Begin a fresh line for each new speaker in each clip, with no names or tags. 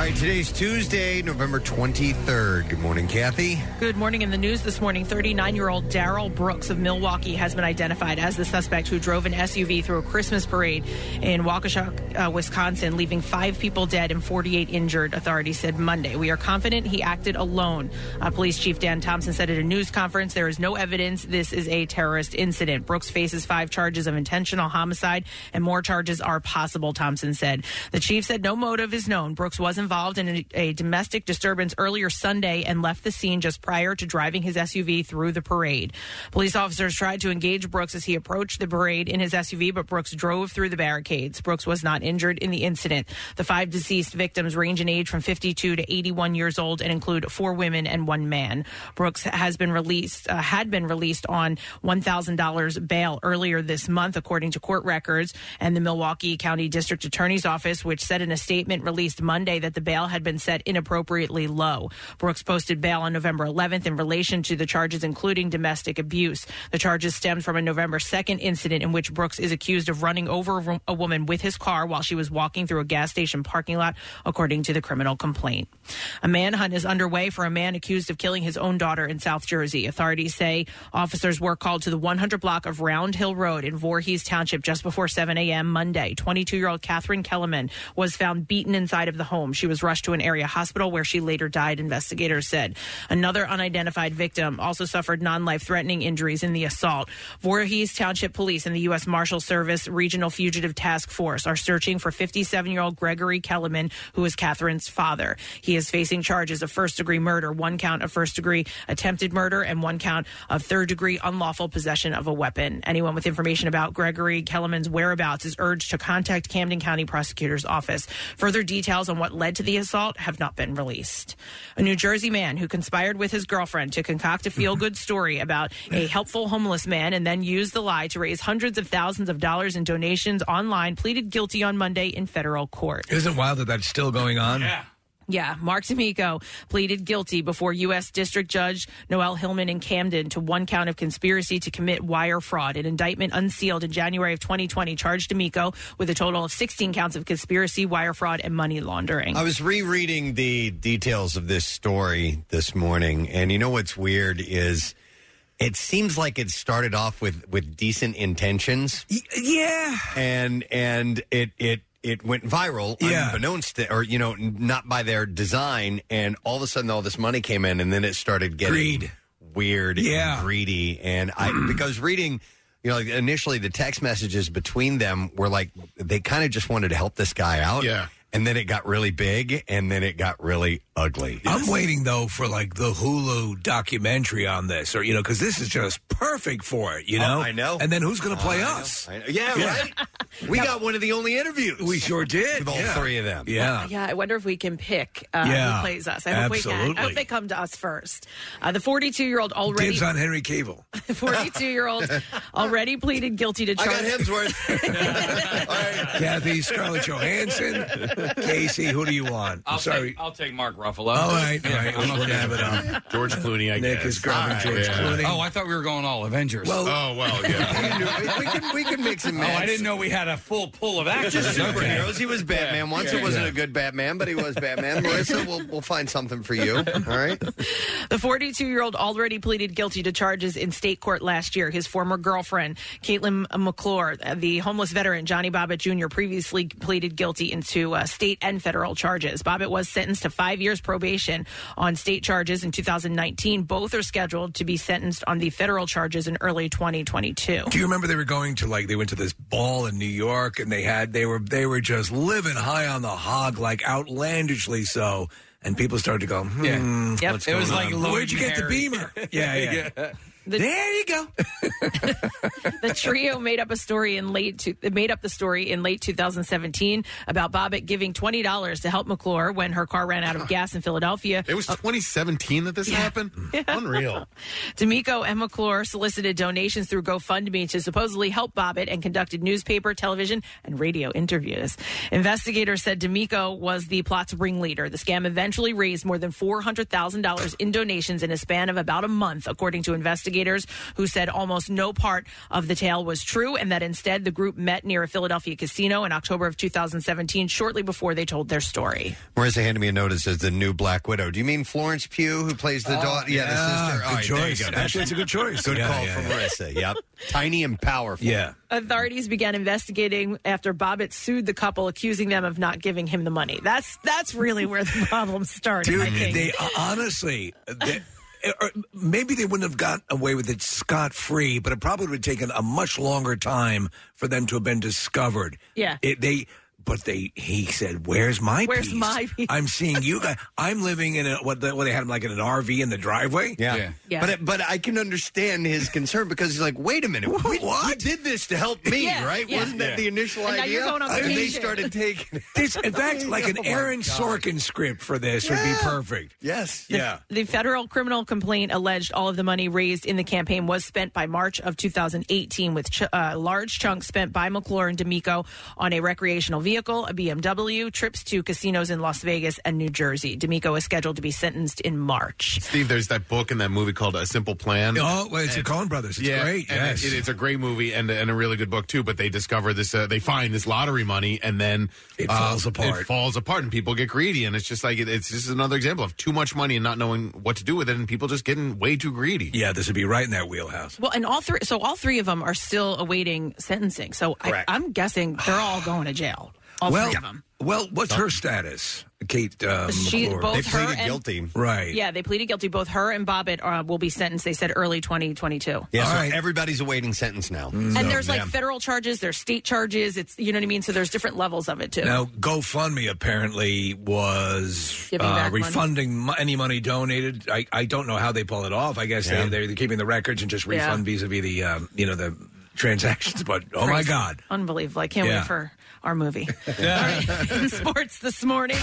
right, today's Tuesday, November 23rd. Good morning, Kathy.
Good morning. In the news this morning, 39 year old Daryl Brooks of Milwaukee has been identified as the suspect who drove an SUV through a Christmas parade in Waukesha, uh, Wisconsin, leaving five people dead and 48 injured, authorities said Monday. We are confident he acted alone. Uh, Police Chief Dan Thompson said at a news conference there is no evidence this is a terrorist incident. Brooks faces five charges of intentional homicide, and more charges are possible, Thompson said. The chief said no motive is known. Brooks was involved in a, a domestic disturbance earlier Sunday and left the scene just prior to driving his SUV through the parade. Police officers tried to engage Brooks as he approached the parade in his SUV, but Brooks drove through the barricades. Brooks was not injured in the incident. The five deceased victims range in age from 52 to 81 years old and include four women and one man. Brooks has been released, uh, had been released on $1,000 bail earlier this month, according to court records and the Milwaukee County District Attorney's Office, which said in a statement released Monday that the bail had been set inappropriately low. Brooks posted bail on November 11th in relation to the charges, including domestic abuse. The charges stemmed from a November 2nd incident in which Brooks is accused of running over a wo- a woman with his car while she was walking through a gas station parking lot, according to the criminal complaint. A manhunt is underway for a man accused of killing his own daughter in South Jersey. Authorities say officers were called to the 100 block of Round Hill Road in Voorhees Township just before 7 a.m. Monday. 22 year old Catherine Kellerman was found beaten inside of the home. She was rushed to an area hospital where she later died, investigators said. Another unidentified victim also suffered non life threatening injuries in the assault. Voorhees Township Police and the U.S. Marshal Service Regional Fugitive Task Force are searching for 57 year old Gregory Kellerman, who is Catherine's father. He is facing charges of first degree murder, one count of first degree attempted murder, and one count of third degree unlawful possession of a weapon. Anyone with information about Gregory Kellerman's whereabouts is urged to contact Camden County Prosecutor's Office. Further details on what led to the assault have not been released. A New Jersey man who conspired with his girlfriend to concoct a feel good story about a helpful homeless man and then used the lie to raise hundreds of thousands of dollars in donations online pleaded guilty on Monday in federal court.
Isn't it wild that that's still going on? Yeah.
Yeah, Mark D'Amico pleaded guilty before U.S. District Judge Noel Hillman in Camden to one count of conspiracy to commit wire fraud. An indictment unsealed in January of 2020 charged D'Amico with a total of 16 counts of conspiracy, wire fraud, and money laundering.
I
Oh,
was rereading the details of this story this morning, and you know what's weird is it seems like it started off with with decent intentions.
Yeah.
and and it it it went viral
Yeah.
unbeknownst to, or you know n- not by their design and all of a sudden all this money came in and then it started getting
Greed.
weird
Yeah.
and greedy and i because reading you know like initially the text messages between them were like they kind of just wanted to help this guy out yeah and then it got really big and then it got really ugly
I'm waiting though for like the Hulu documentary on this, or you know, because this is just perfect for it. You know,
Oh, I know.
And then who's going to play
I know,
us?
I know. Yeah, right? We got one of the only interviews.
We sure did.
With all
yeah.
three of them.
Yeah.
Yeah, I wonder if we can pick uh,
Yeah,
who plays us. I hope we can. I
absolutely.
hope they come to us first. Uh, the 42 year old already
Dibs on Henry Cable.
42 year old already pleaded guilty to
I got
charges.
Hemsworth.
Kathy, Scarlett Johansson, Casey. Who do you want? I'm
I'll
sorry.
Take, I'll take Mark Ruffalo.
All right, all
Yeah,
right.
I'm
We're
okay.
gonna have it on.
George Clooney, I
Nick
guess.
is grabbing George Clooney.
Oh, I thought we were going all Avengers.
Well,
Oh well, yeah.
we, can, we can mix and
oh,
match.
I didn't know we had a full pull of actors.
Just superheroes. He was Batman. Once
Yeah.
it wasn't a good Batman, but he was Batman. Marissa, we'll, we'll find something for you. All right.
The 42 year old already pleaded guilty to charges in state court last year. His former girlfriend, Caitlin McClure, the homeless veteran Johnny Bobbitt Jr., previously pleaded guilty into uh, state and federal charges. Bobbitt was sentenced to five years probation on state charges in 2019. Both are scheduled to be sentenced on the federal charges in early 2022.
Do you remember they were going to like they went to this ball in New York and they had they were they were just living high on the hog like outlandishly so and people started to go hmm,
Yeah.
Yep.
what's
It was
going
like
on?
Lloyd
where'd you get the
Perry.
Beamer yeah yeah there you go.
the trio made up a story in late to, made up the story in late 2017 about Bobbitt giving twenty dollars to help McClure when her car ran out of gas in Philadelphia.
It was 2017 that this happened. Unreal.
D'Amico and McClure solicited donations through GoFundMe to supposedly help Bobbitt and conducted newspaper, television, and radio interviews. Investigators said D'Amico was the plot's ringleader. The scam eventually raised more than $400,000 in donations in a span of about a month, according to investigators who said almost no part of the tale was true and that instead the group met near a Philadelphia casino in October of 2017, shortly before they told their story.
Marissa handed me a note that says the new Black Widow. Do you mean Florence Pugh, who plays the
Oh,
daughter? Yeah,
yeah,
the sister.
good
All right, there you
choice.
go.
Actually, it's a good choice.
Good
Yeah,
call
yeah,
from
yeah.
Marissa. Yep. Tiny and powerful. Yeah.
Authorities began investigating after Bobbitt sued the couple, accusing them of not giving him the money. That's that's really where the problem started. I
Dude,
think.
they uh, honestly, they, or maybe they wouldn't have got away with it scot free, but it probably would have taken a much longer time for them to have been discovered.
Yeah.
It, they, but they, he said, "Where's my
Where's
piece?
my piece?"
I'm seeing you guys. I'm living in a what, the, what they had him like in an RV in the driveway.
Yeah. But it- but I can understand his concern because he's like, wait a minute, we, you did this to help me,
Yeah,
right?
yeah.
Wasn't that
Yeah.
the initial
And now
idea?
you're going on
and they
vacation.
started taking.
This, in fact, like an
Oh my
Aaron
God.
Sorkin script for this would be
Yeah.
perfect.
Yes.
Yeah.
The federal criminal complaint alleged all of the money raised in the campaign was spent by March of 2018, with ch- uh, large chunks spent by McClure and D'Amico on a recreational vehicle, a BMW, trips to casinos in Las Vegas and New Jersey. D'Amico is scheduled to be sentenced in March.
Steve, there's that book and that movie called A Simple Plan.
Oh, well, it's the Coen Brothers. It's great.
and
Yes.
it- it's a great movie and, and a really good book too. But they discover this, uh, they find this lottery money, and then
It
uh,
falls apart.
It falls apart, and people get greedy, and it's just like it, it's just another example of too much money and not knowing what to do with it, and people just getting way too greedy.
Yeah, this would be right in that wheelhouse.
Well, and all three, so all three of them are still awaiting sentencing. So I, I'm guessing they're all going to jail. All
well,
three of them.
well, what's her status, Kate? Um,
She-
McClure?
both They her pleaded and-
guilty,
right?
Yeah, they pleaded guilty. Both her and Bobbitt uh, will be sentenced. They said early 2022.
Yeah, so everybody's awaiting sentence now.
Mm.
And there's like federal charges, there's state charges. It's you know what I mean. So there's different levels of it too.
Now, GoFundMe apparently was
Giving
uh,
back money.
refunding mo- any money donated. I, I don't know how they pull it off. I guess
Yeah.
they, they're, they're keeping the records and just
Yeah.
refund vis-a-vis the um, you know the transactions. But oh my
Crazy.
God,
unbelievable! I can't
Yeah.
wait for our movie. All right, in sports this morning.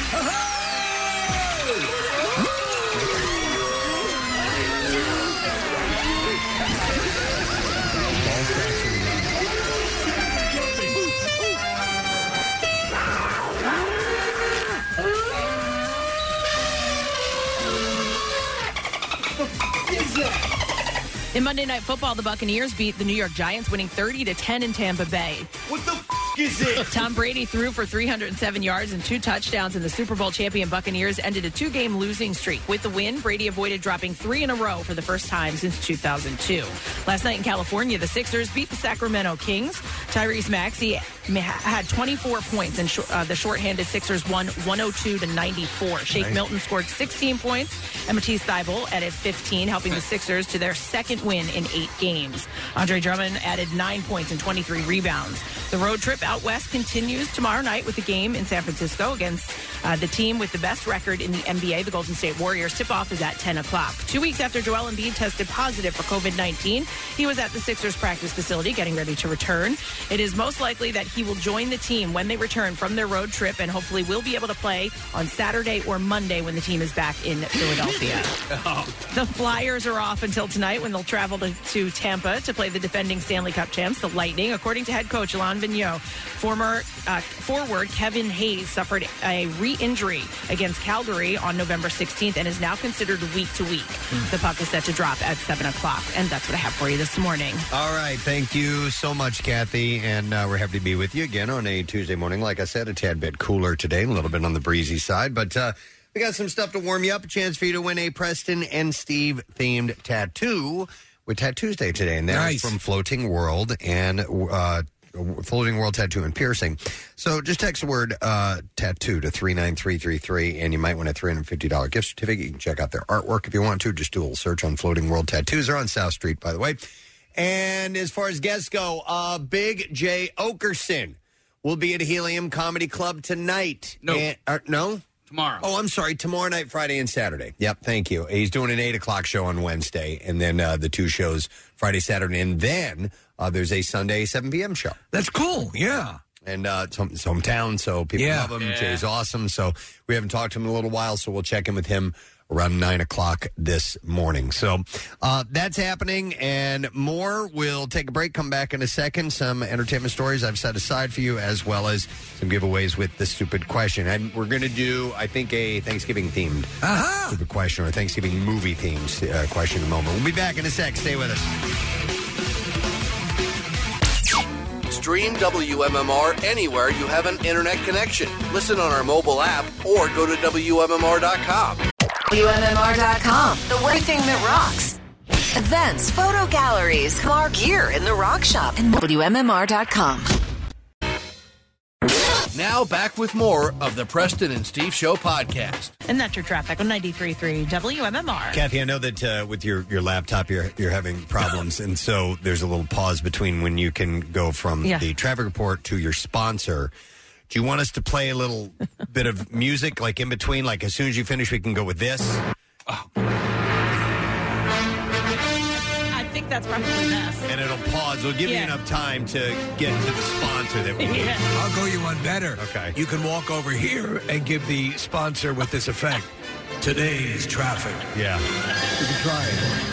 In Monday Night Football, the Buccaneers beat the New York Giants, winning 30 to 10 in Tampa Bay.
What the f- is it?
Tom Brady threw for 307 yards and two touchdowns, and the Super Bowl champion Buccaneers ended a two-game losing streak. With the win, Brady avoided dropping three in a row for the first time since 2002. Last night in California, the Sixers beat the Sacramento Kings. Tyrese Maxey ma- had 24 points, and shor- uh, the shorthanded Sixers won 102 to 94. Shake
Nice.
Milton scored 16 points, and Matisse Thybul added 15, helping the Sixers to their second win in eight games. Andre Drummond added nine points and 23 rebounds. The road trip out west continues tomorrow night with a game in San Francisco against uh, the team with the best record in the NBA, the Golden State Warriors. Tip off is at 10 o'clock. Two weeks after Joel Embiid tested positive for COVID 19, he was at the Sixers practice facility getting ready to return. It is most likely that he will join the team when they return from their road trip and hopefully will be able to play on Saturday or Monday when the team is back in Philadelphia. The Flyers are off until tonight when they'll travel to, to Tampa to play the defending Stanley Cup champs, the Lightning. According to head coach Alon Vigneault, former uh, forward Kevin Hayes suffered a re-injury against Calgary on November 16th and is now considered week to week. The puck is set to drop at 7 o'clock, and that's what I have for you this morning.
All right, thank you so much, Kathy, and uh, we're happy to be with you again on a Tuesday morning. Like I said, a tad bit cooler today, a little bit on the breezy side, but uh, we got some stuff to warm you up. A chance for you to win a Preston and Steve themed tattoo with Tattoo Day today, and that's
Nice.
from Floating World and uh, Floating World Tattoo and Piercing. So just text the word uh, tattoo to three nine three three three, and you might win a three hundred fifty dollar gift certificate. You can check out their artwork if you want to. Just do a little search on Floating World Tattoos. They're on South Street, by the way. And as far as guests go, uh, Big J Okerson will be at Helium Comedy Club tonight.
No.
And- uh, no?
Tomorrow.
Oh, I'm sorry. Tomorrow night, Friday, and Saturday. Yep, thank you. He's doing an eight o'clock show on Wednesday, and then uh, the two shows Friday, Saturday, and then uh, there's a Sunday seven p.m. show.
That's cool. Yeah.
And uh, it's, home- it's hometown, so people
Yeah.
love him.
Yeah.
Jay's awesome. So we haven't talked to him in a little while, so we'll check in with him around nine o'clock this morning. So uh, that's happening, and more. We'll take a break, come back in a second. Some entertainment stories I've set aside for you, as well as some giveaways with the stupid question. And we're going to do, I think, a Thanksgiving themed
Uh-huh.
stupid question or Thanksgiving movie themed uh, question in a moment. We'll be back in a sec. Stay with us.
Stream WMMR anywhere you have an internet connection. Listen on our mobile app or go to WMMR.com.
WMMR.com, the one thing that rocks. Events, photo galleries, Mark here in the Rock Shop, and WMMR.com.
Now back with more of the Preston and Steve Show podcast.
And that's your traffic on 93.3 WMMR.
Kathy, I know that uh, with your, your laptop, you're you're having problems, and so there's a little pause between when you can go from
Yeah.
the traffic report to your sponsor. Do you want us to play a little bit of music, like in between? Like as soon as you finish, we can go with this.
I think that's probably best.
And it'll pause. We'll give
Yeah.
you enough time to get to the sponsor that we need.
I'll go you one better. Okay. You can walk over here and give the sponsor with this effect. Today's traffic.
Yeah.
You can try it.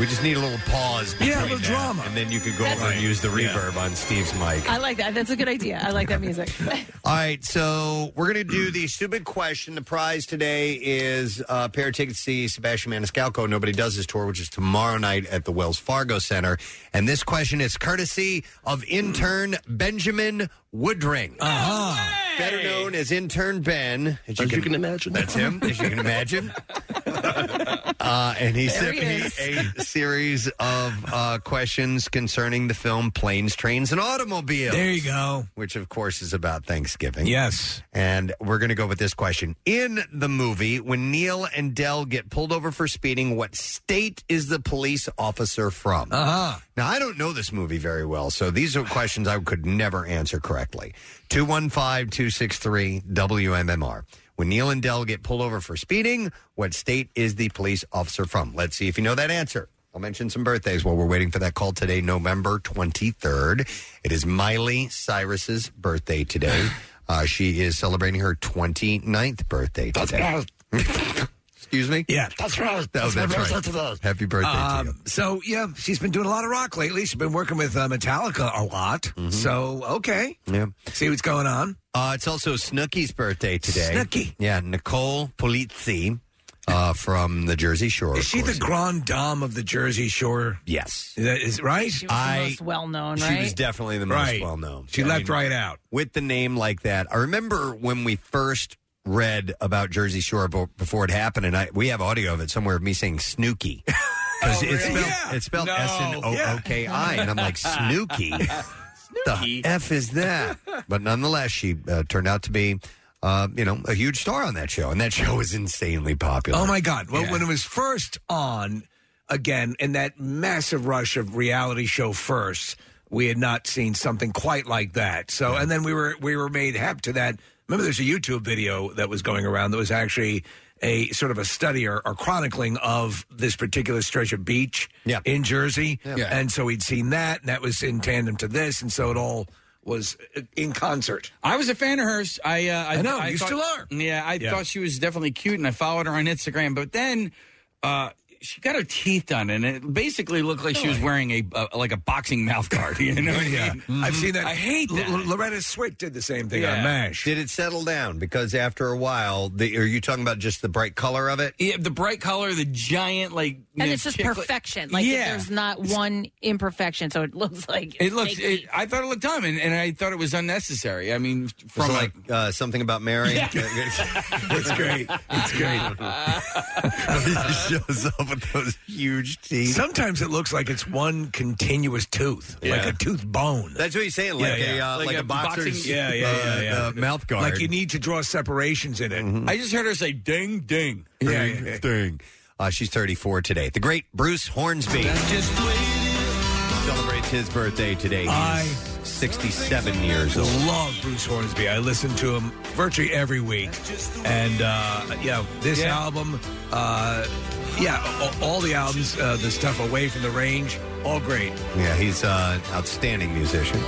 We just need a little pause.
Yeah, a
between
little
that,
drama.
and then you could go over and use the reverb on Steve's mic.
I like that. That's a good idea. I like that music.
All right, so we're going to do the stupid question. The prize today is a pair of tickets to see Sebastian Maniscalco. Nobody does this tour, which is tomorrow night at the Wells Fargo Center. And this question is courtesy of intern Benjamin Woodring. Uh-huh. Better known as intern Ben. As you, can, imagine. That's him, as you can imagine. Uh, and he
There
sent
he
me
is.
a series of uh, questions concerning the film Planes, Trains, and Automobiles.
There you go.
Which, of course, is about Thanksgiving.
Yes.
And we're going to go with this question. In the movie, when Neil and Dell get pulled over for speeding, what state is the police officer from? Uh-huh. Now, I don't know this movie very well, so these are questions I could never answer correctly. 215 263 WMMR. When Neil and Dell get pulled over for speeding, what state is the police officer from? Let's see if you know that answer. I'll mention some birthdays while we're waiting for that call today, November 23rd. It is Miley Cyrus's birthday today. Uh, she is celebrating her 29th birthday today. Excuse me?
Yeah.
That's right. That's,
Oh, That's
right.
right.
Happy birthday to
Um, so yeah, she's been doing a lot of rock lately. She's been working with uh, Metallica a lot. So okay,
you. Yeah.
see what's going on.
Uh, it's also Snooky's birthday today.
Snooki.
Yeah, Nicole Polizzi uh, from the Jersey Shore.
Is she the grand dame of the Jersey Shore?
Yes,
that is right.
She was the most well known,
She
right?
was definitely the most
Right.
well known.
She left right out.
With the name like that. I remember when we first read about Jersey Shore bo- before it happened, and I, we have audio of it somewhere of me saying Snooky.
Oh,
Because it's spelled, it's spelled
No.
S N O O K I. And I'm like, Snooky? the F is that? But nonetheless, she uh, turned out to be. Uh, you know, a huge star on that show, and that show was insanely popular.
Oh my God! Well,
Yeah.
when it was first on again in that massive rush of reality show first, we had not seen something quite like that. So, and then we were we were made hep to that. Remember, there's a YouTube video that was going around that was actually a sort of a study or, or chronicling of this particular stretch of beach in Jersey,
Yeah.
and so we'd seen that, and that was in tandem to this, and so it all was uh, in concert.
I was a fan of hers. I uh, I,
I know, you
thought-
still are.
Yeah, I
Yeah.
thought she was definitely cute, and I followed her on Instagram. But then uh, she got her teeth done, and it basically looked like she was wearing a uh, like a boxing mouth guard. You know? what I mean?
I've seen that.
I hate
L-
that.
L- Loretta Swick did the same thing
Yeah.
on Mash.
Did it settle down? Because after a while, the, are you talking about just the bright color of it?
Yeah, the bright color, the giant like,
and it's just perfection. Like
Yeah.
there's not one imperfection, so it looks like
It looks. It, I thought it looked dumb, and, and I thought it was unnecessary. I mean, from
From
like.
like uh, something about Mary. it's
great. It's great.
he shows up with those huge teeth.
Sometimes it looks like it's one continuous tooth,
Yeah.
like a tooth bone.
That's what he's saying, like a, uh, like a boxer's,
yeah, yeah,
uh,
yeah, yeah.
uh, mouth guard. Mm-hmm.
Like you need to draw separations in it.
I just heard her say "ding, ding."
Yeah,
Ding, ding. Uh, she's 34 today. The great Bruce Hornsby celebrates his birthday today. He's
I
67 years old.
Love Bruce Hornsby. I listen to him virtually every week, and uh, yeah, this
Yeah.
album, uh, yeah, a- all the albums, uh, the stuff away from the range, all great.
Yeah, he's uh, an outstanding musician.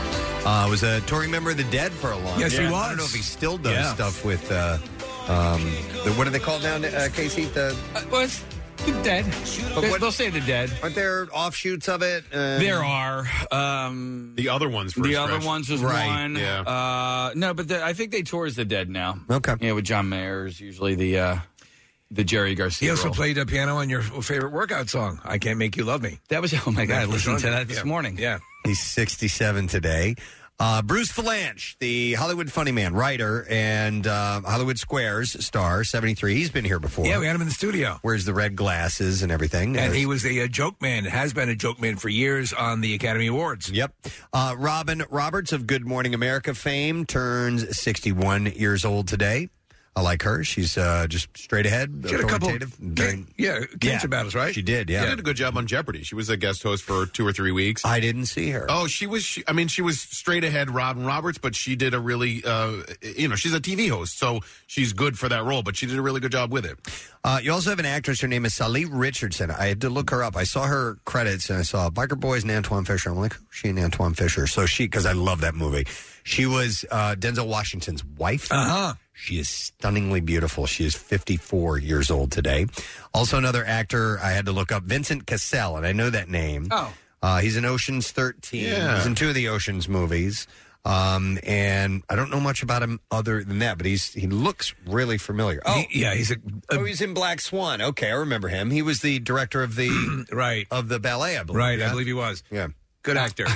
Uh, was a touring member of the Dead for a long
Yes,
time.
he
I don't
was.
know if he still does
Yeah.
stuff with uh, um, the, what are they called now, uh, Casey? The
was dead. They- they'll say the dead.
Aren't there offshoots of it? Uh,
There are um,
the other ones.
The other ones was
Right,
one.
yeah.
Uh, no, but the, I think they tour as the dead now.
Okay.
Yeah, with John Mayer is usually the uh, the Jerry Garcia.
He also
role.
played the piano on your favorite workout song, "I Can't Make You Love Me."
That was oh my god! I listened to that
Yeah.
this morning.
Yeah.
He's 67 today. Uh, Bruce Valanche, the Hollywood funny man, writer, and uh, Hollywood Squares star, 73. He's been here before.
Yeah, we had him in the studio.
Wears the red glasses and everything.
And he was a, uh joke man, has been a joke man for years on the Academy Awards.
Yep. Uh, Robin Roberts of Good Morning America fame turns 61 years old today. I like her. She's uh, just straight ahead,
She had a couple-
authoritative. Very-
Yeah,
cancer battles, right? She did, yeah.
She did a good job on Jeopardy. She was a guest host for two or three weeks.
I didn't see her.
Oh, she was. She, I mean, she was straight ahead Robin Roberts, but she did a really, uh, you know, she's a TV host, so she's good for that role. But she did a really good job with it.
Uh, you also have an actress. Her name is Sally Richardson. I had to look her up. I saw her credits and I saw Biker Boys and Antoine Fisher. I'm like, who's she and Antoine Fisher? So she, because I love that movie. She was uh, Denzel Washington's wife. Uh huh. She is stunningly beautiful. She is 54 years old today. Also, another actor I had to look up, Vincent Cassell, and I know that name.
Oh.
Uh, he's in Ocean's 13.
Yeah.
He's in two of the Ocean's movies. Um, and I don't know much about him other than that, but he's he looks really familiar. Oh,
yeah, he's a,
oh, he's in Black Swan. Okay, I remember him. He was the director of the
right
of the ballet, I believe.
Right, I
yeah?
believe he was.
Yeah,
good actor.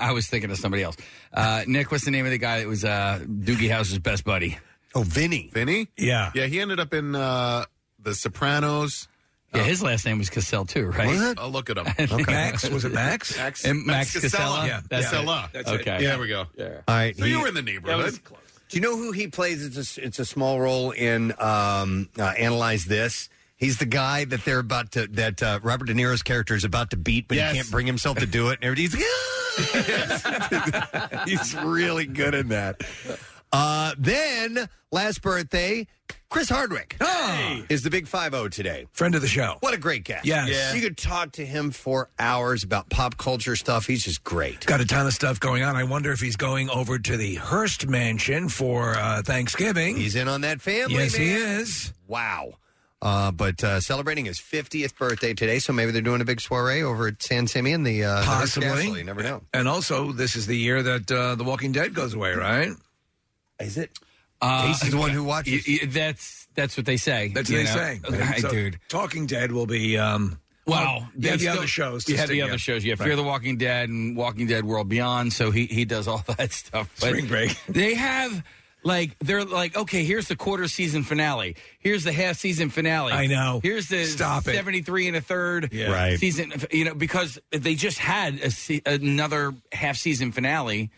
I was thinking of somebody else. Uh, Nick, what's the name of the guy that was uh, Doogie Howse's best buddy?
Oh, Vinny.
Vinny?
Yeah.
Yeah, he ended up in uh, The Sopranos. Uh,
Yeah, his last name was Cassell too, right?
I'll Oh, look it up.
Max was it Max?
Max,
And Max Casella?
Yeah,
That's it.
Casella.
That's it. Okay.
Yeah, there we go.
Oh, Yeah.
All right.
So
he-
you were in the neighborhood.
Do you know who he plays? It's a, s- it's a small role in um, uh, Analyze This. He's the guy that they're about to that uh, Robert De Niro's character is about to beat, but
Yes.
he can't bring himself to do it, and everybody's like, "Ah!" he's really good in that. Uh, then last birthday, Chris Hardwick is the big five zero today.
Friend of the show.
What a great guy!
Yes. Yeah.
you could talk to him for hours about pop culture stuff. He's just great.
Got a ton of stuff going on. I wonder if he's going over to the Hearst Mansion for uh, Thanksgiving.
He's in on that family.
Yes, he
man.
is.
Wow. Uh, but uh, celebrating his 50th birthday today, so maybe they're doing a big soiree over at San Simeon. The uh,
Possibly.
Castle. You never know.
And also, this is the year that uh, The Walking Dead goes away, right?
Is it?
Uh,
Casey's the one who watches.
y- y- that's that's what they say.
That's
you
what they
know?
say.
Okay,
So
dude.
Talking Dead will be. Um,
Wow,
You have
They
the
still-
other shows. to
You have the
stick
other
in.
shows. You have Fear
Right.
the Walking Dead and Walking Dead World Beyond. So he he does all that stuff. But
Spring break.
They have like they're like okay. Here's the quarter season finale. Here's the half season finale.
I know.
Here's the
Stop it.
seventy three and a third
Yeah. Right.
season. You know because they just had a se- another half season finale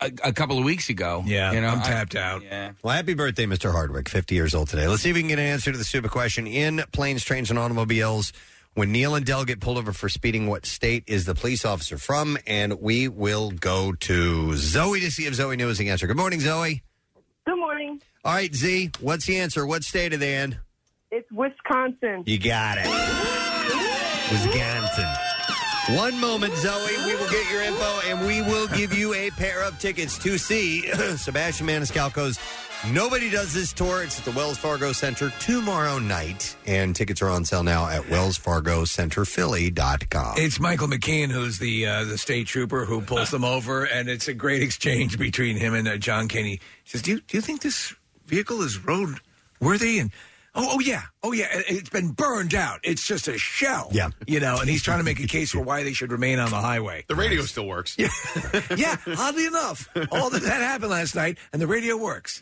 a, a couple of weeks ago.
Yeah,
you know
I'm
I-
tapped out.
Yeah.
Well, happy birthday, Mr. Hardwick, 50 years old today. Let's see if we can get an answer to the super question. In planes, trains, and automobiles, when Neil and Dell get pulled over for speeding, what state is the police officer from? And we will go to Zoe to see if Zoe knows the answer. Good morning, Zoe.
Good morning.
All right, Z, what's the answer? What state are they in?
It's Wisconsin.
You got it. Wisconsin. One moment, Zoe. We will get your info and we will give you a pair of tickets to see Sebastian Maniscalco's Nobody Does This Tour. It's at the Wells Fargo Center tomorrow night. And tickets are on sale now at wellsfargocenterphilly.com.
It's Michael McKean who's the uh, the state trooper who pulls them over, and it's a great exchange between him and uh, John Caney. He says, "Do you do you think this vehicle is road worthy?" And oh, oh yeah, oh yeah, it- it's been burned out. It's just a shell.
Yeah.
you know. And he's trying to make a case for why they should remain on the highway.
The radio still works.
yeah, oddly enough, all that, that happened last night, and the radio works.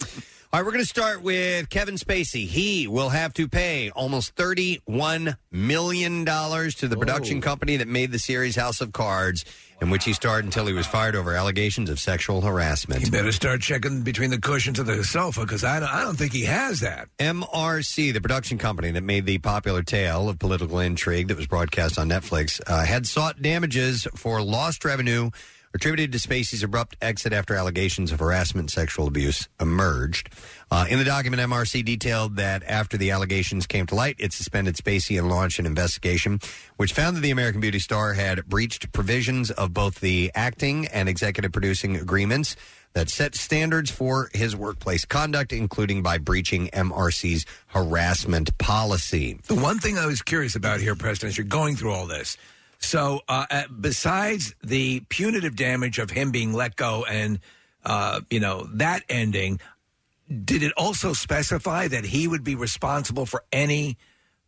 All right, we're going to start with Kevin Spacey. He will have to pay almost $31 million to the production company that made the series House of Cards, in which he starred until he was fired over allegations of sexual harassment.
You better start checking between the cushions of the sofa because I don't, I don't think he has that.
MRC, the production company that made the popular tale of political intrigue that was broadcast on Netflix, uh, had sought damages for lost revenue attributed to Spacey's abrupt exit after allegations of harassment and sexual abuse emerged. Uh, in the document, MRC detailed that after the allegations came to light, it suspended Spacey and launched an investigation, which found that the American Beauty star had breached provisions of both the acting and executive producing agreements that set standards for his workplace conduct, including by breaching MRC's harassment policy.
The one thing I was curious about here, Preston, is you're going through all this. So, uh, uh, besides the punitive damage of him being let go and, uh, you know, that ending, did it also specify that he would be responsible for any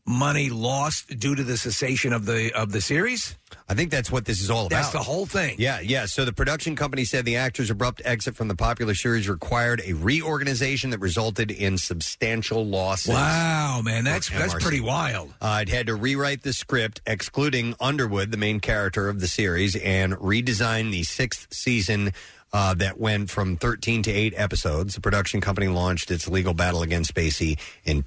money lost due to the cessation of the of the series?
I think that's what this is all
That's
about.
the whole thing.
Yeah, yeah. So the production company said the actor's abrupt exit from the popular series required a reorganization that resulted in substantial losses.
Wow, man, that's
for
that's
MRC.
pretty wild.
Uh, it had to rewrite the script, excluding Underwood, the main character of the series, and redesign the sixth season. Uh, that went from 13 to 8 episodes. The production company launched its legal battle against Spacey in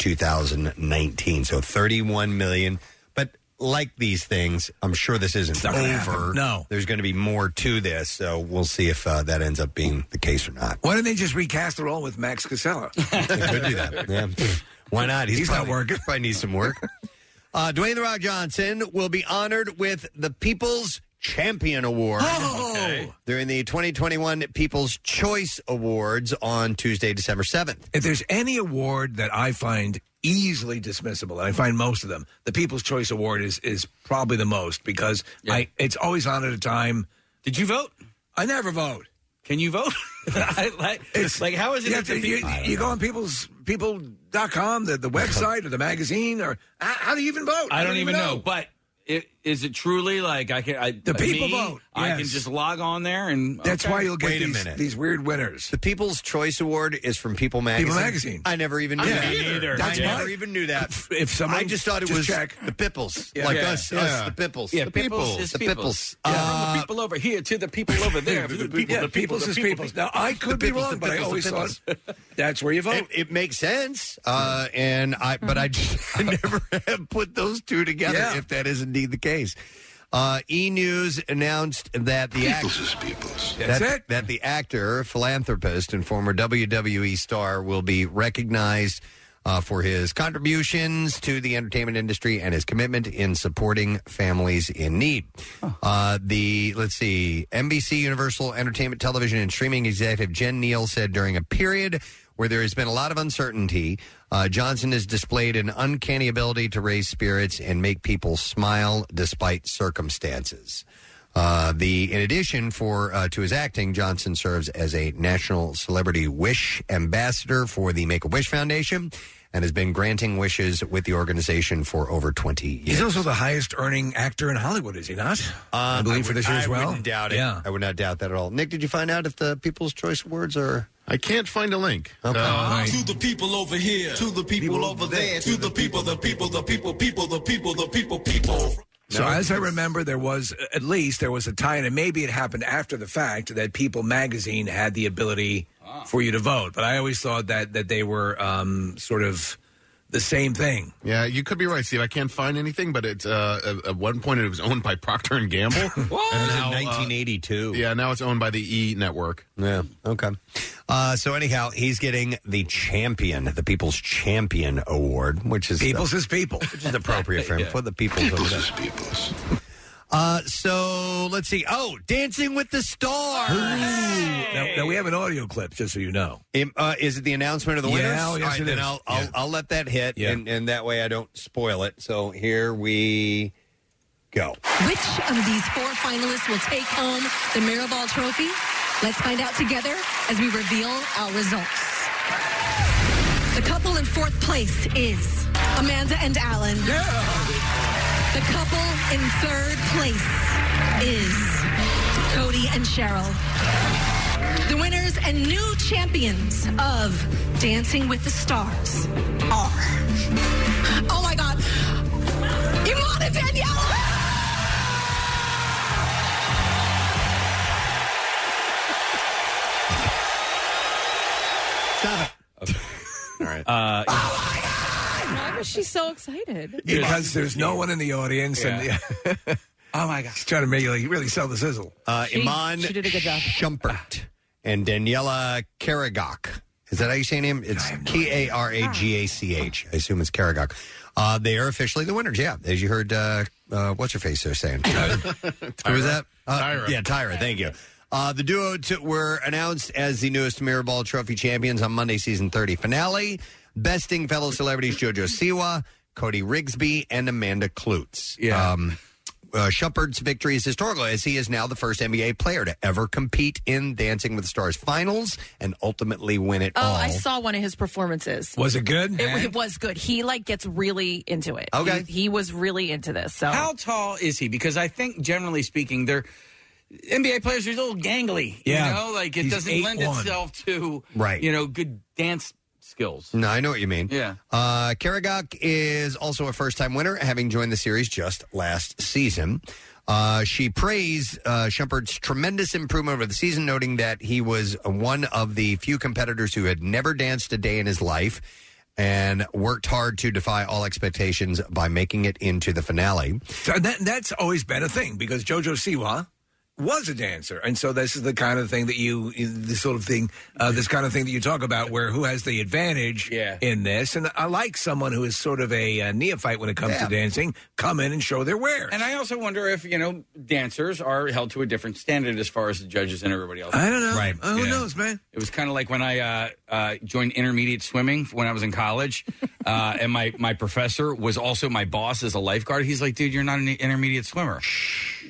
2019. So 31 million. But like these things, I'm sure this isn't
not gonna happen.
over.
No.
There's going to be more to this. So we'll see if uh, that ends up being the case or not.
Why don't they just recast the role with Max Casella?
They could do that. Yeah. Why not?
He's not
probably, working. Probably needs some work. Uh, Dwayne The Rock Johnson will be honored with the People's Champion Award
Oh! Okay.
during the 2021 People's Choice Awards on Tuesday, December 7th.
If there's any award that I find easily dismissible, and I find most of them, the People's Choice Award is is probably the most because I it's always on at a time.
Did you vote?
I never vote.
Can you vote? I, like, like, how is it
You,
that
have to-
the
you,
people-
you go on people's people.com, the, the website or the magazine, or h- how do you even vote?
I don't even know. But i- is it truly like I can? I,
The people
me,
vote,
I can
yes.
just log on there and
That's
okay.
why you'll get these, these weird winners.
The People's Choice Award is from People Magazine.
Magazine.
I never even knew
Yeah.
that.
Me either. That's
I
why-
never even knew that.
If someone
I just thought it
just
was
check.
the Pipples.
Yeah.
Like
Yeah.
us,
Yeah.
us, the Pipples.
Yeah,
the
peoples is
The
peoples.
Pipples.
Yeah,
Uh,
from the people over here to the people over there.
The people, yeah, people's is people's. Now I could be
people's, the
wrong, but I
people's, the
always
people's.
thought that's where you vote.
It, it makes sense, uh, and I but I just I never have put those two together.
Yeah.
If that is indeed the case, uh, E News announced that the
Peoples
actor
is peoples.
That's
that,
it.
that the actor, philanthropist, and former WWE star will be recognized. Uh, for his contributions to the entertainment industry and his commitment in supporting families in need, uh, the let's see, NBC Universal Entertainment Television and Streaming executive Jen Neal said during a period where there has been a lot of uncertainty, uh, Johnson has displayed an uncanny ability to raise spirits and make people smile despite circumstances. Uh, the in addition for uh, to his acting, Johnson serves as a national celebrity wish ambassador for the Make a Wish Foundation, and has been granting wishes with the organization for over twenty years.
He's also the highest earning actor in Hollywood, is he not? I believe for this year
Um, I
as well.
wouldn't doubt it.
Yeah.
I would not doubt that at all. Nick, did you find out if the People's Choice Awards are?
I can't find a link.
Okay.
Uh,
To the people over here, to the people, over there, to the people, the people, the people, people, the people, the people, people.
So as I remember, there was at least there was a tie, and maybe it happened after the fact that People Magazine had the ability
Ah.
for you to vote. But I always thought that that they were um, sort of the same thing.
yeah, you could be right, Steve. I can't find anything, but it's uh, at- at one point it was owned by Procter and Gamble. And now, uh,
1982.
yeah, now it's owned by the E Network.
Yeah. Okay. Uh, so anyhow, he's getting the champion, the People's Champion Award, which is
People's is people.
which is appropriate for him for the people.
Peoples is peoples.
Uh, so let's see. Oh, Dancing with the Stars.
Now, now we have an audio clip, just so you know.
Im- uh, is it the announcement of the
Yeah,
winners?
oh, yes,
All right,
it
then
is.
I'll, I'll
Yeah.
I'll let that hit,
Yeah.
and, and that way I don't spoil it. So here we go.
Which of these four finalists will take home the Maribel Trophy? Let's find out together as we reveal our results. The couple in fourth place is Amanda and Alan. The couple in third place is Cody and Cheryl. The winners and new champions of Dancing with the Stars are. Oh my God! Iman and Daniela!
Stop it.
Uh,
Ah,
Why was she so excited?
Because there's no one in the audience, and
Oh my gosh.
He's trying to make like, really sell the sizzle.
Uh,
She-
Iman
she did a good job.
Schumpert and Daniela Karagach. Is that how you say her name? It's K A R A G A C H. I assume it's Karagach. Uh, they are officially the winners. Yeah, as you heard, uh, uh, what's her face there saying? Uh, Who was that? Uh,
Tyra.
Yeah, Tyra. Thank you. Uh, the duo t- were announced as the newest Mirrorball Trophy champions on Monday season 30 finale, besting fellow celebrities JoJo Siwa, Cody Rigsby, and Amanda Klutz. Yeah. Um, uh, Shepard's victory is historical as he is now the first NBA player to ever compete in Dancing with the Stars finals and ultimately win it
Oh,
all.
I saw one of his performances.
Was it good? Eh.
It, it was good. He like gets really into it.
Okay.
he, he was really into this. So
How tall is he? Because I think, generally speaking, they're NBA players are a little gangly.
Yeah.
You know, like it
He's
doesn't lend
8'1".
itself to
Right.
You know, good dance skills.
No, I know what you mean.
Yeah.
Uh, Karagok is also a first time winner, having joined the series just last season. Uh, she praised uh, Shumpert's tremendous improvement over the season, noting that he was one of the few competitors who had never danced a day in his life and worked hard to defy all expectations by making it into the finale.
So that, that's always been a thing because JoJo Siwa was a dancer, and so this is the kind of thing that you, this sort of thing, uh, this kind of thing that you talk about, where who has the advantage in this. And I like someone who is sort of a uh, neophyte when it comes to dancing, come in and show their wares.
And I also wonder if you know dancers are held to a different standard as far as the judges and everybody else.
I don't know. Right. Uh, who
Yeah.
knows, man?
It was kind of like when I uh, uh, joined intermediate swimming when I was in college, uh, and my my professor was also my boss as a lifeguard. He's like, "Dude, you're not an intermediate swimmer."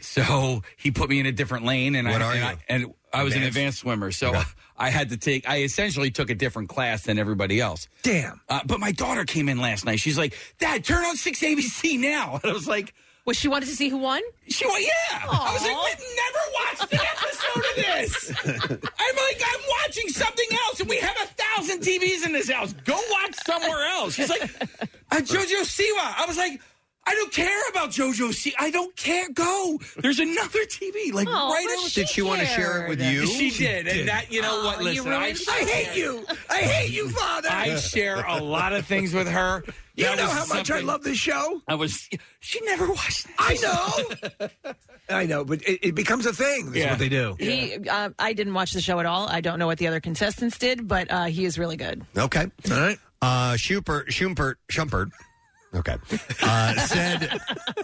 So he put me in a different lane, and
What
I
are
and
you?
I, and I was an
Advanced?
advanced swimmer, so
Okay.
I had to take. I essentially took a different class than everybody else.
Damn.
Uh, but my daughter came in last night. She's like, "Dad, turn on six ABC now." And I was like,
well, she wanted to see who won.
She won. Yeah, I was like, "We've never watched an episode of this." I'm like, I'm watching something else, and we have a thousand TVs in this house. Go watch somewhere else. She's like, uh, JoJo Siwa. I was like, I don't care about JoJo Siwa. I don't care. Go. There's another TV. Like
Aw,
right
Oh, but
over.
she Did she wanna share it with cared. you?
She
She
did,
did.
and that you know what?
Aw, you
Listen, I,
ruined
I
it.
hate you. I hate you, Father. I share a lot of things with her.
You
That
know
was
how much I
something-
love this show.
I was. She never watched. That.
I know. I know, but it, it becomes a thing. This is what they do.
He, uh, I didn't watch the show at all. I don't know what the other contestants did, but uh, he is really good.
Okay.
All right.
Uh, Schumpert, Schumpert, Schumpert. Okay. Uh, said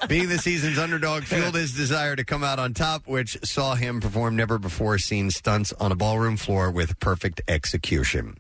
being the season's underdog fueled his desire to come out on top, which saw him perform never before seen stunts on a ballroom floor with perfect execution.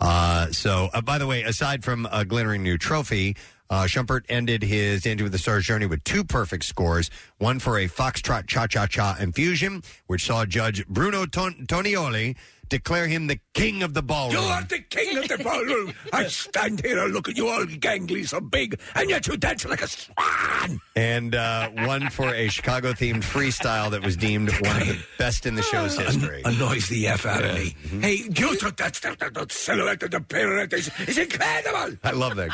Uh, so, uh, by the way, aside from a glittering new trophy, uh, Schumpert ended his Dancing with the Stars journey with two perfect scores, one for a foxtrot cha-cha-cha infusion, which saw Judge Bruno Ton- Tonioli declare him the king of the ballroom.
You are the king of the ballroom. I stand here and look at you all gangly, so big, and yet you dance like a swan.
and uh, one for a Chicago themed freestyle that was deemed one of the best in the show's history. Mm-hmm.
Annoys the F out of me. Hey, you took that step, that, that silhouette, that the pyramid. It's, it's incredible.
I love that.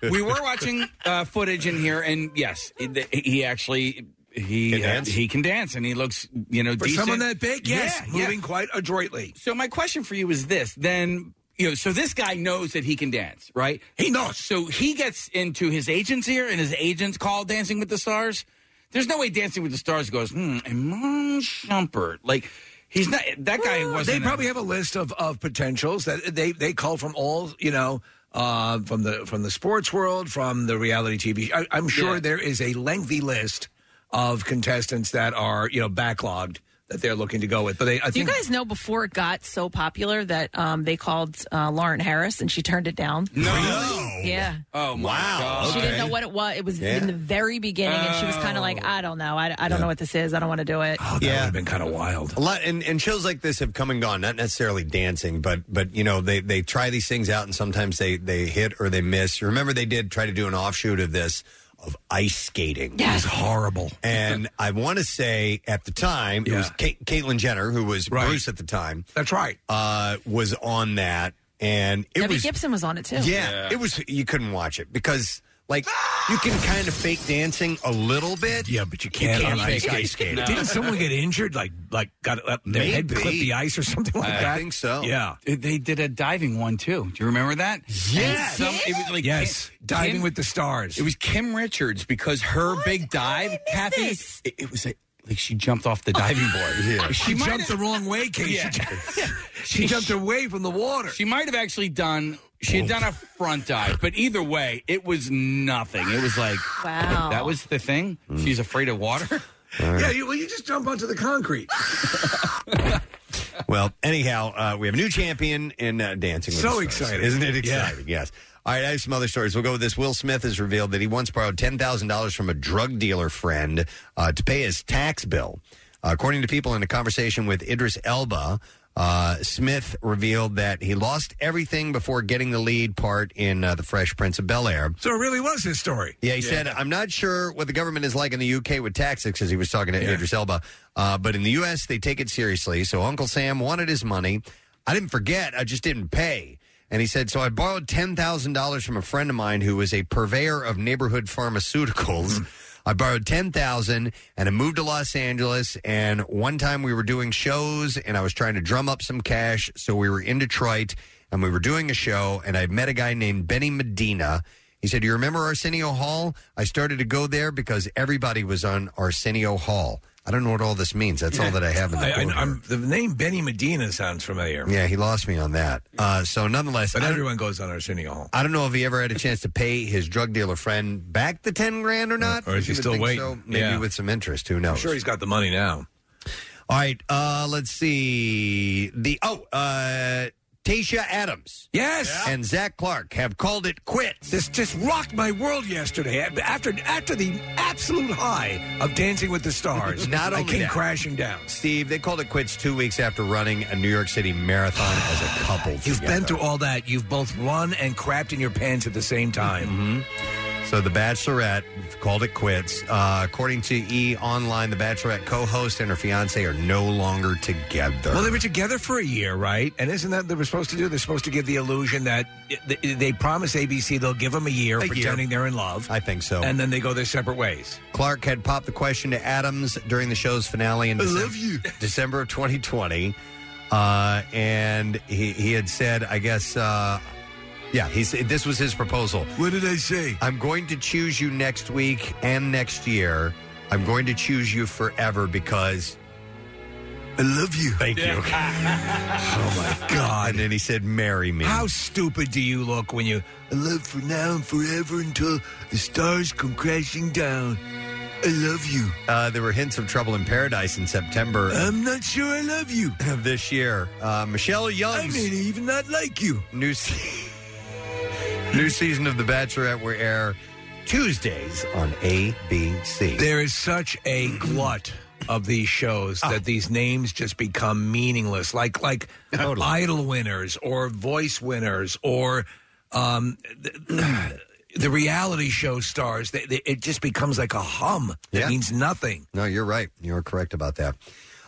down.
we were watching uh, footage in here, and yes, it- he actually he
Can
uh,
dance?
he can dance, and he looks you know
For
decent.
someone that big, yes, moving quite adroitly.
So my question for you is this: then you know, so this guy knows that he can dance, right?
He knows.
So he gets into his agent's ear, and his agents call Dancing with the Stars. There's no way Dancing with the Stars goes, hmm, Iman Shumpert. Like, he's not, that guy
Well,
wasn't.
They probably have a list of, of potentials that they they call from all you know uh, from the from the sports world, from the reality TV. I, I'm sure
Yeah.
there is a lengthy list of contestants that are you know backlogged that they're looking to go with. But they, I
Do you
think
guys know before it got so popular that um, they called uh, Lauren Harris and she turned it down?
No.
Yeah.
Oh, my
Wow.
God.
She didn't know what it was. It was
Yeah. Oh.
in the very beginning, and she was kind of like, I don't know. I, I don't know what this is. I don't want to do it.
yeah. would have
been kind of wild.
A lot, and, and shows like this have come and gone. Not necessarily dancing, but but you know they they try these things out, and sometimes they they hit or they miss. Remember, they did try to do an offshoot of this of ice skating.
Yes. It was horrible.
And I want to say at the time it was Ka- Caitlyn Jenner who was Bruce at the time.
That's right.
Uh, was on that, and it
Debbie
was
Gibson was on it too.
Yeah, it was. You couldn't watch it because Like you can kind of fake dancing a little bit. Yeah,
but you can't,
can't
on
fake
ice
ice
skating.
skating.
Didn't someone get injured? Like, like got uh, their head
Maybe.
clipped the ice or something like that? Yeah.
They did a diving one too. Do you remember that?
Yes.
And it was like
Yes. Diving with the stars.
It was Kim Richards because her big dive, Kathy, it, it was a, like she jumped off the diving board.
She,
might
jumped the
have-
wrong way, Casey.
Yeah.
She jumped away from the water. Oh.
She might have actually done. She had done a front dive, but either way, it was nothing. It was like,
Wow.
that was the thing. She's afraid of water.
Yeah, you, well, you just jump onto the concrete.
Well, anyhow, uh, we have a new champion in uh, Dancing with
So
the Stars.
exciting.
Isn't it
Yeah.
exciting? Yes. All right, I have some other stories. We'll go with this. Will Smith has revealed that he once borrowed $10,000 from a drug dealer friend uh, to pay his tax bill. Uh, according to people in a conversation with Idris Elba, uh, Smith revealed that he lost everything before getting the lead part in uh, The Fresh Prince of Bel Air.
So it really was his story.
Yeah, he said, I'm not sure what the government is like in the UK with taxes, because he was talking to Idris Elba. Uh, but in the US, they take it seriously. So Uncle Sam wanted his money. I didn't forget, I just didn't pay. And he said, So I borrowed $10,000 from a friend of mine who was a purveyor of neighborhood pharmaceuticals. I borrowed 10,000 and I moved to Los Angeles and one time we were doing shows and I was trying to drum up some cash so we were in Detroit and we were doing a show and I met a guy named Benny Medina he said, "You remember Arsenio Hall? I started to go there because everybody was on Arsenio Hall. I don't know what all this means. That's all that I have in the
I,
quote
am the name Benny Medina sounds familiar.
here. Yeah, he lost me on that. Uh, so nonetheless,
But
I don't,
everyone goes on Arsenio Hall.
I don't know if he ever had a chance to pay his drug dealer friend back the ten grand or not,
Uh, Or is he
You would
still
think
waiting?
Maybe
Yeah.
with some interest. Who knows?
I'm sure he's got the money now.
All right, uh, let's see. The oh, uh, Tasha Adams,
yes,
and Zach Clark have called it quits.
This just rocked my world yesterday. After after the absolute high of Dancing with the Stars,
Not
I
only
came
that.
crashing down.
Steve, they called it quits two weeks after running a New York City marathon as a couple.
You've
together.
been through all that. You've both run and crapped in your pants at the same time.
Mm-hmm. So The Bachelorette called it quits. Uh, according to E Online, The Bachelorette co-host and her fiance are no longer together.
Well, they were together for a year, right? And isn't that what they were supposed to do? They're supposed to give the illusion that they, they promise ABC they'll give them a year,
A year.
pretending they're in love.
I think so.
And then they go their separate ways.
Clark had popped the question to Adams during the show's finale in
I
December,
love you.
December of 2020. Uh, and he, he had said, I guess, uh, yeah, he said, this was his proposal.
What did I say?
I'm going to choose you next week and next year. I'm going to choose you forever because
I love you.
Thank you.
oh my God.
And then he said, marry me.
How stupid do you look when you I live for now and forever until the stars come crashing down? I love you.
Uh, there were hints of trouble in paradise in September
I'm not sure I love you.
of this year. Uh, Michelle
I
Young's
may even not like you.
new se- new season of The Bachelorette will air Tuesdays on ABC.
There is such a glut of these shows that these names just become meaningless, like like Idol winners or Voice winners or um, the, the reality show stars. They, they, it just becomes like a hum that
Yeah.
means nothing.
No, you're right. You're correct about that.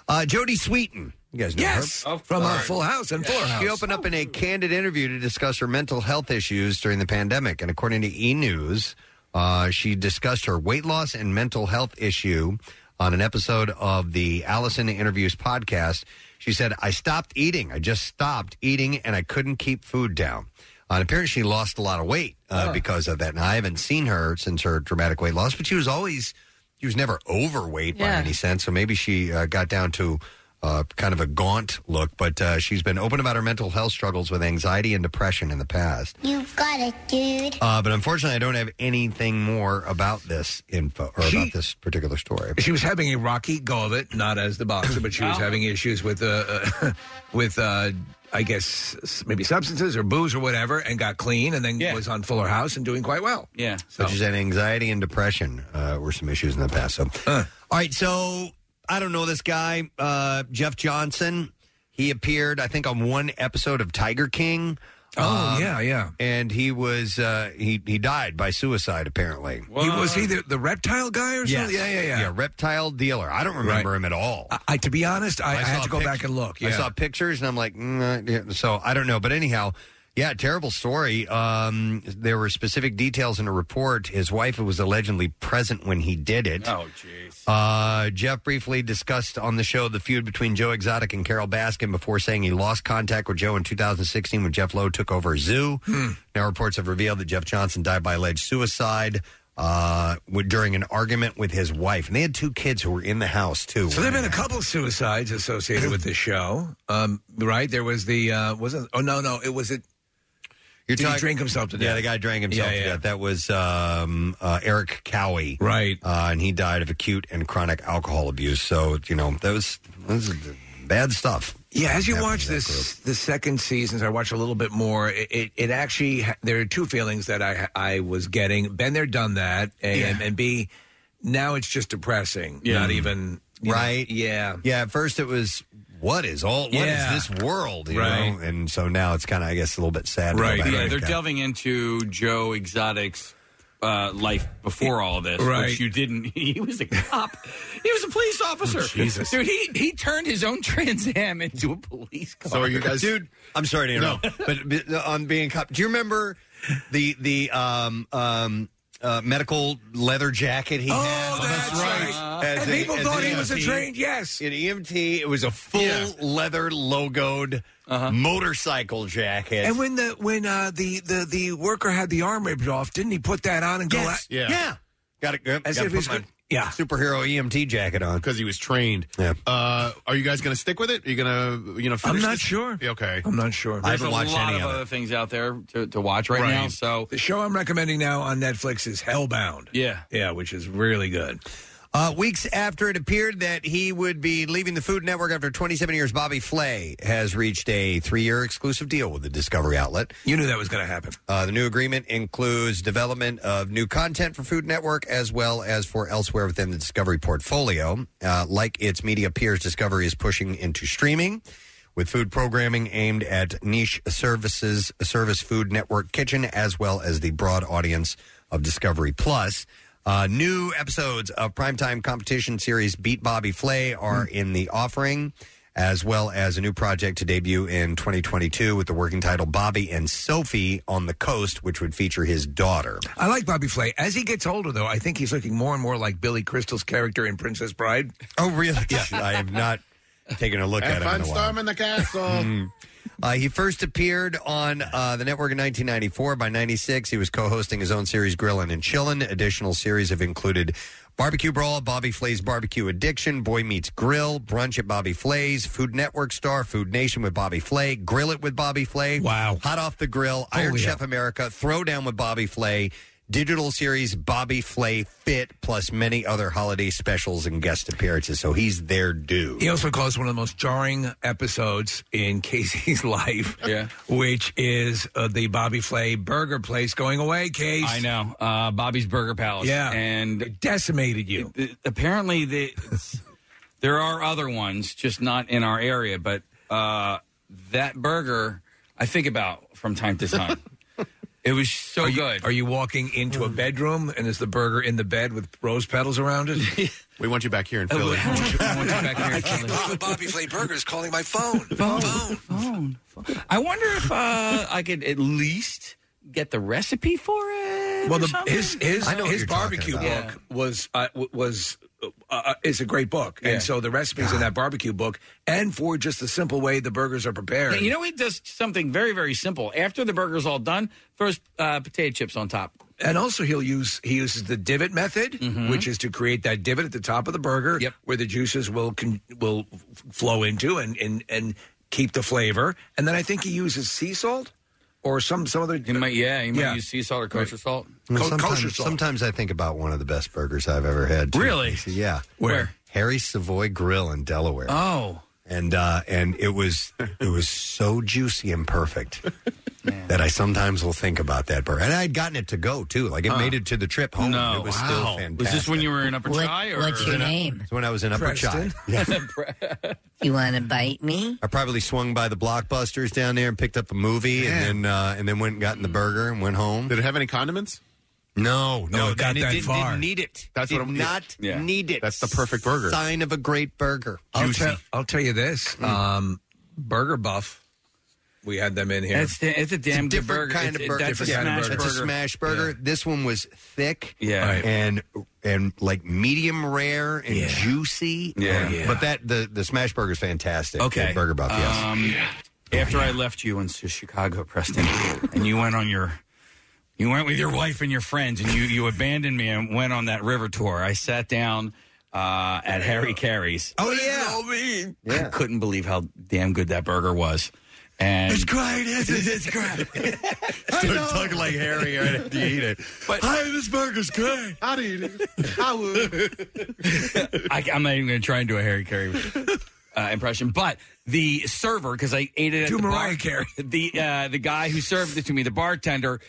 Uh, Jodie Sweetin. You guys know
Yes,
her.
of From, uh, course. Full House and Fuller House.
She opened up in a candid interview to discuss her mental health issues during the pandemic. And according to E! News, uh, she discussed her weight loss and mental health issue on an episode of the Allison Interviews podcast. She said, I stopped eating. I just stopped eating and I couldn't keep food down. Uh, and apparently she lost a lot of weight uh, because of that. And I haven't seen her since her dramatic weight loss, but she was always, she was never overweight by
Yeah.
any sense. So maybe she uh, got down to uh, kind of a gaunt look, but uh, she's been open about her mental health struggles with anxiety and depression in the past.
You got it, dude.
Uh, but unfortunately, I don't have anything more about this info or about this particular story.
She was having a rocky go of it, not as the boxer, but she was having issues with, uh, uh, with uh, I guess s- maybe substances or booze or whatever, and got clean, and then was on Fuller House and doing quite well.
Yeah.
So she said anxiety and depression uh, were some issues in the past. So, all right. So I don't know this guy, uh, Jeff Johnson. He appeared, I think, on one episode of Tiger King. Um,
Oh, yeah, yeah.
And he was uh, he he died by suicide apparently.
He, was he the, the reptile guy or
Yes.
something? Yeah, yeah, yeah.
reptile dealer. I don't remember him at all.
I, I- to be honest, I, I,
I
had
saw
to go
pic-
back and look. Yeah.
I saw pictures and I'm like, mm, uh, yeah. so I don't know. But anyhow, Yeah, terrible story. Um, there were specific details in a report. His wife was allegedly present when he did it.
Oh, jeez.
Uh, Jeff briefly discussed on the show the feud between Joe Exotic and Carol Baskin before saying he lost contact with Joe in 2016 when Jeff Lowe took over Zoo. Now reports have revealed that Jeff Johnson died by alleged suicide uh, with- during an argument with his wife, and they had two kids who were in the house too.
So there've been a couple suicides associated with this show, um, right? There was the uh, wasn't oh no no it was it.
You're
did he
talking-
drink himself to death?
Yeah, the guy drank himself
Yeah,
to
yeah.
death. That was um, uh, Eric Cowie,
right?
Uh, and he died of acute and chronic alcohol abuse. So you know that was, that was bad stuff.
Yeah, as you
Happened
watch
to that group.
this the second seasons, I watch a little bit more. It, it, it actually ha- there are two feelings that I I was getting: been there, done that, and and B, now it's just depressing.
Yeah.
Not even you know,
right?
yeah,
yeah. At first, it was what is all what is
Yeah.
this world, you
Right.
know? And so now it's kind of, I guess, a little bit sad. to go back
Yeah,
and
they're
look at.
delving into Joe Exotic's uh, life before all of this,
Right.
which you didn't. He was a cop. he was a police officer.
Oh, Jesus.
dude, he he turned his own Trans Am into a police car.
dude? I'm sorry to interrupt, but, but uh, on being cop, do you remember the the um um. Uh, medical leather jacket he had. Oh, that's right.
Uh-huh. And people thought he was a trained- yes.
E An EMT. It was a full leather logoed motorcycle jacket.
Uh-huh. And when the when uh, the the the worker had the arm ripped off, didn't he put that on and
Yes.
go?
Yeah. Got it.
As
gotta
if he's
put my
good- yeah.
superhero EMT jacket on because
he was trained.
Yeah.
Uh, are you guys going to stick with it? Are you going to, you know, finish
not
this?
sure.
Okay.
I'm not sure.
There's a lot of other things out there to, to watch right, now. So
the show I'm recommending now on Netflix is Hellbound.
Yeah,
yeah, which is really good.
Uh, weeks after it appeared that he would be leaving the Food Network after 27 years, Bobby Flay has reached a three year exclusive deal with the Discovery outlet.
You knew that was going to happen.
Uh, the new agreement includes development of new content for Food Network as well as for elsewhere within the Discovery portfolio. Uh, like its media peers, Discovery is pushing into streaming with food programming aimed at niche services, service food network kitchen, as well as the broad audience of Discovery Plus. Uh, new episodes of primetime competition series Beat Bobby Flay are in the offering, as well as a new project to debut in 2022 with the working title Bobby and Sophie on the Coast, which would feature his daughter.
I like Bobby Flay. As he gets older, though, I think he's looking more and more like Billy Crystal's character in Princess Bride.
Oh, really? I have not taken a look at him
Have
in
fun
a while.
storming the castle.
Mm. Uh, he first appeared on uh, the network in 1994. By 96, he was co-hosting his own series, Grillin' and Chillin'. Additional series have included Barbecue Brawl, Bobby Flay's Barbecue Addiction, Boy Meets Grill, Brunch at Bobby Flay's, Food Network Star, Food Nation with Bobby Flay, Grill It with Bobby Flay, Wow, Hot Off the Grill, Iron
Holy
Chef America, Throwdown with Bobby Flay, digital series Bobby Flay Fit, plus many other holiday specials and guest appearances. So he's their dude.
He also calls one of the most jarring episodes in Casey's life,
Yeah.
which is uh, the Bobby Flay burger place going away, Case.
I know. Uh, Bobby's Burger Palace.
Yeah.
And
decimated you.
apparently, the, there are other ones, just not in our area, but uh, that burger I think about from time to time. it was so
are you,
good. Mm.
Are you walking into a bedroom and is the burger in the bed with rose petals around it? Oh,
we want you back here in
Philly.
I
can't believe a Bobby Flay burger is calling my phone.
phone, phone, phone. I wonder if uh, I could at least get the recipe for it.
Well,
or
the,
something?
his his his barbecue book
Yeah.
was uh, w- was uh, uh, is a great book,
Yeah.
and so the recipes in that barbecue book, and for just the simple way the burgers are prepared.
You know, he does something very, very simple. After the burger's all done, throws uh, potato chips on top.
and also he'll use he uses the divot method,
Mm-hmm.
which is to create that divot at the top of the burger, where the juices will con- will f- flow into and and and keep the flavor. And then I think he uses sea salt or some some other. He
might yeah he might use sea salt or kosher salt.
You know,
Co- kosher
sometimes,
salt.
sometimes I think about one of the best burgers I've ever had. too,
Really?
Casey. Yeah.
Where?
Harry Savoy Grill in Delaware.
Oh.
And uh, and it was it was so juicy and perfect that I sometimes will think about that burger. And I had gotten it to go too. Like it
Huh.
made it to the trip home.
No,
and it was
wow.
still
Was
fantastic.
this when you were in Upper What- Chi, or- what's your name?
It's when I was in Upper
Preston?
Chai. Yeah.
You want to bite me?
I probably swung by the Blockbusters down there and picked up a movie, and then uh, and then went and gotten the burger and went home. Did
it have any condiments?
No, no,
it got
and
that
it didn't,
far.
didn't need it.
That's
did
what I'm-
not
yeah.
need it.
That's the perfect burger.
Sign of a great burger. Hmm.
I'll, tell- I'll tell you this, um, Burger Buff we had them in here.
That's da- it's a damn good burger.
kind
It's-
of burger.
That's a
Yeah,
smash
that's a
burger.
smash burger. This one was thick,
Yeah. Right.
and and like medium rare and juicy.
Yeah. Oh, yeah.
but that the the smash burger is fantastic.
Okay.
at Burger Buff. Yes,
Um, After I left you into Chicago, Preston, and you went on your, you went with your wife and your friends, and you you abandoned me and went on that river tour. I sat down uh, at Harry Carey's.
Oh yeah.
I couldn't believe how damn good that burger was. And
It's great, isn't it? It's great. Start
talking like Harry right after you eat it.
But
hey, this burger's great. I'd eat it. I would.
I, I'm not even going to try and do a Harry Carey uh, impression. But the server, because I ate it at
Do
the
Mariah
bar, the uh, the guy who served it to me, the bartender,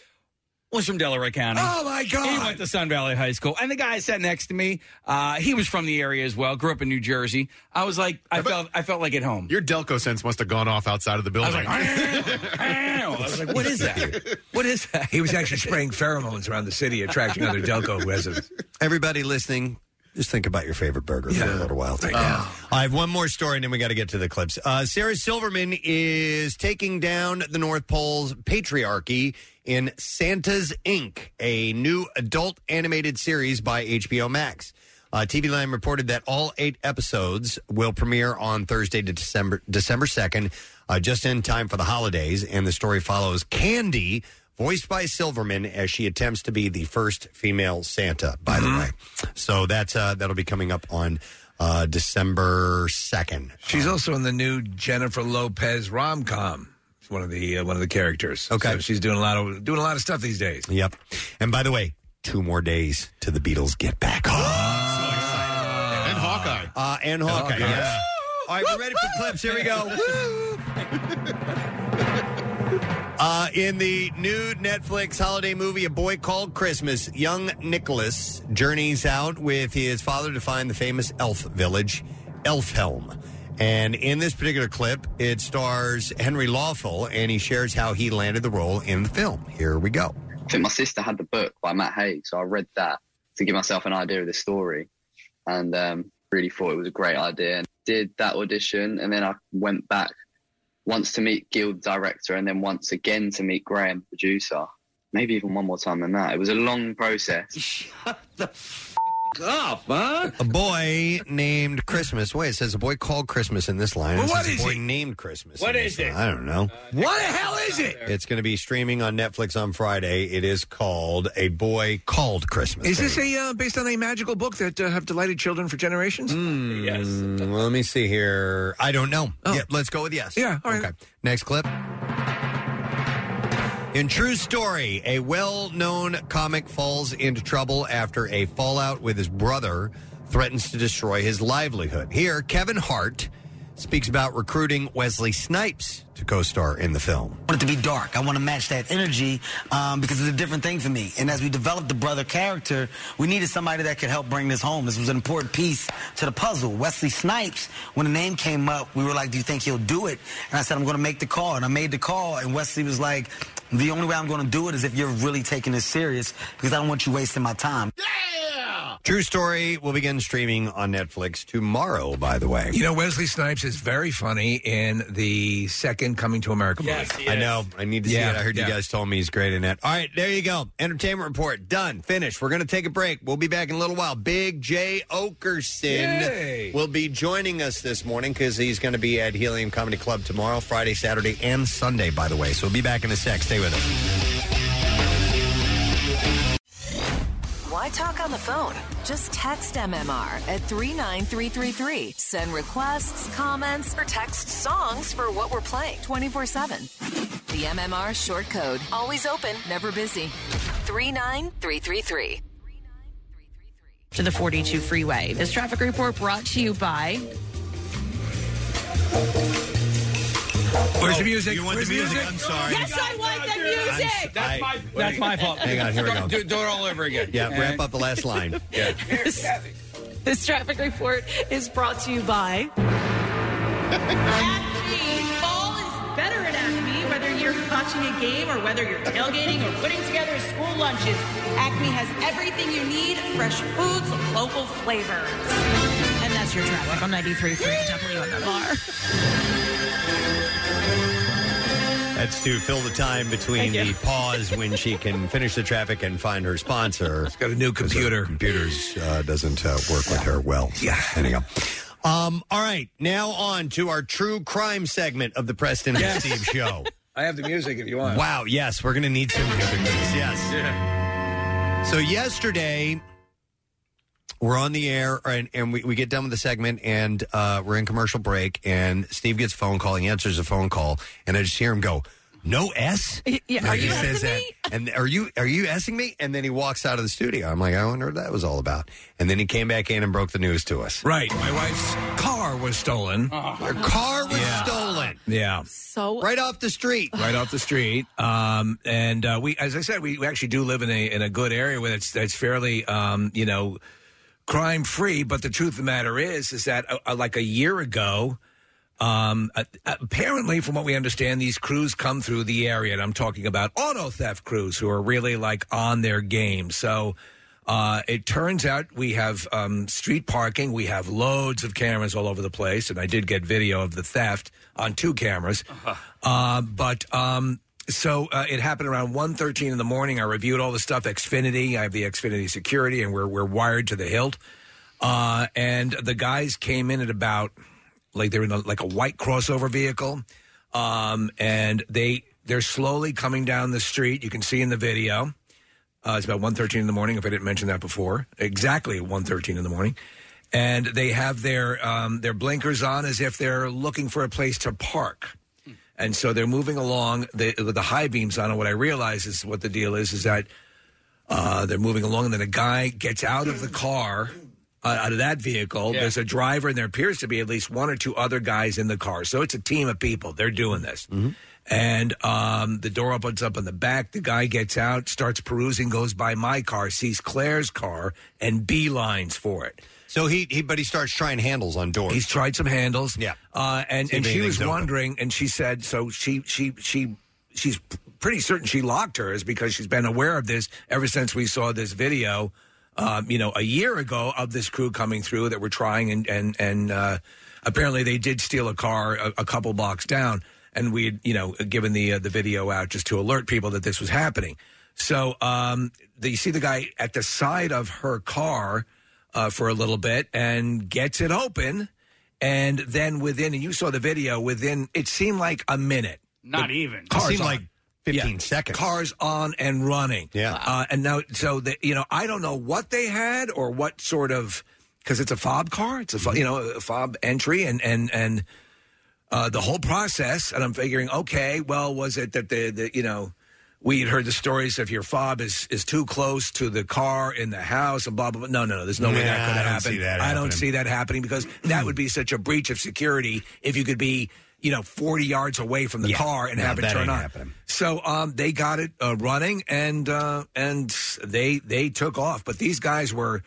was from Delaware County.
Oh, my God.
He went to Sun Valley High School, and the guy sat next to me. Uh, he was from the area as well. Grew up in New Jersey. I was like, I felt, I felt like at home.
Your Delco sense must have gone off outside of the building.
I was like, what is that? What is that?
He was actually spraying pheromones around the city, attracting other Delco residents.
Everybody listening, just think about your favorite burger for a little while. Right I have one more story, and then we got to get to the clips. Uh, Sarah Silverman is taking down the North Pole's patriarchy in Santa's Inc., a new adult animated series by HBO Max. Uh, TV Line reported that all eight episodes will premiere on Thursday, to December December second, uh, just in time for the holidays. And the story follows Candy, voiced by Silverman, as she attempts to be the first female Santa. By the way, so that's uh, that'll be coming up on uh, December second.
She's also in the new Jennifer Lopez rom com. She's one of the uh, one of the characters. Okay, so she's doing a lot of doing a lot of stuff these days.
Yep. And by the way, two more days to the Beatles get back.
and Hawkeye.
Uh, and Hawkeye. yes. All right, we're ready for clips. Here we go. Uh, in the new Netflix holiday movie, A Boy Called Christmas, young Nicholas journeys out with his father to find the famous elf village, Elfhelm. And in this particular clip, it stars Henry Lawful, and he shares how he landed the role in the film. Here we go.
I think my sister had the book by Matt Haig, so I read that to give myself an idea of the story, and um, really thought it was a great idea. And did that audition, and then I went back once to meet Guild director, and then once again to meet Graham producer. Maybe even one more time than that. It was a long process.
Up, huh? A boy named Christmas. Wait, it says a boy called Christmas in this line.
Well,
It
what
says
is
a boy
it?
named Christmas?
What
in
is
this
it?
line. I don't know.
What the hell is it?
It's going to be streaming on Netflix on Friday. It is called A Boy Called Christmas.
Is this a uh, based on a magical book that uh, have delighted children for generations?
yes. Mm, let me see here. I don't know. Yeah, let's go with yes. Yeah. All right. Okay. Next clip. In True Story, a well known comic falls into trouble after a fallout with his brother threatens to destroy his livelihood. Here, Kevin Hart speaks about recruiting Wesley Snipes to co star in the film.
I want it to be dark. I want to match that energy um, because it's a different thing for me. And as we developed the brother character, we needed somebody that could help bring this home. This was an important piece to the puzzle. Wesley Snipes, when the name came up, we were like, Do you think he'll do it? And I said, I'm going to make the call. And I made the call, and Wesley was like, The only way I'm going to do it is if you're really taking this serious because I don't want you wasting my time.
True Story will begin streaming on Netflix tomorrow, by the way.
You know, Wesley Snipes is very funny in the second Coming to America movie.
I know. I need to see it. I heard you guys told me he's great in that. All right, there you go. Entertainment report done, finished. We're going to take a break. We'll be back in a little while. Big J Okerson
Yay.
will be joining us this morning because he's going to be at Helium Comedy Club tomorrow, Friday, Saturday, and Sunday. By the way, so we'll be back in a sec. Stay with us.
Why talk on the phone? Just text MMR at 39333. Send requests, comments, or text songs for what we're playing 24 7. The MMR short code. Always open, never busy. 39333.
to the 42 freeway. This traffic report brought to you by
Oh,
Where's the music? You want
the music? I'm sorry.
Yes, I want the
music!
That's
I-
my that's my fault.
Hang on, here we go.
Do, do it all over again.
Yeah, wrap up the last line. Yeah.
This, this traffic report is brought to you by Acme. Fall is better at Acme, whether you're watching a game or whether you're tailgating or putting together school lunches. Acme has everything you need: fresh foods, local flavors. And that's your traffic on 93.3 WMMR.
That's to fill the time between the pause when she can finish the traffic and find her sponsor. She's
got a new computer.
Computers uh, doesn't uh, work with her well. Yeah. Anyhow. Um, all right, now on to our true crime segment of the Preston and
Yes.
Steve show.
I have the music if you want.
Wow, yes, we're going to need some music for this. Yes. So yesterday, we're on the air and, and we, we get done with the segment and uh, we're in commercial break and Steve gets a phone call. He answers a phone call and I just hear him go, no S?
Yeah,
And
are
he
you
says
asking me?
that, And are you are you asking me? And then he walks out of the studio. I'm like, I wonder what that was all about. And then he came back in and broke the news to us.
Right. My wife's car was stolen.
Your car was stolen.
Yeah.
So
right off the street.
Right off the street. Um, and uh, we, as I said, we, we actually do live in a in a good area where it's that's fairly, um, you know, crime free. But the truth of the matter is, is that uh, uh, like a year ago. Um, uh, apparently, from what we understand, these crews come through the area, and I'm talking about auto theft crews who are really like on their game. So, uh, it turns out we have um, street parking. We have loads of cameras all over the place, and I did get video of the theft on two cameras. Uh, but um, so uh, it happened around 1.13 in the morning. I reviewed all the stuff, Xfinity. I have the Xfinity security, and we're we're wired to the hilt. Uh, and the guys came in at about like they're in a, like a white crossover vehicle, um, and they they're slowly coming down the street. You can see in the video. Uh, it's about 1.13 in the morning, if I didn't mention that before. Exactly 1.13 in the morning. And they have their, um, their blinkers on as if they're looking for a place to park. And so they're moving along the, with the high beams on. And what I realize is what the deal is, is that uh, they're moving along. And then a guy gets out of the car, uh, out of that vehicle. There's a driver, and there appears to be at least one or two other guys in the car. So it's a team of people. They're doing this and um, the door opens up in the back. The guy gets out, starts perusing, goes by my car, sees Claire's car, and beelines for it.
So he, he but he starts trying handles on doors.
He's tried some handles, yeah. Uh, and
See
and
if
she was
anything's open.
wondering, and she said, so she she she she's p- pretty certain she locked hers because she's been aware of this ever since we saw this video, um, you know, a year ago of this crew coming through that were trying and and and uh, apparently they did steal a car a, a couple blocks down, and we had you know given the uh, the video out just to alert people that this was happening. So um, the, you see the guy at the side of her car uh, for a little bit and gets it open. And then within, and you saw the video, within, it seemed like a minute.
Not
The
even.
Cars
Seemed
on.
like
15 seconds.
Cars on and running. Yeah. Uh, and now, so, the, you know, I don't know what they had or what sort of, because it's a fob car. It's a, fo- you know, a fob entry and, and, and, uh, the whole process, and I'm figuring, okay, well, was it that the, the you know, we had heard the stories of your fob is is too close to the car in the house and blah blah blah. No, no, no. There's no way
Nah,
that
I
could have
don't
happened.
see that
I don't
happening.
see that happening because that would be such a breach of security if you could be you know 40 yards away from the
Yeah.
car and
No,
have it
that
turn
ain't
on.
happening.
So um, they got it uh, running and uh, and they they took off. But these guys were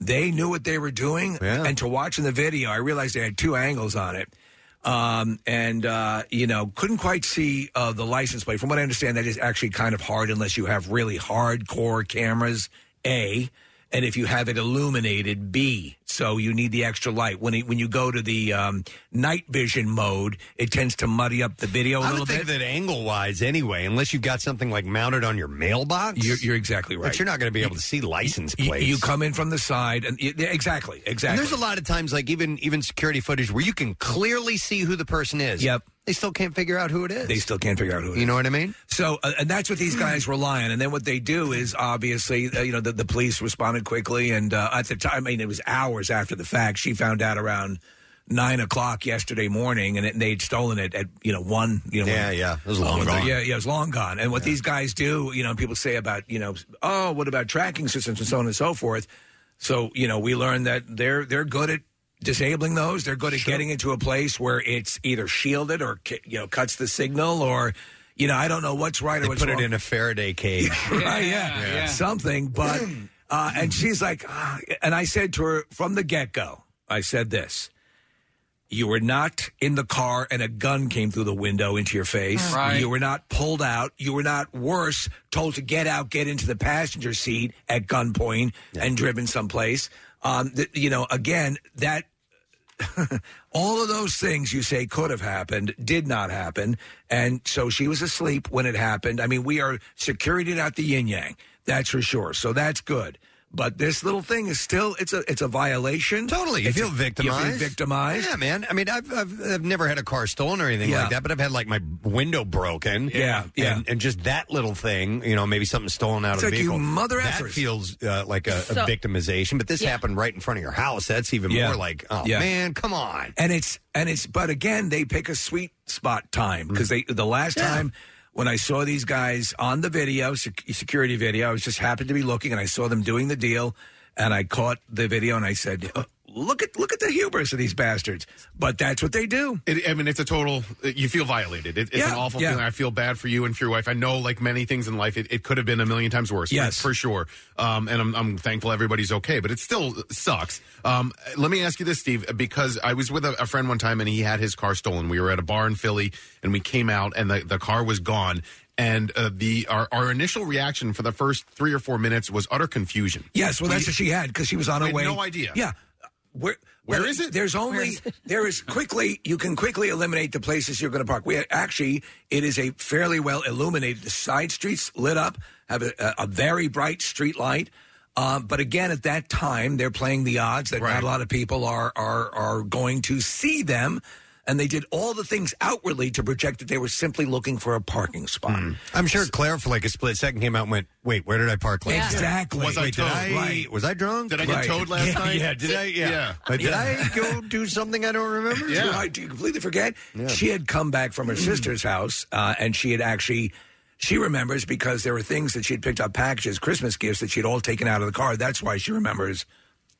they knew what they were doing. And to watching the video, I realized they had two angles on it. Um, and uh, you know, couldn't quite see uh, the license plate. From what I understand, that is actually kind of hard unless you have really hardcore cameras. A and if you have it illuminated, B. So you need the extra light. When it, when you go to the um, night vision mode, it tends to muddy up the video a
I
little
would
bit.
think that angle wise, anyway, unless you've got something like mounted on your mailbox,
You're, you're exactly right.
But you're not going to be able to see license
You-
plates.
You, come in from the side, and yeah, exactly,
And
exactly.
there's a lot of times, like even even security footage where you can clearly see who the person is. Yep. They still can't figure out who it is.
They still can't figure out who. It
You know what I mean?
So, uh, and that's what these guys rely on. And then what they do is obviously, uh, you know, the, the police responded quickly. And uh, at the time, I mean, it was hours after the fact. She found out around nine o'clock yesterday morning, and, it, they'd stolen it at you know one. You know,
Yeah,
when-
yeah. It was
uh,
long
when the-
gone.
Yeah, yeah, it was long gone. And what these guys do, you know, people say about you know, oh, what about tracking systems and so on and so forth. So you know, we learned that they're they're good at disabling those. They're good at getting into a place where it's either shielded or ca- you know cuts the signal or. You know, I don't know what's right or
They
what's
put
wrong
it in a Faraday cage.
right, yeah,
Yeah.
something. But uh, and she's like, "Ah," and I said to her from the get go, I said this: you were not in the car, and a gun came through the window into your face.
Right.
You were not pulled out. You were not worse told to get out, get into the passenger seat at gunpoint, and driven someplace. Um, th- you know, again that all of those things you say could have happened did not happen. And so she was asleep when it happened. I mean, we are security out the yin yang. That's for sure. So that's good. But this little thing is still it's a it's a violation.
Totally, you
It's a-
feel victimized.
You feel victimized.
Yeah, man. I mean, I've, I've I've never had a car stolen or anything
Yeah.
like that, but I've had like my window broken.
Yeah,
and,
yeah.
And, just that little thing, you know, maybe something stolen out
It's
of
like
the
you
vehicle.
mother
that
effers.
feels uh, like a, a
So-
victimization. But this
Yeah.
happened right in front of your house. That's even
Yeah.
more like, oh
Yeah.
man, come on.
And it's and it's but again they pick a sweet spot time because they the last time when I saw these guys on the video sec- security video I was just happened to be looking and I saw them doing the deal and I caught the video and I said "Oh, look at look at the hubris of these bastards but that's what they do
it, I mean it's a total you feel violated It- it's
Yeah,
an awful
yeah.
feeling. I feel bad for you and for your wife. I know, like many things in life, it, it could have been a million times worse.
Yes.
for sure. Um, and I'm, I'm thankful everybody's okay, but it still sucks. Um, let me ask you this, Steve, because I was with a, a friend one time and he had his car stolen. We were at a bar in Philly and we came out and the, the car was gone. And uh, the our, our initial reaction for the first three or four minutes was utter confusion.
yes well that's what she had because she was on
We
her
had
way
no idea.
yeah where
Where
well,
is it?
There's only there is quickly you can quickly eliminate the places you're going to park. We actually it is a fairly well illuminated. The side streets lit up have a, a, a very bright street light. Um, but again, at that time, they're playing the odds that not a lot of people are are are going to see them. And they did all the things outwardly to project that they were simply looking for a parking spot.
Hmm.
I'm sure Claire, for like a split second, came out and went, "Wait, where did I park last night?
Exactly.
Was I
Wait,
did
did
I
I- right.
was I drunk?
Did I get
Right.
towed last
Yeah,
night?
Yeah. Did I? Yeah.
Yeah.
But did
Yeah.
I go do something I don't remember?
Yeah. I do completely forget. She had come back from her sister's house, uh, and she had actually. She remembers because there were things that she had picked up packages, Christmas gifts that she had all taken out of the car. That's why she remembers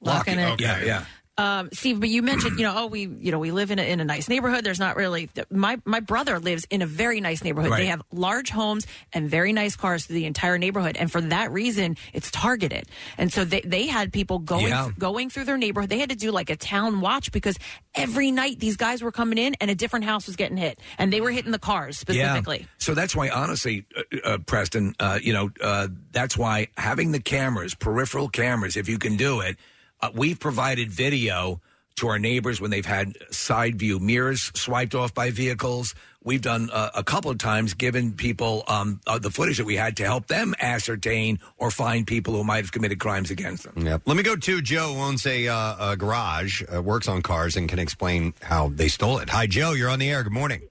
Locking it.
Yeah, yeah.
Um, Steve, but you mentioned, you know, oh, we, you know, we live in a, in a nice neighborhood. There's not really my my brother lives in a very nice neighborhood. They
Right.
have large homes and very nice cars through the entire neighborhood, and for that reason, it's targeted. And so they they had people going
Yeah.
going through their neighborhood. They had to do like a town watch because every night these guys were coming in and a different house was getting hit, and they were hitting the cars specifically.
Yeah. So that's why, honestly, uh, uh, Preston, uh, you know, uh, that's why having the cameras, peripheral cameras, if you can do it, uh, we've provided video to our neighbors when they've had side view mirrors swiped off by vehicles. We've done uh, a couple of times given people um, uh, the footage that we had to help them ascertain or find people who might have committed crimes against them.
Yep. Let me go to Joe, who owns a, uh, a garage, uh, works on cars, and can explain how they stole it. Hi, Joe. You're on the air. Good morning.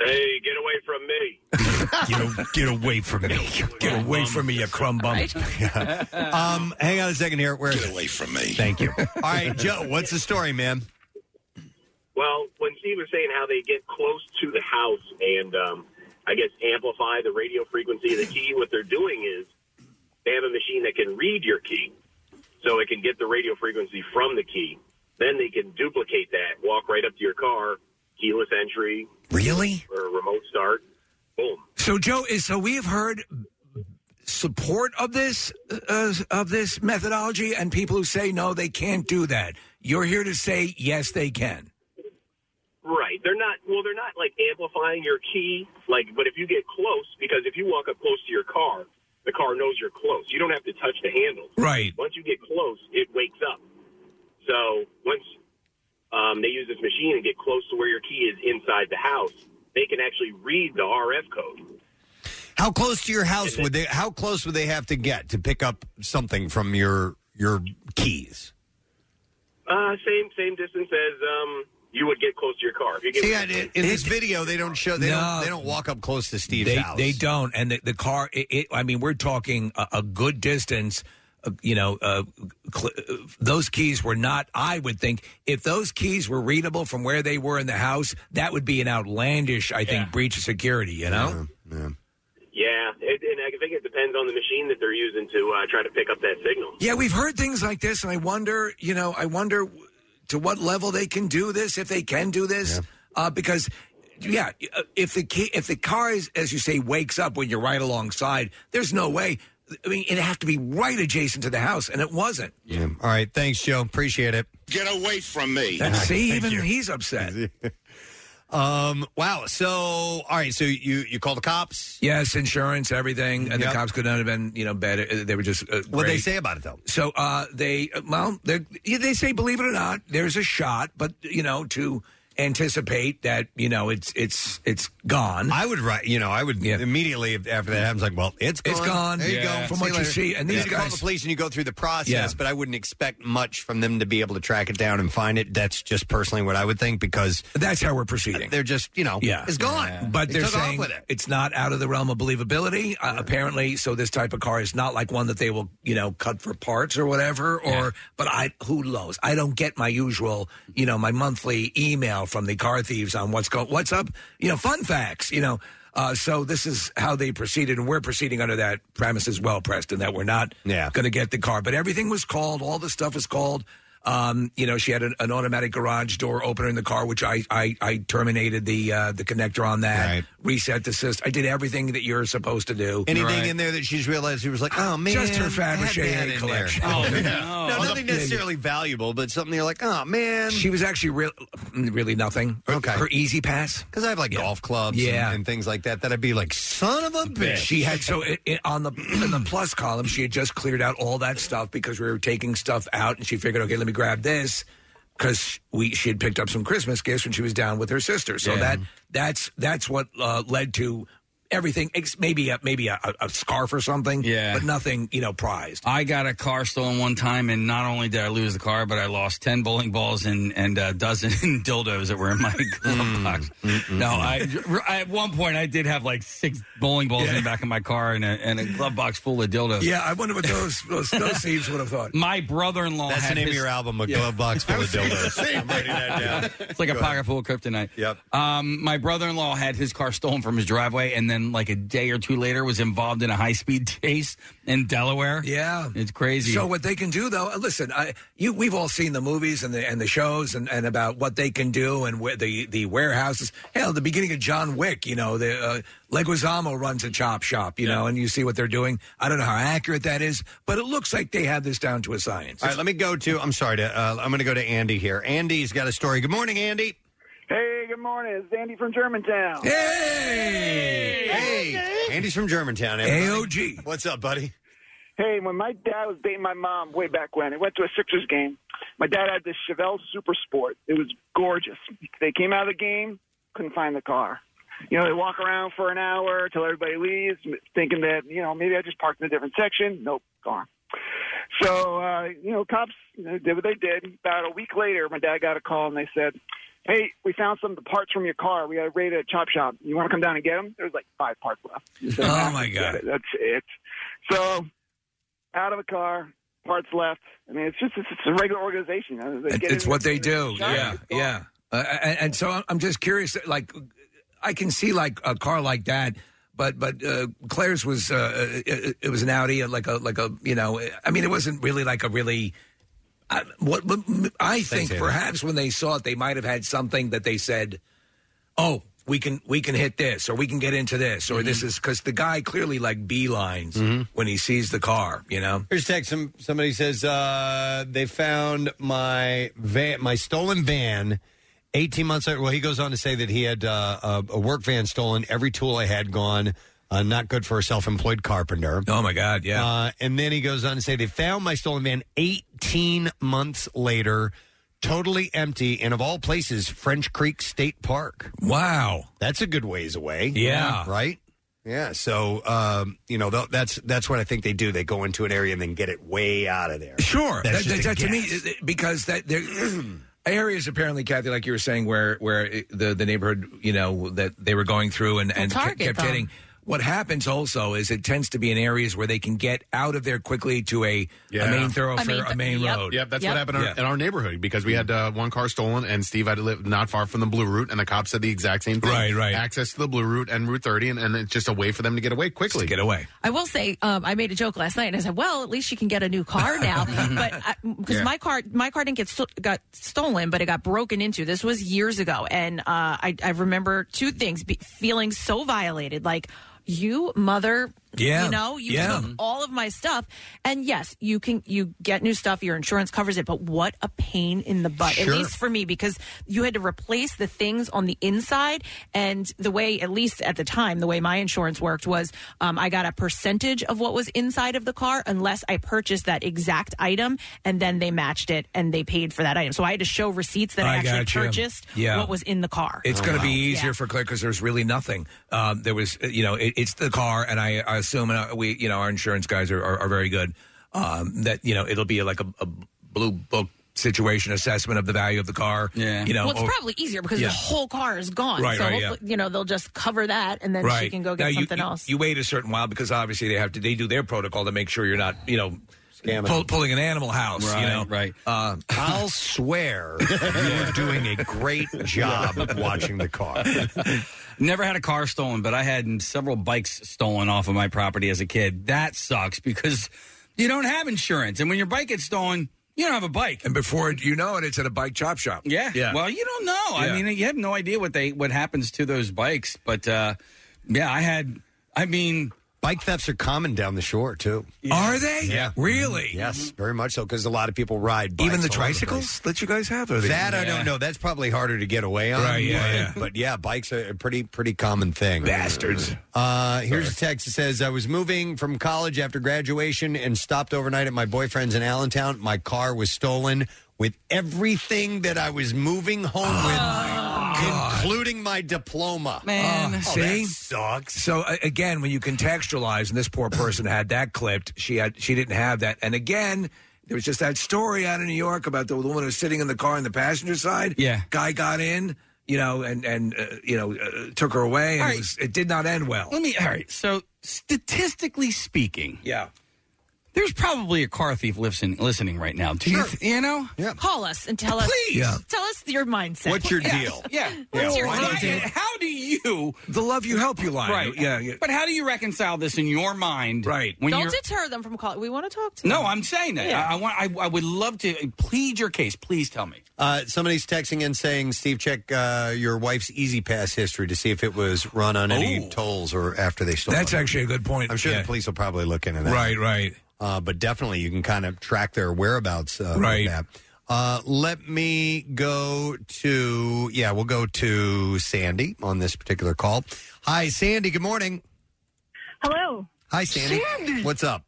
Hey, get away from me.
get, a- get away from me. Get away from me, you crumb bum. um, hang on a second here. Where get away from me. Thank you. All right, Joe. What's the story, man?
Well, when Steve was saying how they get close to the house and um, I guess amplify the radio frequency of the key, what they're doing is they have a machine that can read your key, so it can get the radio frequency from the key. Then they can duplicate that, walk right up to your car, keyless entry.
Really?
Or remote start. Boom.
So, Joe, is so we have heard support of this uh, of this methodology, and people who say no, they can't do that. You're here to say yes, they can.
Right. They're not, well, they're not like amplifying your key, like, but if you get close, because if you walk up close to your car, the car knows you're close. You don't have to touch the handle.
Right.
Once you get close, it wakes up. So once um, they use this machine and get close to where your key is inside the house, they can actually read the RF code.
How close to your house would they? How close would they have to get to pick up something from your your keys?
Uh, same same distance as um, you would get close to your car. If you get
See, I- in this video, they don't show. They don't. They don't walk up close to Steve's
they,
house.
They don't, and the, the car. It, it, I mean, we're talking a, a good distance. uh, You know, uh, cl- uh, those keys were not. I would think if those keys were readable from where they were in the house, that would be an outlandish, I think, breach of security. You know,
yeah, it, and I think it depends on the machine that they're using to uh, try to pick up that signal.
Yeah, we've heard things like this, and I wonder, you know, I wonder to what level they can do this, if they can do this, uh, because. Yeah, uh, if the key, if the car is, as you say, wakes up when you're right alongside, there's no way. I mean, it'd have to be right adjacent to the house, and it wasn't.
Yeah. All right. Thanks, Joe. Appreciate it.
Get away from me!
All
And
right,
see,
thank
even
you.
he's upset.
Um, wow. So, all right. So you you call the cops?
Yes, insurance, everything,
Yep.
and the cops could not have been, you know, better. Uh, They were just uh,
What they
great.
say about it though?
So uh, they, uh, well, they're- yeah, they say, believe it or not, there's a shot, but you know, to anticipate that, you know, it's it's it's gone.
I would write, you know, I would immediately after that happens, like, well, it's gone.
It's gone.
There
Yeah.
you go.
From what you
later.
see, and these
you call
guys-
the police and you go through the process,
Yeah.
but I wouldn't expect much from them to be able to track it down and find it. That's just personally what I would think because
that's how we're proceeding.
They're just, you know,
yeah,
it's gone.
But
They
they're
took off
saying
with it.
it's not out of the realm of believability, uh, apparently. So this type of car is not like one that they will, you know, cut for parts or whatever. Or, but I, who knows? I don't get my usual, you know, my monthly email from the car thieves on what's going, what's up, you know, fun facts, you know. Uh, so this is how they proceeded, and we're proceeding under that premise as well, Preston, that we're not
Yeah.
going to get the car. But everything was called. All the stuff is called. Um, you know, she had an, an automatic garage door opener in the car, which I I, I terminated the uh, the connector on that, reset the system. I did everything that you're supposed to do.
Anything in there that she's realized she was like, oh man,
Just her
I had
Fabergé
that in there.
collection.
Oh,
Yeah.
no.
Oh,
no,
the-
nothing necessarily valuable, but something you're like, oh man,
She was actually real, really nothing. Her, okay, her easy pass
because I have like golf clubs,
Yeah.
and, and things like that. That I'd be like, son of a bitch.
She had so it, it, on the in the plus column, she had just cleared out all that stuff because we were taking stuff out, and she figured, okay, let me grab this because we she had picked up some Christmas gifts when she was down with her sister. So
Yeah.
that that's that's what uh, led to everything. Ex- maybe a, maybe a, a scarf or something,
Yeah.
but nothing you know prized.
I got a car stolen one time, and not only did I lose the car, but I lost ten bowling balls and and a dozen dildos that were in my
Mm,
glove box. No, Oh, I, I- at one point I did have like six bowling balls in the back of my car and a, and a glove box full of dildos.
Yeah, I wonder what those those, those thieves would have thought.
My brother-in-law.
That's the
had
name of
his,
your album, A
Glove Box Full of
Dildos.
I'm writing that down.
It's like a pocket full of kryptonite. Yep. Um, my brother-in-law had his car stolen from his driveway, and then like a day or two later was involved in a high-speed chase in Delaware.
Yeah,
it's crazy.
So what they can do, though, listen, I, you, we've all seen the movies and the and the shows and, and about what they can do and where the the warehouses. Hell, the beginning of John Wick, you know, the uh, Leguizamo runs a chop shop, you know, and you see what they're doing. I don't know how accurate that is, but it looks like they have this down to a science.
All right, let me go to. I'm sorry to. Uh, I'm going to go to Andy here. Andy's got a story. Good morning, Andy.
Hey, good morning. It's Andy from Germantown.
Hey, hey, Andy's from Germantown. eh? everybody. what's up, buddy?
Hey, when my dad was dating my mom way back when, I went to a Sixers game. My dad had this Chevelle Super Sport. It was gorgeous. They came out of the game, couldn't find the car. You know, they walk around for an hour till everybody leaves, thinking that, you know, maybe I just parked in a different section. Nope, gone. So, uh, you know, cops you know, did what they did. About a week later, my dad got a call and they said, Hey, we found some of the parts from your car. We got to raid at a chop shop. You want to come down and get them? There was like five parts left. He said,
Oh
"Nah,
my
forget
God.
it. That's it. So, out of a car, parts left. I mean, it's just it's, it's a regular organization. You know, they
It-
get
it's
in-
what they do.
Sure.
Yeah, yeah. Uh, and, and so I'm- I'm just curious. Like, I can see like a car like that, but but uh, Claire's was uh, it, it was an Audi, uh, like a like a you know. I mean, it wasn't really like a really. I, what, what I think
Thanks, Andy.
perhaps when they saw it, they might have had something that they said, "Oh, we can we can hit this, or we can get into this, or this is because the guy clearly like beelines when he sees the car, you know."
Here's a text. Some, somebody says uh, they found my van, my stolen van, 18 months. Later. Well, he goes on to say that he had uh, a, a work van stolen, every tool I had gone. Uh, not good for a self-employed carpenter.
Oh my God! Yeah.
Uh, and then he goes on to say they found my stolen van 18 months later, totally empty, and of all places, French Creek State Park.
Wow,
that's a good ways away.
Yeah.
right. Yeah, so um, you know th- that's that's what I think they do. They go into an area and then get it way out of there.
Sure,
that's
that,
just
that-
a
that to me
guess.
it- it- because that there areas apparently, Kathy, like you were saying, where where it- the the neighborhood, you know, that they were going through and and
target
ke- kept
them.
hitting. What happens also is it tends to be in areas where they can get out of there quickly to a, a
Yeah.
main thoroughfare, a main, road.
Yep, that's what happened in our- in our neighborhood because we had uh, one car stolen, and Steve had to live not far from the Blue Route, and the cops said the exact same thing.
Right, right.
Access to the Blue Route and Route 30, and, and it's just a way for them to get away quickly.
get away.
I will say, um, I made a joke last night, and I said, "Well, at least you can get a new car now." but because
Yeah.
my car, my car didn't get sto- got stolen, but it got broken into. This was years ago, and uh, I, I remember two things: be- feeling so violated, like you mother
Yeah.
You know, you
Yeah.
took all of my stuff. And yes, you can you get new stuff, your insurance covers it, but what a pain in the butt.
Sure.
At least for me, because you had to replace the things on the inside and the way, at least at the time, the way my insurance worked was um, I got a percentage of what was inside of the car unless I purchased that exact item and then they matched it and they paid for that item. So I had to show receipts that I,
I
actually
gotcha.
purchased
Yeah.
what was in the car.
It's
Oh,
going to be
Yeah.
easier for clickers. There's really nothing. Um, there was, uh, you know, it, it's the car, and I, I assume, and I, we, you know, our insurance guys are, are, are very good. Um, that you know, it'll be like a, a blue book situation assessment of the value of the car. Yeah, you know,
well, it's
or-
probably easier because
Yeah.
the whole car is gone.
Right,
so
right,
hopefully, you know they'll just cover that, and then she can go
Now, you-
get something
you,
else.
You wait a certain while because obviously they have to. They do their protocol to make sure you're not, you know, pull, pulling an animal house. you
Right,
know,
right.
Uh,
I'll swear you're doing a great job watching the car.
Never had a car stolen, but I had several bikes stolen off of my property as a kid. That sucks because you don't have insurance, and when your bike gets stolen, you don't have a bike.
And before you know it, it's at a bike chop shop.
Yeah.
Yeah.
Well, you don't know.
Yeah.
I mean, you have no idea what they what happens to those bikes. But uh, yeah, I had. I mean,
bike thefts are common down the shore too.
Are they?
Yeah.
Really?
Yes, very much so because a lot of people ride bikes
Even the
all over place.
tricycles that you guys have. are they-
That I don't know. That's probably harder to get away on.
Right, yeah,
but,
yeah.
but yeah, bikes are a pretty pretty common thing.
Bastards.
Uh, here's a text that says I was moving from college after graduation and stopped overnight at my boyfriend's in Allentown. My car was stolen with everything that I was moving home with, including my diploma.
Man,
oh,
See?
that sucks.
So a- again, when you contextualize, and this poor person had that clipped, she had she didn't have that. And again, there was just that story out of New York about the, the woman who was sitting in the car in the passenger side.
Yeah.
guy got in, you know, and and uh, you know uh, took her away, and
All
it,
right.
was, it did not end well.
let me. All right. So statistically speaking,
yeah,
there's probably a car thief listen, listening right now. Do you? th- you know? Yeah.
Call us and tell us.
Please. Yeah.
Tell us your mindset.
What's your deal? Yeah.
What's your
Why-
deal?
How do you
the love you help you line?
Right.
Yeah, yeah.
But how do you reconcile this in your mind? Right. When
Don't
you're
deter them from calling. We want to talk to them.
no, I'm saying that.
Yeah.
I, I want. I, I would love to plead your case. Please tell me.
Uh, somebody's texting in saying, "Steve, check uh, your wife's Easy Pass history to see if it was run on any tolls or after they stole."
Oh. That's
it.
actually a good point.
I'm sure
Yeah.
the police will probably look into that.
Right, right.
Uh, but definitely, you can kind of track their whereabouts. Uh, with
Right.
that. Uh, let me go to yeah, we'll go to Sandy on this particular call. Hi, Sandy. Good morning.
Hello.
Hi, Sandy.
Sandy.
What's up?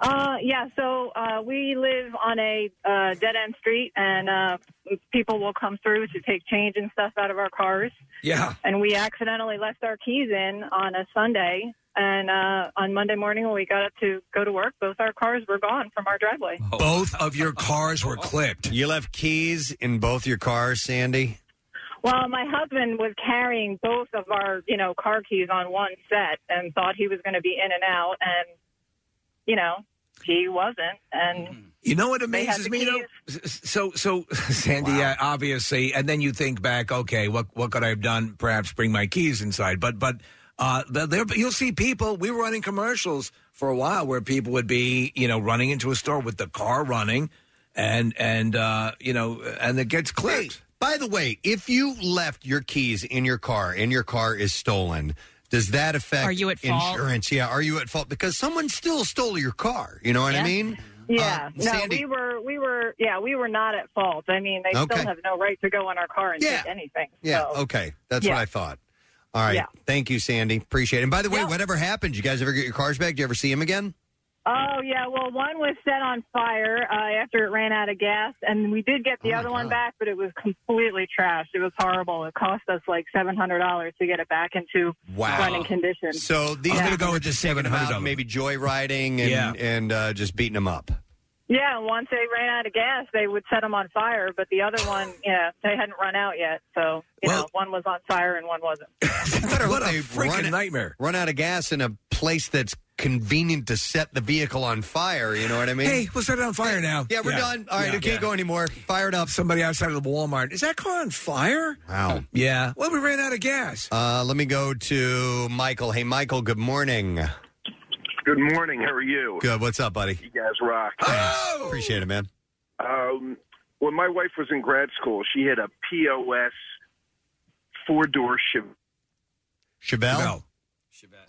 Uh, yeah, so uh, we live on a uh, dead end street, and uh, people will come through to take change and stuff out of our cars.
Yeah.
And we accidentally left our keys in on a Sunday. And uh, on Monday morning, when we got up to go to work, both our cars were gone from our driveway.
Oh. Both of your cars were clipped.
You left keys in both your cars, Sandy.
Well, my husband was carrying both of our, you know, car keys on one set and thought he was going to be in and out, and you know, he wasn't.
Mm-hmm.
And
You know what
They had
amazes
the
me though? S- So, so Sandy, yeah, obviously, and then you think back, okay, what what could I have done? Perhaps bring my keys inside, but but uh, th- there you'll see people. We were running commercials for a while where people would be, you know, running into a store with the car running, and and uh, you know, and it gets clipped.
By the way, if you left your keys in your car and your car is stolen, does that affect
Are you at fault?
insurance? Yeah, are you at fault? Because someone still stole your car. You know what I
Yeah.
mean?
yeah,
Uh,
no,
Sandy-
we were, we were, yeah, we were not at fault. I mean, they
Okay.
still have no right to go in our car and take anything.
Yeah,
so.
okay. That's
Yeah.
what I thought. All right.
Yeah.
Thank you, Sandy. Appreciate it. And by the way, whatever happened, you guys ever get your cars back? Do you ever see him again?
Oh yeah, well, one was set on fire uh, after it ran out of gas, and we did get
Oh,
the other one back, but it was completely trashed. It was horrible. It cost us like seven hundred dollars to get it back into running condition.
So these
yeah.
people were just seven hundred. Maybe joyriding and
Yeah.
and uh, just beating them up.
yeah, once they ran out of gas, they would set them on fire, but the other one, yeah, they hadn't run out yet, so you know, one was on fire and one wasn't.
what a freaking
nightmare!
Run out of gas in a place that's convenient to set the vehicle on fire. You know what I mean?
Hey, we'll set it on fire now.
Yeah, we're done. All right,
Yeah.
it can't go anymore. Fired up.
Somebody outside of the Walmart. Is that car on fire?
Wow.
Yeah. Well, we ran out of gas.
Uh, let me go to Michael. Hey, Michael. Good morning.
Good morning. How are you?
Good. What's up, buddy?
You guys rock.
Appreciate it, man.
Um, when my wife was in grad school, she had a POS four door Chevelle.
Chevelle.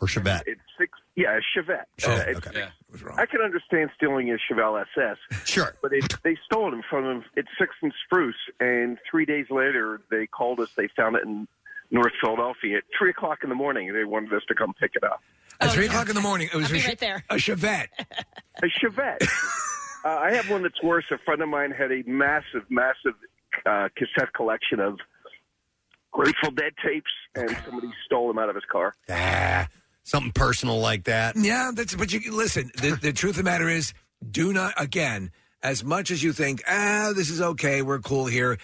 Or Chevette.
It's six. Yeah, a Chevette.
Chevette,
Uh, it's
okay.
six- I can understand stealing a Chevelle SS.
Sure.
But it, they stole them from him at Sixth and Spruce, and three days later they called us. They found it in North Philadelphia at three o'clock in the morning. and They wanted us to come pick it up.
At three o'clock in the morning, it was
Oh, I'll
a,
be
Che-
right there.
a Chevette.
A Chevette. uh, I have one that's worse. A friend of mine had a massive, massive uh, cassette collection of Grateful Dead tapes, and somebody stole them out of his car.
Ah, something personal like that.
Yeah, that's but you listen. The, the truth of the matter is, do not again. As much as you think, ah, this is okay, we're cool here.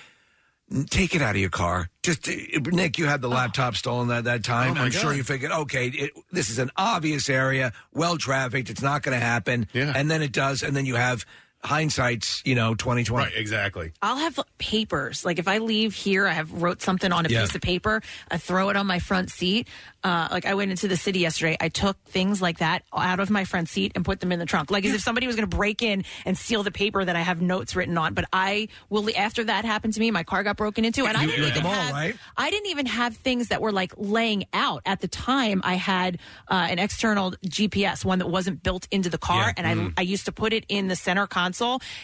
n- Take it out of your car. Just uh, Nick, you had the laptop stolen at that time.
Oh, my
I'm sure
God.
you figured, okay, it, this is an obvious area, well trafficked. It's not going to happen. Yeah. and then it does, and then you have hindsight's, you know, twenty twenty. Right,
exactly.
I'll have papers. Like if I leave here, I have wrote something on a
Yeah.
piece of paper. I throw it on my front seat. Uh, like I went into the city yesterday. I took things like that out of my front seat and put them in the trunk. Like as if somebody was going to break in and steal the paper that I have notes written on. But I will. After that happened to me, my car got broken into, and I
You
didn't
ate
even
them all,
have.
right?
I didn't even have things that were like laying out at the time. I had uh, an external GPS, one that wasn't built into the car,
Yeah.
and I
Mm.
I used to put it in the center console.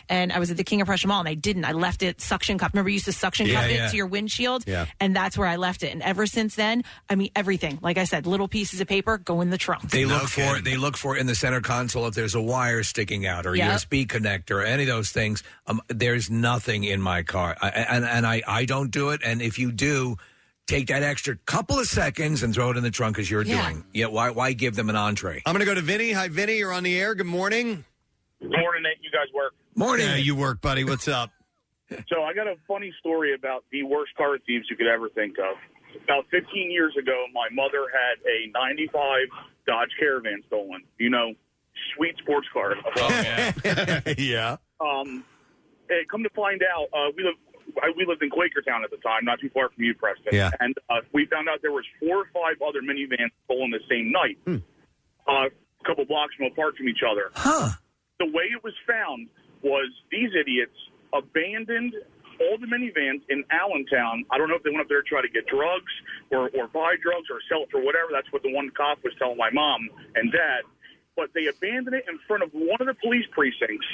And I was at the King of Prussia Mall, and I didn't. I left it suction cup. Remember, you used to suction
Yeah,
cup
yeah.
it to your windshield,
Yeah.
and that's where I left it. And ever since then, I mean, everything. Like I said, little pieces of paper go in the trunk.
They look for they look for in the center console if there's a wire sticking out or a
Yep.
USB connector or any of those things. Um, there's nothing in my car, I, and and I I don't do it. And if you do, take that extra couple of seconds and throw it in the trunk as you're
Yeah.
doing. Yeah, why why give them an entree?
I'm going to go to Vinny. Hi, Vinny. You're on the air. Good morning.
Morning, Nate. You guys work.
Morning.
Yeah, you work, buddy. What's up?
So I got a funny story about the worst car thieves you could ever think of. About 15 years ago, my mother had a 95 Dodge Caravan stolen. You know, sweet sports car.
yeah.
Um, eh, come to find out, uh, we live. I, we lived in Quakertown at the time, not too far from you, Preston.
Yeah.
And uh, we found out there was four or five other minivans stolen the same night, uh, a couple blocks from apart from each other.
Huh.
The way it was found was these idiots abandoned all the minivans in Allentown. I don't know if they went up there to try to get drugs or, or buy drugs or sell it for whatever. That's what the one cop was telling my mom and dad. But they abandoned it in front of one of the police precincts.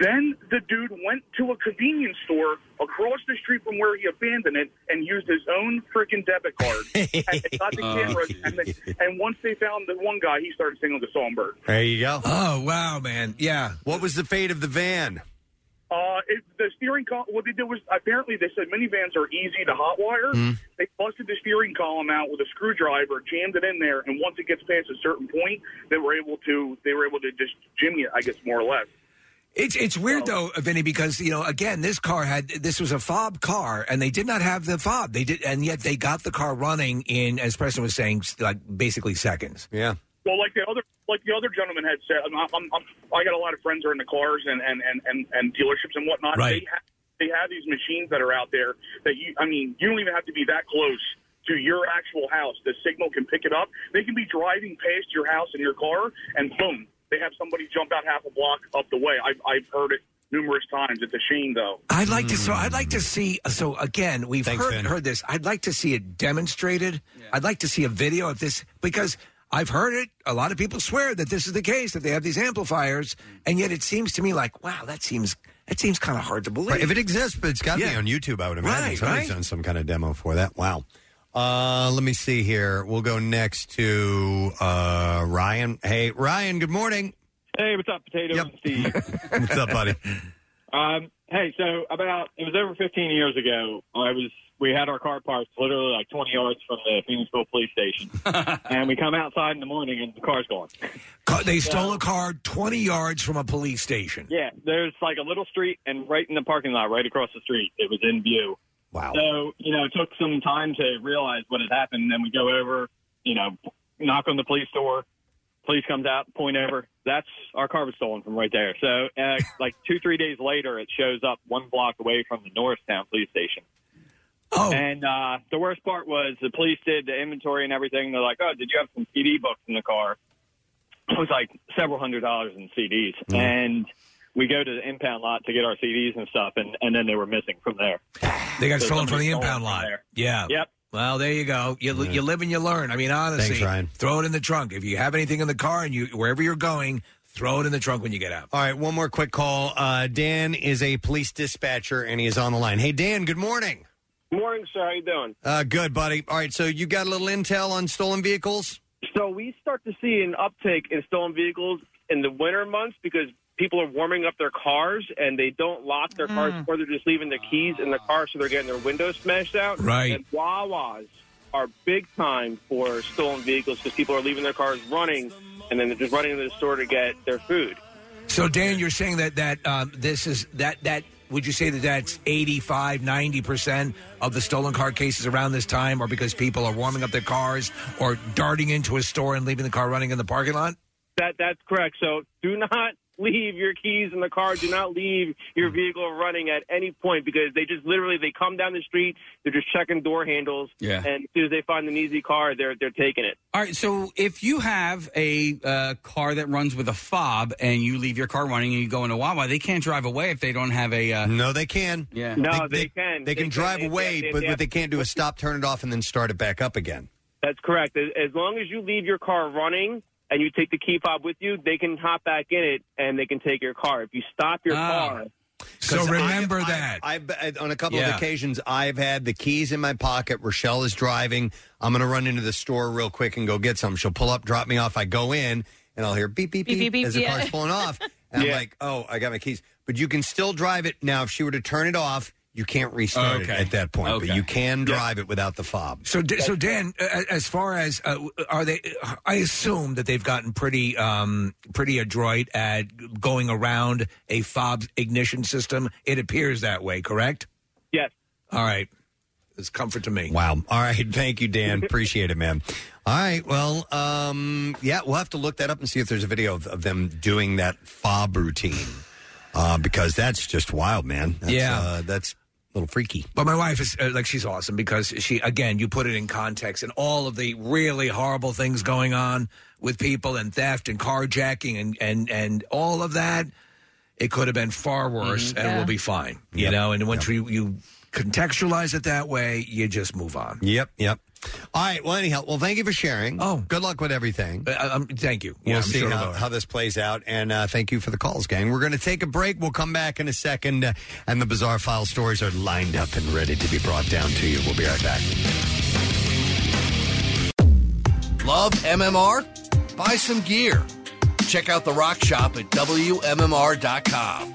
Then the dude went to a convenience store across the street from where he abandoned it and used his own freaking debit card. and they got the
Oh,
cameras. and, they, and once they found the one guy, he started singing the songbird.
There you go.
Oh wow, man. Yeah.
What was the fate of the van?
Uh, it, the steering column. What they did was apparently they said minivans are easy to hotwire. They busted the steering column out with a screwdriver, jammed it in there, and once it gets past a certain point, they were able to they were able to just jimmy it, I guess, more or less.
It's it's weird though, Vinny, because you know again this car had this was a fob car and they did not have the fob. They did, and yet they got the car running in as Preston was saying, like basically seconds.
Yeah.
Well, like the other like the other gentleman had said, I'm, I'm, I'm, I got a lot of friends who are in the cars and and and and, and dealerships and whatnot.
Right.
They have, they have these machines that are out there that you. I mean, you don't even have to be that close to your actual house. The signal can pick it up. They can be driving past your house in your car, and boom, they have somebody jump out half a block up the way. I've I've heard it numerous times. It's a shame though.
I'd like to so
Mm.
I'd like to see so again we've heard, heard this. I'd like to see it demonstrated. I'd like to see a video of this because I've heard it. A lot of people swear that this is the case that they have these
Mm.
amplifiers, and yet it seems to me like wow, that seems that seems kind of hard to believe.
Right, if it exists, but it's got to
Yeah.
be on YouTube, I would imagine.
Right,
Somebody's
right.
done some kind of demo for that. Wow. Uh, let me see here. We'll go next to uh, Ryan. Hey, Ryan, good morning.
Hey, what's up, Potato and Steve?
What's up, buddy?
Um, hey, so about it was over 15 years ago. I was we had our car parked literally like 20 yards from the Phoenixville police station, and we come outside in the morning and the car's gone.
Ca- they stole a car twenty yards from a police station.
Yeah, there's like a little street, and right in the parking lot, right across the street, it was in view.
Wow.
So you know, it took some time to realize what had happened. Then we go over, you know, knock on the police door. Police comes out, point over. That's our car was stolen from right there. So uh, like two, three days later, it shows up one block away from the Norristown police station.
Oh.
And uh, the worst part was the police did the inventory and everything. They're like, "Oh, did you have some CD books in the car?" It was like several hundred dollars in CDs, and we go to the impound lot to get our CDs and stuff, and, and then they were missing from there.
They got
So
stolen from
somebody
the
stole
impound
it from
lot.
there.
Yeah.
Yep.
Well, there you go. You, li-
Yeah.
you live and you learn. I mean, honestly,
Thanks, Ryan.
throw it in the trunk. If you have anything in the car and you wherever you're going, throw it in the trunk when you get out.
All right, one more quick call. Uh, Dan is a police dispatcher and he is on the line. Hey, Dan, good morning.
Morning, sir. How you doing?
Uh, good, buddy. All right, so you got a little intel on stolen vehicles?
So we start to see an uptake in stolen vehicles in the winter months because people are warming up their cars and they don't lock their cars or they're just leaving their keys in the car so they're getting their windows smashed out.
Right.
And Wawas are big time for stolen vehicles because people are leaving their cars running and then they're just running into the store to get their food.
So, Dan, you're saying that that um, this is that that would you say that that's 85, 90 percent of the stolen car cases around this time are because people are warming up their cars or darting into a store and leaving the car running in the parking lot?
That that's correct. So do not leave your keys in the car. Do not leave your vehicle running at any point because they just literally they come down the street. They're just checking door handles.
Yeah.
And as soon as they find an easy car, they're they're taking it.
All right, so if you have a uh, car that runs with a fob and you leave your car running and you go into Wawa, they can't drive away if they don't have a. Uh,
no, they can.
Yeah,
No, they, can.
They, can, drive away,
they-
but
they
what
have-
they can't do is stop, turn it off, and then start it back up again.
That's correct. As as long as you leave your car running and you take the key fob with you, they can hop back in it and they can take your car. If you stop your car,
So remember
that. I, I, on a couple
Yeah.
of occasions, I've had the keys in my pocket. Rochelle is driving. I'm going to run into the store real quick and go get some. She'll pull up, drop me off. I go in, and I'll hear beep, beep, beep,
Beep, beep, beep,
as the
yeah.
car's pulling off. And
Yeah.
I'm like, oh, I got my keys. But you can still drive it. Now, if she were to turn it off, you can't restart
Okay.
it at that point.
Okay.
But you can drive it without the fob.
So, d- so Dan, uh, as far as uh, are they? I assume that they've gotten pretty, um, pretty adroit at going around a fob ignition system. It appears that way, correct?
Yes.
All right. It's comfort to me.
Wow. All right. Thank you, Dan. Appreciate it, man. All right. Well, um, yeah, we'll have to look that up and see if there's a video of, of them doing that fob routine uh, because that's just wild, man. That's,
Yeah.
Uh, that's a little freaky.
But my wife is uh, like she's awesome because she again you put it in context and all of the really horrible things going on with people and theft and carjacking and and and all of that it could have been far worse
Mhm.
and
Yeah.
we'll be fine you know and once you you contextualize it that way you just move on
Yep. Yep. All right. Well, anyhow, well, thank you for sharing. Oh, good luck with everything.
um, thank you.
We'll
Yeah, I'm
see
sure
how,
about it.
how this plays out, and uh, thank you for the calls, gang. We're going to take a break. We'll come back in a second, uh, and the bizarre file stories are lined up and ready to be brought down to you. We'll be right back.
Love MMR? Buy some gear. Check out the rock shop at WMMR.com.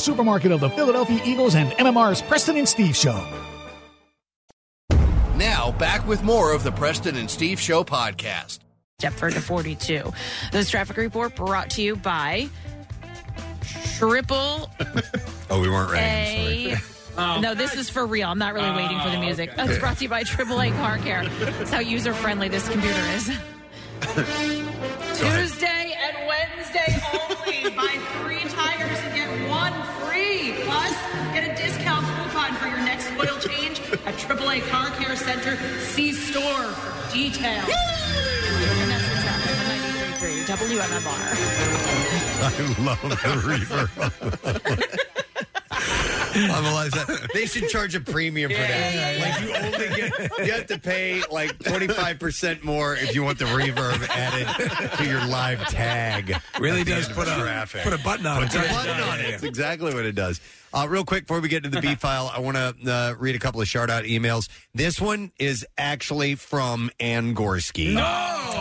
supermarket of the Philadelphia Eagles and MMR's Preston and Steve Show.
Now, back with more of the Preston and Steve Show podcast.
Stepford to 42. This traffic report brought to you by Triple
Oh, we weren't
A. no, this is for real. I'm not really waiting for the music. It's brought to you by AAA Car Care. That's how user friendly this computer is. Tuesday and Wednesday only. Buy three tires and get one free. Plus, get a discount coupon for your next oil change at AAA Car Care Center. See store for details. And that's the traffic on 93.3 WMMR.
I love the reverb. I realize that they should charge a premium for that. Like you only get, you have to pay like twenty five percent more if you want the reverb added to your live tag.
Really
At the
does
end of
put
the
a- put a button on
Puts
it,
a
doesn't it?
button on it.
Yeah, yeah.
That's exactly what it does. Uh, real quick before we get to the B file, I want to uh, read a couple of shout out emails. This one is actually from Ann Gorski.
No!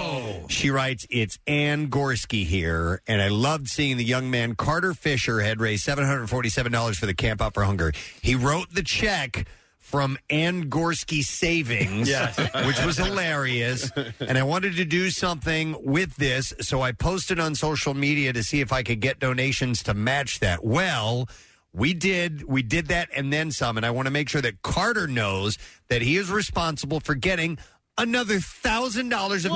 She writes, It's Ann Gorski here, and I loved seeing the young man Carter Fisher had raised $747 for the Camp Out for Hunger. He wrote the check from Ann Gorski Savings,
Yes.
which was hilarious. And I wanted to do something with this, so I posted on social media to see if I could get donations to match that. Well, We did we did that and then some, and I want to make sure that Carter knows that he is responsible for getting another thousand dollars of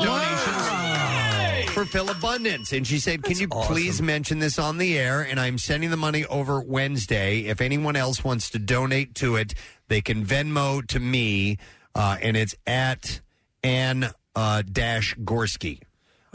donations for Phil Abundance. And she said, "Can you please mention this on the air?" And I'm sending the money over Wednesday. If anyone else wants to donate to it, they can Venmo to me, uh, and it's at Ann uh, Dash Gorski.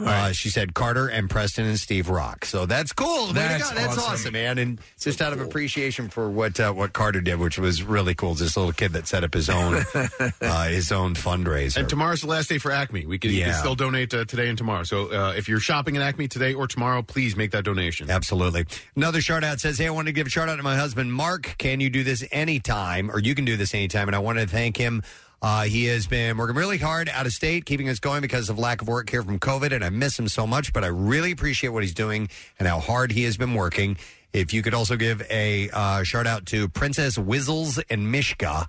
Uh, she said Carter and Preston and Steve Rock. So that's cool. Way
That's
to go. That's
awesome.
awesome. man. And just out of appreciation for what uh, what Carter did, which was really cool. This little kid that set up his own uh, his own fundraiser.
And tomorrow's the last day for Acme. We can, you can
Yeah.
still donate uh, today and tomorrow. So uh, if you're shopping at Acme today or tomorrow, please make that donation.
Absolutely. Another shout out says, Hey, I want to give a shout out to my husband, Mark. Can you do this anytime? Or you can do this anytime. And I want to thank him. Uh, he has been working really hard out of state, keeping us going because of lack of work here from COVID. And I miss him so much, but I really appreciate what he's doing and how hard he has been working. If you could also give a uh, shout out to Princess Wizzles and Mishka,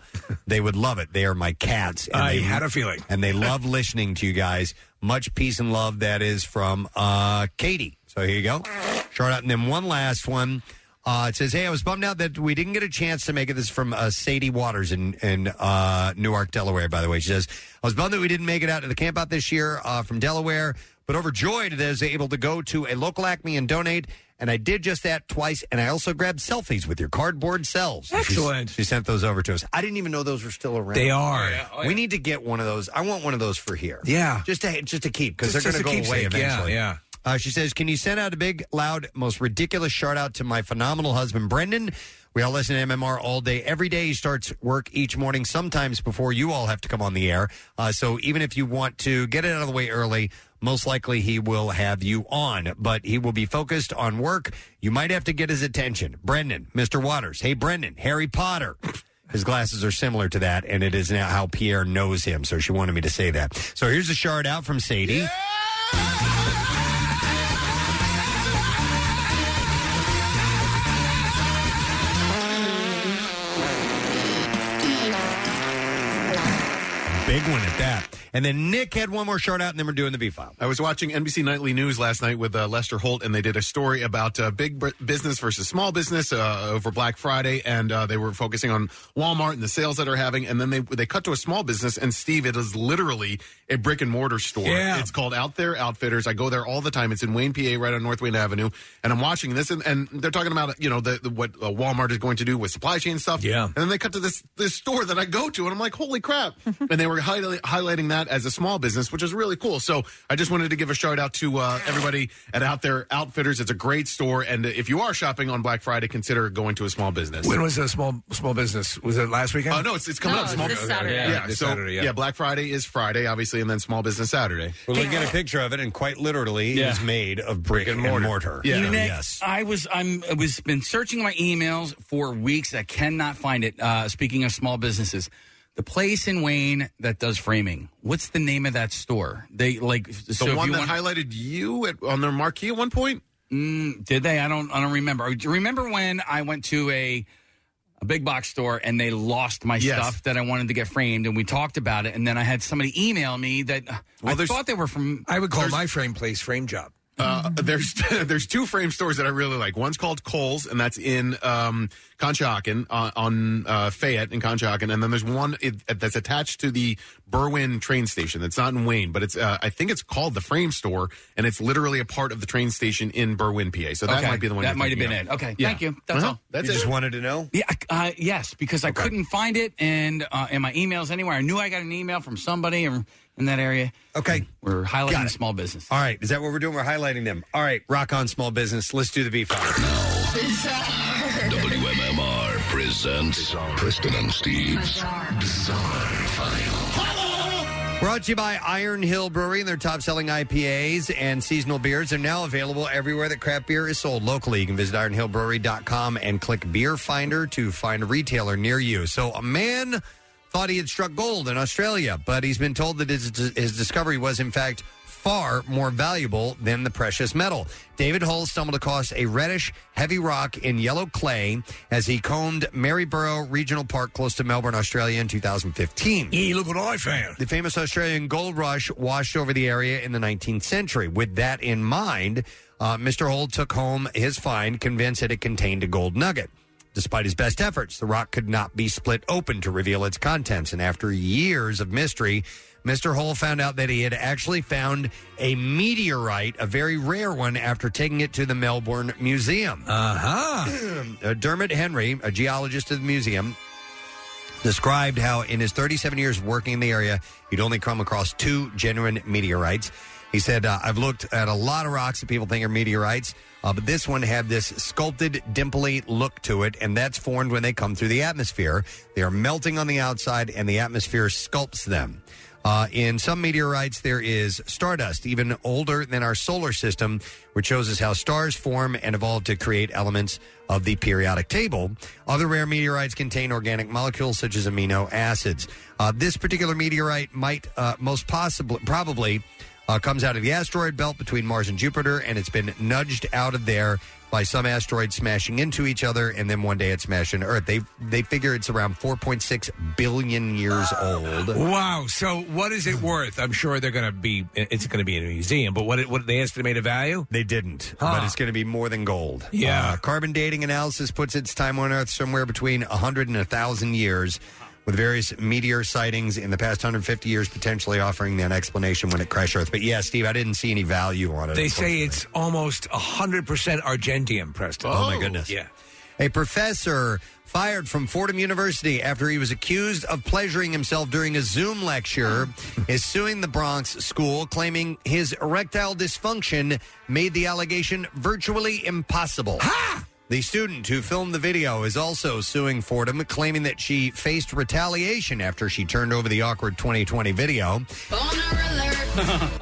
they would love it. They are my cats. And
I
they-
had a feeling.
and they love listening to you guys. Much peace and love. That is from uh, Katie. So here you go. Shout out. And then one last one. Uh, it says, Hey, I was bummed out that we didn't get a chance to make it. This is from uh, Sadie Waters in, in uh, Newark, Delaware, by the way. She says, I was bummed that we didn't make it out to the camp out this year uh, from Delaware, but overjoyed that I was able to go to a local Acme and donate. And I did just that twice. And I also grabbed selfies with your cardboard selves. And she's-
Excellent.
She sent those over to us. I didn't even know those were still around.
They are. Yeah,
We need to get one of those. I want one of those for here.
Yeah.
Just to just to keep because they're
Just-
going to
just
go
a
away
keepsake, yeah,
eventually.
yeah.
Uh, she says, "Can you send out a big, loud, most ridiculous shout out to my phenomenal husband, Brendan? We all listen to MMR all day, every day. He starts work each morning, sometimes before you all have to come on the air. Uh, so even if you want to get it out of the way early." Most likely he will have you on, but he will be focused on work. You might have to get his attention. Brendan, Mr. Waters. Hey, Brendan, Harry Potter. His glasses are similar to that, and it is now how Pierre knows him. So she wanted me to say that. So here's a shout out from Sadie. Big one at that. And then Nick had one more shout out, and then we're doing the B file.
I was watching NBC Nightly News last night with uh, Lester Holt, and they did a story about uh, big b- business versus small business uh, over Black Friday, and uh, they were focusing on Walmart and the sales that are having. And then they they cut to a small business, and Steve, it is literally a brick and mortar store.
Yeah.
It's called Out There Outfitters. I go there all the time. It's in Wayne, PA, right on North Wayne Avenue. And I'm watching this, and, and they're talking about you know the, the, what uh, Walmart is going to do with supply chain stuff. Yeah. And then they cut to this this store that I go to, and I'm like, holy crap! and they were highlight, highlighting that as a small business, which is really cool. So I just wanted to give a shout out to uh, everybody at Out There Outfitters. It's a great store, and if you are shopping on Black Friday, consider going to a small business.
When was a small small business? Was it last weekend?
Uh, no, it's, it's coming up. Small business.
Yeah,
Yeah, so, yeah. Black Friday is Friday, obviously, and then Small Business Saturday.
Well, we get a picture of it, and quite literally,
Yeah.
it is made of brick and mortar.
mortar.
Yeah.
So,
yes. I was I'm I was been searching my emails for weeks. I cannot find it. Uh, speaking of small businesses, the place in Wayne that does framing. What's the name of that store? They like
The one that highlighted you at, on their marquee at one point.
Mm, did they? I don't. I don't remember. Oh, Do you remember when I went to a a big box store and they lost my
Yes.
stuff that I wanted to get framed, and we talked about it, and then I had somebody email me that uh, I thought they were from.
I would call
There's-
my frame place frame job.
Uh, there's there's two frame stores that I really like. One's called Coles, and that's in um, Conshohocken uh, on uh, Fayette in Conshohocken, and then there's one it, that's attached to the Berwyn train station. That's not in Wayne, but it's uh, I think it's called the Frame Store, and it's literally a part of the train station in Berwyn, PA. So that
Okay.
might be the one.
That
you're
might have
thinking
been
of.
it. Okay.
Yeah.
Thank you. That's
Uh-huh.
all.
That's
you
it.
just wanted to know?
Yeah, I- uh, yes, because I couldn't find it and uh, in my emails anywhere. I knew I got an email from somebody in, in that area.
Okay,
we're
Got
highlighting
it.
small business.
All right, is that what we're doing? We're highlighting them. All right, rock on small business. Let's do the B file.
WMMR presents Preston and Steve's Bizarre File.
Brought to you by Iron Hill Brewery and their top selling IPAs and seasonal beers are now available everywhere that craft beer is sold locally. You can visit ironhillbrewery.com and click Beer Finder to find a retailer near you. So, a man thought he had struck gold in Australia, but he's been told that his, his discovery was, in fact, far more valuable than the precious metal. David Hull stumbled across a reddish, heavy rock in yellow clay as he combed Maryborough Regional Park close to Melbourne, Australia in 2015.
Hey, look what I found.
The famous Australian gold rush washed over the area in the 19th century. With that in mind, uh, Mr. Holt took home his find, convinced that it contained a gold nugget. Despite his best efforts, the rock could not be split open to reveal its contents. And after years of mystery, Mr. Hole found out that he had actually found a meteorite, a very rare one, after taking it to the Melbourne Museum. Uh, Dermot Henry, a geologist at the museum, described how in his 37 years working in the area, he'd only come across two genuine meteorites. He said, uh, I've looked at a lot of rocks that people think are meteorites, uh, but this one had this sculpted, dimply look to it, and that's formed when they come through the atmosphere. They are melting on the outside, and the atmosphere sculpts them. Uh, in some meteorites, there is stardust, even older than our solar system, which shows us how stars form and evolve to create elements of the periodic table. Other rare meteorites contain organic molecules such as amino acids. Uh, this particular meteorite might uh, most possibly, probably, uh, comes out of the asteroid belt between Mars and Jupiter, and it's been nudged out of there by some asteroids smashing into each other, and then one day it smashed into Earth. They they figure it's around 4.6 billion years old.
Wow. So what is it worth? I'm sure they're going to be. It's going to be in a museum. But what? it- What did they estimate a value?
They didn't. But it's going to be more than gold.
Yeah.
Uh, carbon dating analysis puts its time on Earth somewhere between 100 and 1,000 years, with various meteor sightings in the past 150 years potentially offering an explanation when it crashed Earth. But yeah, Steve, I didn't see any value on it.
They say it's almost 100% Argentium, Preston.
Oh, my goodness.
Yeah.
A professor fired from Fordham University after he was accused of pleasuring himself during a Zoom lecture is suing the Bronx school, claiming his erectile dysfunction made the allegation virtually impossible. The student who filmed the video is also suing Fordham, claiming that she faced retaliation after she turned over the awkward 2020 video.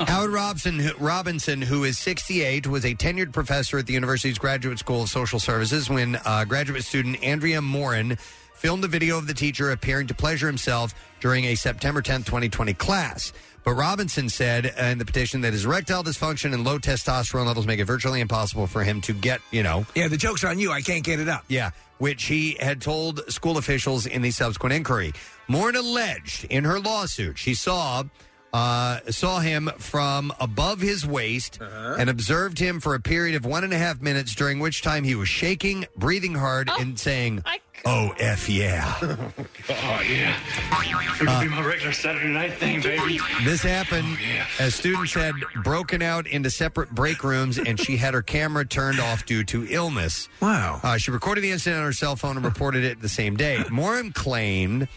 Howard Robson, who- Robinson, who is 68, was a tenured professor at the university's Graduate School of Social Services when uh, graduate student Andrea Morin filmed a video of the teacher appearing to pleasure himself during a September 10, 2020 class. But Robinson said uh, in the petition that his erectile dysfunction and low testosterone levels make it virtually impossible for him to get, you know,
Yeah, the joke's on you. I can't get it up.
yeah, which he had told school officials in the subsequent inquiry. Morin alleged in her lawsuit she saw uh, saw him from above his waist
Uh-huh.
and observed him for a period of one and a half minutes, during which time he was shaking, breathing hard, and saying, "Oh f yeah."
Oh, yeah. It would be my regular Saturday night thing, baby.
This happened as students had broken out into separate break rooms, and she had her camera turned off due to illness.
Wow.
Uh, she recorded the incident on her cell phone and reported it the same day. Morin claimed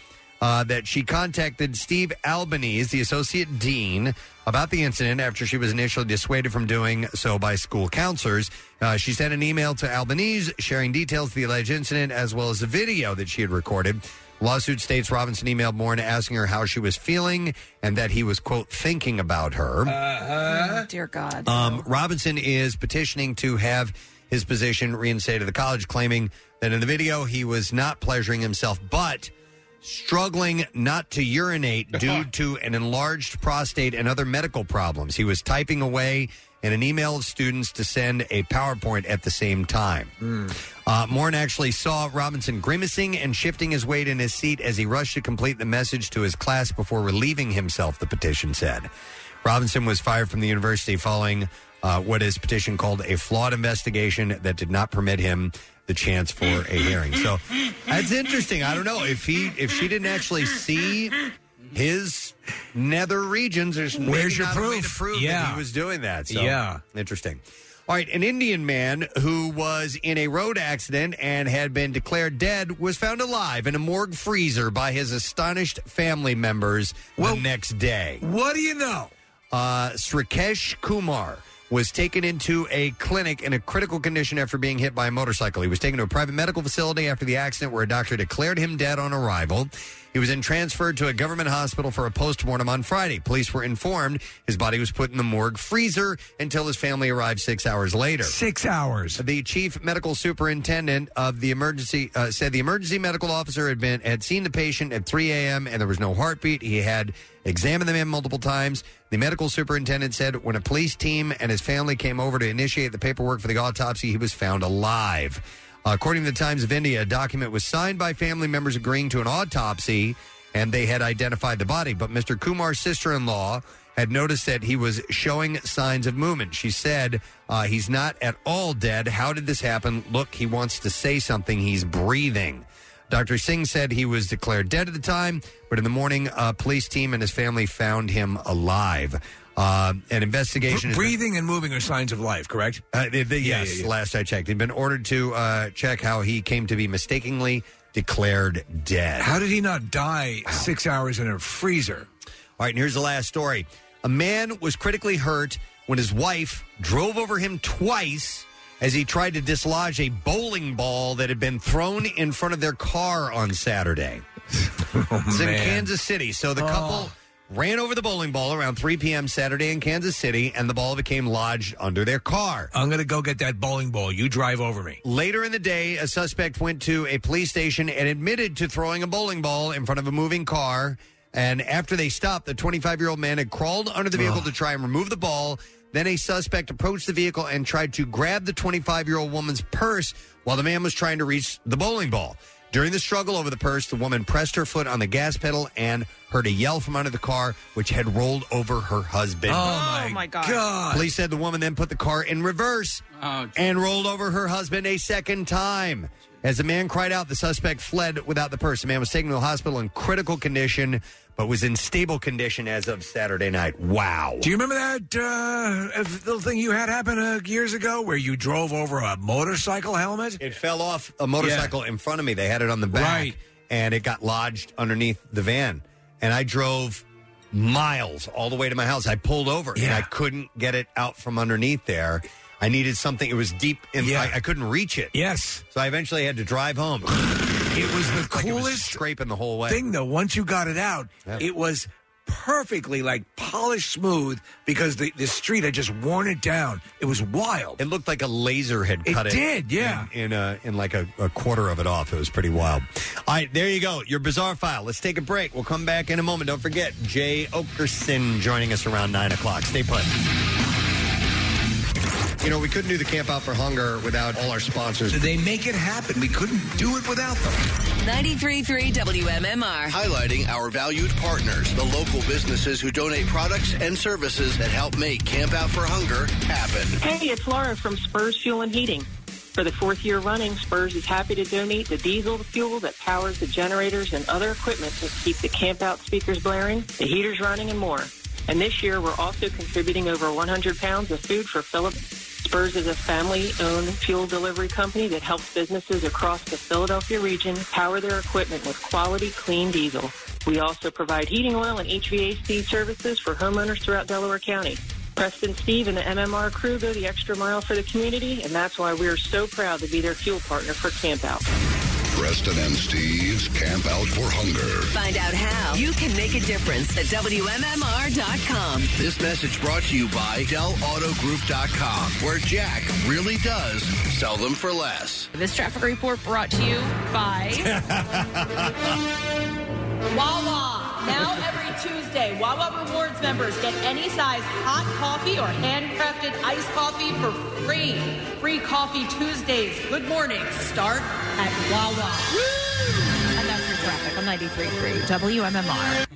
uh, that she contacted Steve Albanese, the associate dean, about the incident after she was initially dissuaded from doing so by school counselors. Uh, she sent an email to Albanese sharing details of the alleged incident as well as a video that she had recorded. Lawsuit states Robinson emailed Morin asking her how she was feeling and that he was, quote, thinking about her.
Oh, dear God.
Um, Robinson is petitioning to have his position reinstated at the college, claiming that in the video he was not pleasuring himself, but struggling not to urinate due to an enlarged prostate and other medical problems. He was typing away in an email of students to send a PowerPoint at the same time.
Hmm.
Uh, Morin actually saw Robinson grimacing and shifting his weight in his seat as he rushed to complete the message to his class before relieving himself, the petition said. Robinson was fired from the university following uh, what his petition called a flawed investigation that did not permit him the chance for a hearing. So that's interesting. I don't know if he if she didn't actually see his nether regions. There's maybe
Where's your
not a way to
proof?
prove that
Yeah.
he was doing that. So
Yeah.
interesting. All right, an Indian man who was in a road accident and had been declared dead was found alive in a morgue freezer by his astonished family members the next day.
What do you know?
Uh, Srikesh Kumar was taken into a clinic in a critical condition after being hit by a motorcycle. He was taken to a private medical facility after the accident where a doctor declared him dead on arrival. He was then transferred to a government hospital for a postmortem on Friday. Police were informed his body was put in the morgue freezer until his family arrived six hours later.
Six hours.
The chief medical superintendent of the emergency uh, said the emergency medical officer had been had seen the patient at 3 a.m. and there was no heartbeat. He had examined the man multiple times. The medical superintendent said when a police team and his family came over to initiate the paperwork for the autopsy, he was found alive. According to the Times of India, a document was signed by family members agreeing to an autopsy and they had identified the body. But Mr. Kumar's sister in law had noticed that he was showing signs of movement. She said, uh, He's not at all dead. How did this happen? Look, he wants to say something. He's breathing. Dr. Singh said he was declared dead at the time, but in the morning, a police team and his family found him alive. Uh, an investigation is
Breathing and moving are signs of life, correct?
uh, they- they-
Yeah,
yes,
yeah, yeah.
last I checked. He'd been ordered to uh, check how he came to be mistakenly declared dead.
How did he not die six hours in a freezer?
All right, and here's the last story. A man was critically hurt when his wife drove over him twice as he tried to dislodge a bowling ball that had been thrown in front of their car on Saturday.
Oh,
it's in
man.
Kansas City. So the couple ran over the bowling ball around 3 p.m. Saturday in Kansas City, and the ball became lodged under their car.
I'm going to go get that bowling ball. You drive over me.
Later in the day, a suspect went to a police station and admitted to throwing a bowling ball in front of a moving car. And after they stopped, the 25 year old man had crawled under the vehicle to try and remove the ball. Then a suspect approached the vehicle and tried to grab the 25 year old woman's purse while the man was trying to reach the bowling ball. During the struggle over the purse, the woman pressed her foot on the gas pedal and heard a yell from under the car, which had rolled over her husband.
Oh, my God. God.
Police said the woman then put the car in reverse and rolled over her husband a second time. As the man cried out, the suspect fled without the purse. The man was taken to the hospital in critical condition, but was in stable condition as of Saturday night. Wow.
Do you remember that uh, ev- little thing you had happen uh, years ago where you drove over a motorcycle helmet?
It fell off a motorcycle in front of me. They had it on the back, and it got lodged underneath the van. And I drove miles all the way to my house. I pulled over, and I couldn't get it out from underneath there. I needed something. It was deep, and I, I couldn't reach it.
Yes.
So I eventually had to drive home. It
was the
coolest scraping the whole way.
Thing though, once you got it out, it was perfectly like polished smooth because the, the street had just worn it down. It was wild.
It looked like a laser had
it
cut it.
did, yeah.
In, in, a, in like a, a quarter of it off. It was pretty wild. All right, there you go. Your bizarre file. Let's take a break. We'll come back in a moment. Don't forget, Jay Okerson joining us around 9 o'clock. Stay put. You know, we couldn't do the Camp Out for Hunger without all our sponsors.
They make it happen. We couldn't do it without them.
93.3 WMMR.
Highlighting our valued partners, the local businesses who donate products and services that help make Camp Out for Hunger happen.
Hey, it's Laura from Spurs Fuel and Heating. For the fourth year running, Spurs is happy to donate the diesel fuel that powers the generators and other equipment to keep the campout speakers blaring, the heaters running, and more. And this year, we're also contributing over 100 pounds of food for Philip. Spurs is a family-owned fuel delivery company that helps businesses across the Philadelphia region power their equipment with quality, clean diesel. We also provide heating oil and HVAC services for homeowners throughout Delaware County. Preston Steve and the MMR crew go the extra mile for the community, and that's why we're so proud to be their fuel partner for Camp Out.
Preston and Steve's Camp Out for Hunger.
Find out how you can make a difference at WMMR.com.
Um, This message brought to you by DellAutoGroup.com, where Jack really does sell them for less.
This traffic report brought to you by Wawa. Now every Tuesday, Wawa Rewards members get any size hot coffee or handcrafted iced coffee for free. Free coffee Tuesdays. Good morning. Start at Wawa. And that's your traffic on 93.3 WMMR.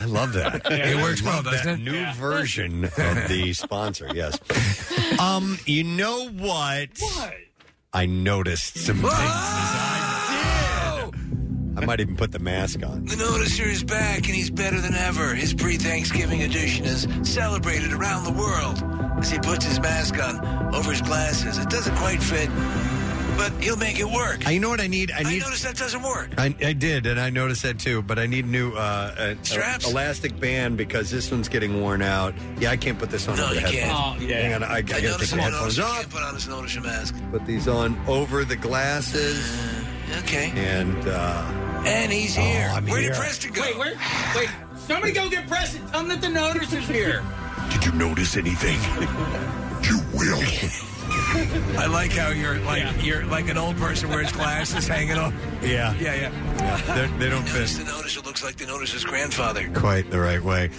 I love that.
It works well,
Love that
doesn't it?
New version of the sponsor, yes. Um, you know what? What? I noticed some things. I did. I might even put the mask on.
The Noticer is back and he's better than ever. His pre Thanksgiving edition is celebrated around the world as he puts his mask on over his glasses. It doesn't quite fit, but he'll make it work.
Uh, you know what I need? I need.
noticed that doesn't work.
I, I did, and I noticed that too. But I need new uh, uh,
Straps?
elastic band because this one's getting worn out. Yeah, I can't put this on.
No,
over the
you
headphones.
can't. Oh, yeah.
Hang on, I, I,
I
gotta take
noticed
the
it, I
headphones
noticed it.
off.
Can't put on his noticer mask.
Put these on over the glasses.
Okay.
And uh,
and he's
here.
Oh,
I'm
Where did
here.
Preston Wait, where? Wait, somebody go get Preston. Tell him that the noticer's here.
Did you notice anything? you will.
I like how you're like you're like an old person wears glasses hanging off.
Yeah.
Yeah, yeah.
They're- they don't fit.
The noticer looks like the noticer's grandfather.
quite the right way.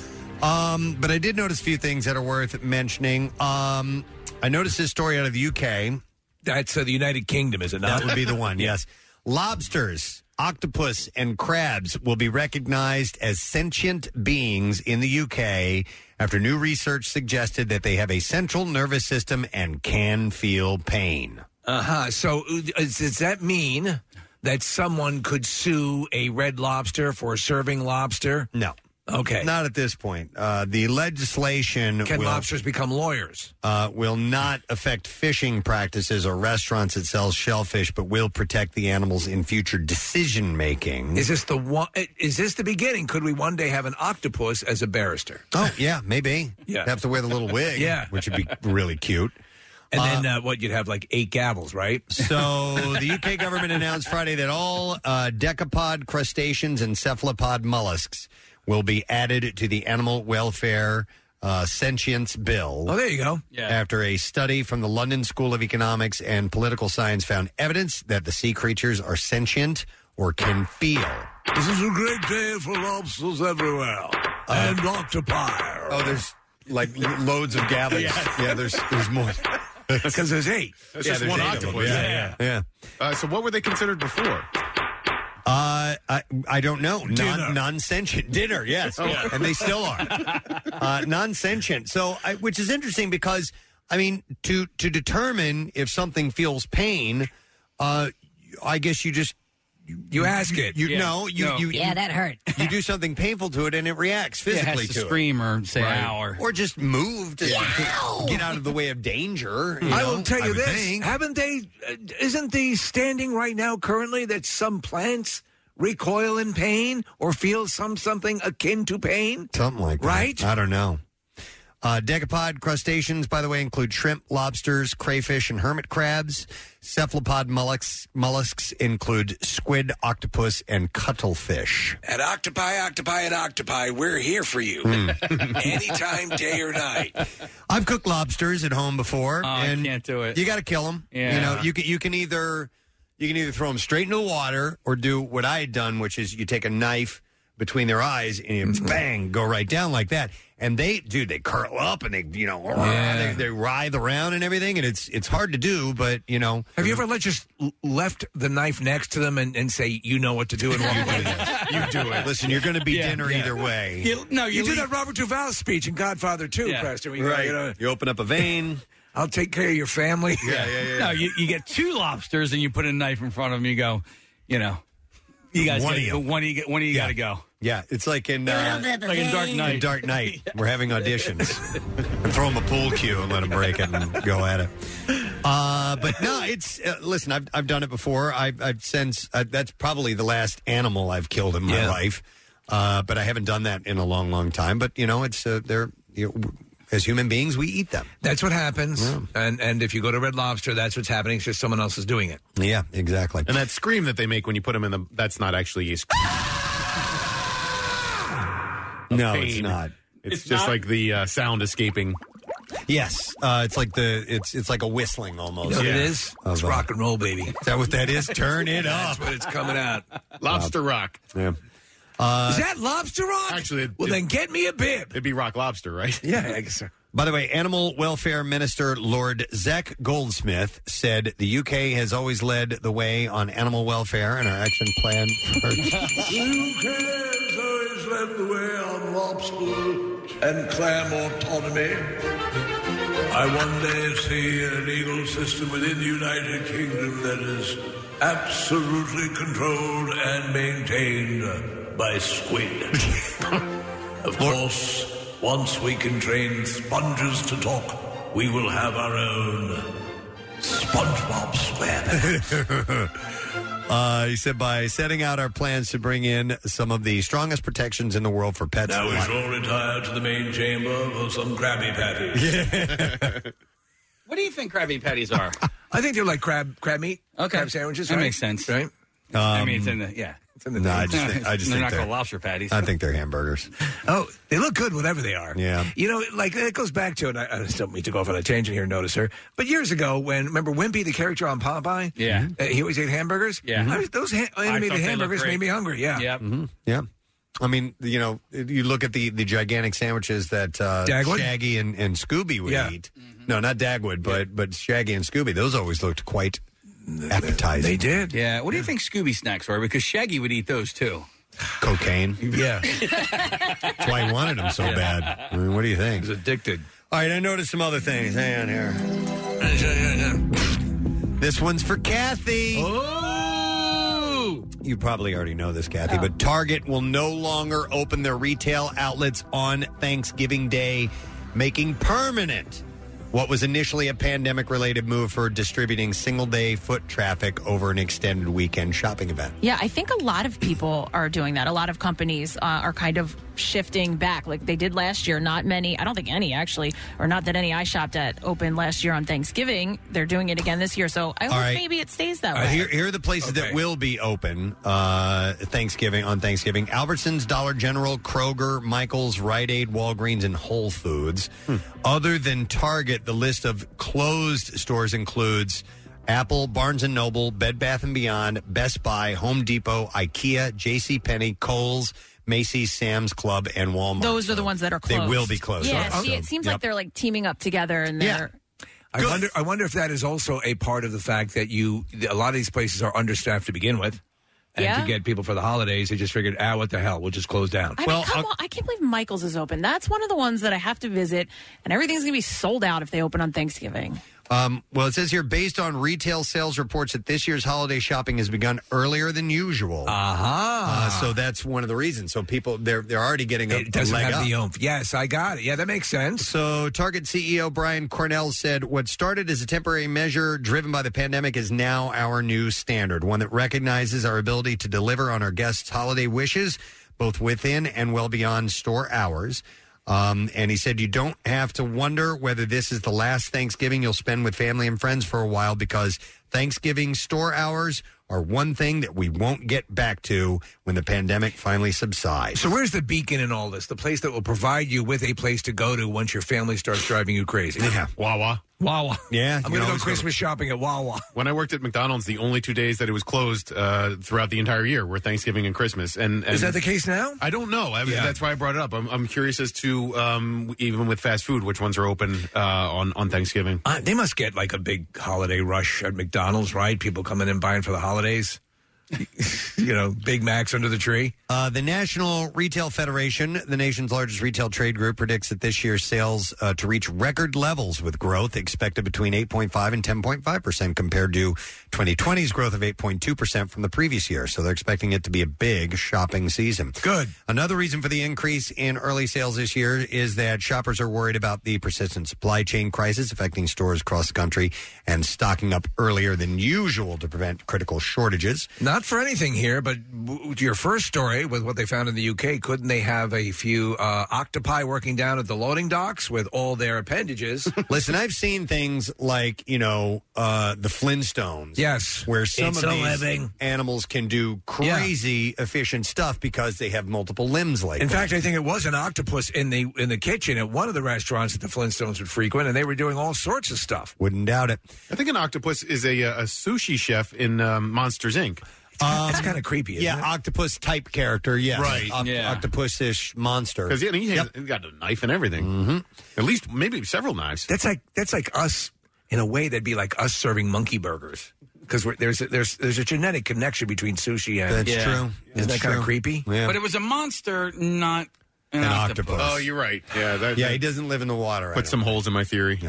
Um, but I did notice a few things that are worth mentioning. Um, I noticed this story out of the UK.
That's uh, the United Kingdom, is it
That would be the one, yes. Lobsters octopus and crabs will be recognized as sentient beings in the UK after new research suggested that they have a central nervous system and can feel pain.
Uh huh. So uh, does does that mean that someone could sue a red lobster for serving lobster?
No.
Okay.
Not at this point. Uh, the legislation
Can
will,
lobsters become lawyers?
uh, will not affect fishing practices or restaurants that sell shellfish, but will protect the animals in future decision making.
Is this the one? eh, Is this the beginning? Could we one day have an octopus as a barrister?
Oh yeah, maybe. Yeah, have to wear the little wig.
Yeah.
which would be really cute.
And then uh, what? You'd have like eight gavels, right?
So the UK government announced Friday that all uh, decapod crustaceans and cephalopod mollusks will be added to the animal welfare uh, sentience bill.
Oh, there you go. Yeah.
After a study from the London School of Economics and Political Science found evidence that the sea creatures are sentient or can feel.
This is a great day for lobsters everywhere and octopi.
Uh, Oh, there's like loads of gavels. Yeah, there's there's more.
Because there's eight.
That's
Yeah,
just
there's
one
eight of them.
octopus.
Yeah, yeah.
Uh, so what were they considered before?
Uh, I I don't know.
Dinner.
Non non sentient dinner, yes,
Oh, yeah.
and they still are uh, non sentient. So, I, which is interesting because I mean to to determine if something feels pain, uh, I guess you just
You ask it.
You
Yeah.
know, you,
No.
you
Yeah, that hurt.
you do something painful to it and it reacts
Yeah, it has
physically
to
to it.
scream or say, "Ow," or-
or just move to get out of the way of danger. you
I
know,
will tell
I
you
would
this:
think.
haven't they? Uh, isn't the standing right now currently that some plants recoil in pain or feel some something akin to pain?
Something like that.
Right?
I don't know. Uh, decapod crustaceans, by the way, include shrimp, lobsters, crayfish, and hermit crabs. Cephalopod mollusks, mollusks include squid, octopus, and cuttlefish.
At Octopi, Octopi, and Octopi, we're here for you
Hmm.
anytime, day or night.
I've cooked lobsters at home before,
Oh, I
and
can't do it.
You got to kill them. You
Yeah.
know, you can you can either you can either throw them straight into the water or do what I had done, which is you take a knife between their eyes and you bang go right down like that. And they, dude, they curl up and they, you know, they, they writhe around and everything, and it's it's hard to do, but you know,
Have you ever let just l- left the knife next to them and, and say you know what to do and what you do?
you do it. Listen, you're going to be
Yeah,
dinner
yeah.
either way.
no, you, do that Robert Duvall speech in Godfather Two,
Yeah.
Preston. where you go,
Right.
You, know,
you open up a vein.
I'll take care of your family.
No, you, you get two lobsters and you put a knife in front of them. You go, you know, you guys,
One
got-
of you.
one of you, one of you got to go.
Yeah, it's like in
You
uh,
don't have a Like in Dark vein. Knight.
In Dark Knight, we're having auditions. and throw them a pool cue and let them break it and go at it. Uh, but no, it's uh, listen. I've I've done it before. I've I've since uh, that's probably the last animal I've killed in my
Yeah.
life. Uh, but I haven't done that in a long, long time. But you know, it's uh, they're you know, w- as human beings, we eat them.
That's what happens.
Mm.
And and if you go to Red Lobster, that's what's happening. It's just someone else is doing it.
Yeah, exactly.
And that scream that they make when you put them in the that's not actually a scream.
No, it's not.
It's,
It's
just
not?
like the uh, sound escaping.
Yes, uh, it's like the it's it's like a whistling almost.
You know what it
Yeah.
is?
Of,
It's
uh,
rock and roll, baby.
Is that what that is? Turn it
That's
up.
what it's coming out.
Lobster rock.
Yeah. Uh,
is that lobster rock?
Actually,
well then get me a bib.
It'd be rock lobster, right?
Yeah, I guess so.
By the way, Animal Welfare Minister Lord Zach Goldsmith said the UK has always led the way on animal welfare and our action plan for.
has always led the way on lobster and clam autonomy. I one day see a legal system within the United Kingdom that is absolutely controlled and maintained by squid. of course, once we can train sponges to talk, we will have our own SpongeBob SquarePants.
Uh, he said by setting out our plans to bring in some of the strongest protections in the world for pets.
Now we
alike.
shall retire to the main chamber for some Krabby Patties.
What do you think Krabby Patties are?
I think they're like crab crab meat. Okay. Crab sandwiches.
that
right?
makes sense,
right?
I mean, it's in the yeah.
Um, No, I just think, I just
they're
think
not
they're
called lobster patties.
I think they're hamburgers.
Oh, they look good, whatever they are.
Yeah.
You know, like it goes back to, and I, I just don't mean to go off on a tangent here, notice her, but years ago when, remember Wimpy, the character on Popeye?
Yeah.
Mm-hmm.
Uh, he always ate hamburgers?
Yeah.
I was- those ha-
I
animated
thought they looked
hamburgers
great.
made me hungry, yeah.
Yep.
Yeah. Mm-hmm. I mean, you know, you look at the, the gigantic sandwiches that uh,
Dagwood?
Shaggy and, and Scooby would Mm-hmm.
Yeah.
eat. No, not Dagwood, but but Shaggy and Scooby. Those always looked quite appetizer.
They did.
Yeah. What do you think Scooby snacks were? Because Shaggy would eat those too.
Cocaine.
Yeah.
That's why he wanted them so bad. I mean, what do you think? He's
addicted.
All right, I noticed some other things. Hang on here. This one's for Kathy.
Oh!
You probably already know this, Kathy, but Target will no longer open their retail outlets on Thanksgiving Day, making permanent what was initially a pandemic related move for distributing single day foot traffic over an extended weekend shopping event.
Yeah, I think a lot of people are doing that. A lot of companies uh, are kind of shifting back, like they did last year. Not many, I don't think any actually, or not that any I shopped at opened last year on Thanksgiving. They're doing it again this year, so I
All
hope
right.
maybe it stays that
All right,
way.
Uh, here, here are the places that will be open uh, Thanksgiving on Thanksgiving: Albertsons, Dollar General, Kroger, Michaels, Rite Aid, Walgreens, and Whole Foods. Other than Target, the list of closed stores includes Apple, Barnes and Noble, Bed Bath and Beyond, Best Buy, Home Depot, IKEA, J.C. Penney, Kohl's, Macy's, Sam's Club, and Walmart.
Those are the ones that are
They
closed.
will be closed.
Yeah,
So-
see, it seems
Yep.
like they're like teaming up together and they're.
I wonder. I wonder if that is also a part of the fact that you a lot of these places are understaffed to begin with, and
Yeah.
to get people for the holidays, they just figured, ah, what the hell, we'll just close down.
I mean, come on! I can't believe Michaels is open. That's one of the ones that I have to visit, and everything's going to be sold out if they open on Thanksgiving.
Um, well, it says here based on retail sales reports that this year's holiday shopping has begun earlier than usual. Uh-huh. so that's one of the reasons. So people they're they're already getting a,
It doesn't
a leg
have
up.
the oomph. Yes, I got it. Yeah, that makes sense.
So Target CEO Brian Cornell said, "What started as a temporary measure driven by the pandemic is now our new standard, one that recognizes our ability to deliver on our guests' holiday wishes, both within and well beyond store hours." Um, and he said, "You don't have to wonder whether this is the last Thanksgiving you'll spend with family and friends for a while, because Thanksgiving store hours." Are one thing that we won't get back to when the pandemic finally subsides.
So where's the beacon in all this? The place that will provide you with a place to go to once your family starts driving you crazy. Yeah.
Wawa.
Wawa.
Yeah.
I'm going to go Christmas shopping at Wawa.
When I worked at McDonald's, the only two days that it was closed uh, throughout the entire year were Thanksgiving and Christmas. And, and
Is that the case now?
I don't know. I mean, That's why I brought it up. I'm, I'm curious as to um, even with fast food, which ones are open uh, on on Thanksgiving.
Uh, they must get like a big holiday rush at McDonald's, right? People coming in buying for the holidays. you know, Big Macs under the tree.
Uh, the National Retail Federation, the nation's largest retail trade group, predicts that this year's sales uh, to reach record levels with growth expected between 8.5 and 10.5 percent compared to 2020's growth of 8.2 percent from the previous year. So they're expecting it to be a big shopping season.
Good.
Another reason for the increase in early sales this year is that shoppers are worried about the persistent supply chain crisis affecting stores across the country and stocking up earlier than usual to prevent critical shortages.
Not for anything here, but w- your first story with what they found in the UK, couldn't they have a few uh, octopi working down at the loading docks with all their appendages?
Listen, I've seen things like you know uh, the Flintstones.
Yes.
where some
It's
of
a
these
living.
animals can do crazy efficient stuff because they have multiple limbs. Like
in
that.
fact, I think it was an octopus in the in the kitchen at one of the restaurants that the Flintstones would frequent, and they were doing all sorts of stuff.
wouldn't doubt it.
I think an octopus is a, uh, a sushi chef in um, Monsters Inc.
It's
kind of uh, creepy.
yeah, octopus type character. Yes,
Right,
Oct-
yeah.
octopus-ish monster.
Because yeah, I mean, he, has, he got a knife and everything. Mm-hmm. At least maybe several knives.
That's like that's like us in a way. That'd be like us serving monkey burgers because there's a, there's there's a genetic connection between sushi and
That's Yeah. true.
Isn't
That's
that kind
true.
of creepy?
But it was a monster, not an,
An
octopus.
octopus.
Oh, you're right. Yeah, that,
yeah, he doesn't live in the water. I
Put some holes in my theory.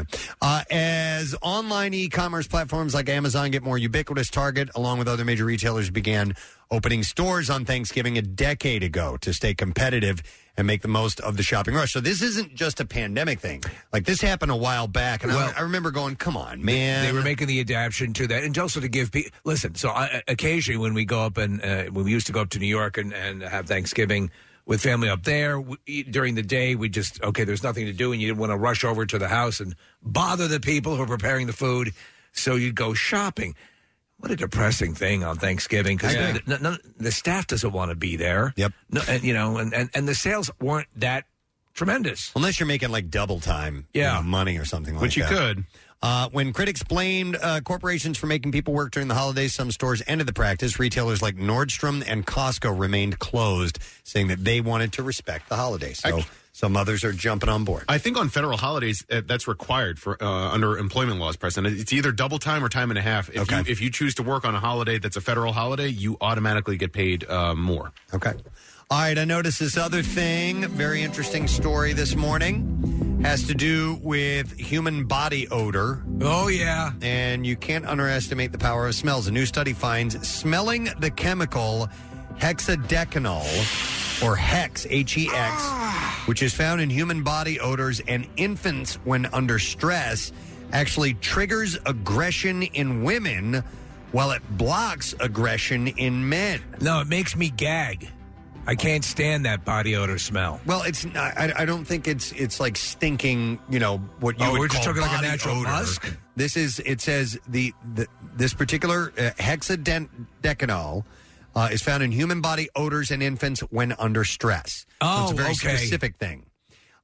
Uh, as online e commerce platforms like Amazon get more ubiquitous, Target, along with other major retailers, began opening stores on Thanksgiving a decade ago to stay competitive and make the most of the shopping rush. So, this isn't just a pandemic thing. Like, this happened a while back. And I-
Well-
I, remember going, come on, man.
They were making the adaptation to that, and also to give people. Listen, so I, uh, occasionally when we go up and uh, when we used to go up to New York and, and have Thanksgiving with family up there we, during the day, we just okay, there's nothing to do, and you didn't want to rush over to the house and bother the people who are preparing the food, so you'd go shopping. What a depressing thing on Thanksgiving because
I agree.
the, the staff doesn't want to be there. Yep. No, and, you know, and, and, and the sales weren't that Tremendous.
Unless you're making like double time yeah. money or something like
Which you
that.
could.
Uh, when critics blamed uh, corporations for making people work during the holidays, some stores ended the practice. Retailers like Nordstrom and Costco remained closed, saying that they wanted to respect the holidays. So some others are jumping on board.
I think on federal holidays uh, that's required for uh, under employment laws, President. It's either double time or time and a half. If, you, if you choose to work on a holiday that's a federal holiday, you automatically get paid uh, more.
Okay. All right, I noticed this other thing, very interesting story this morning, has to do with human body odor.
Oh, yeah.
And you can't underestimate the power of smells. A new study finds smelling the chemical hexadecanol, or hex, H E
Ah.
X, which is found in human body odors and infants when under stress, actually triggers aggression in women while it blocks aggression in men.
No, it makes me gag. I can't stand that body odor smell.
Well, it's not, I, I don't think it's it's like stinking. You know what you
Oh,
would
we're
call
just talking like a
body
natural
odor.
musk?
This is it says the, the this particular uh, hexadecanol. Uh, is found in human body odors in infants when under stress. So it's
Oh,
a very
okay.
specific thing.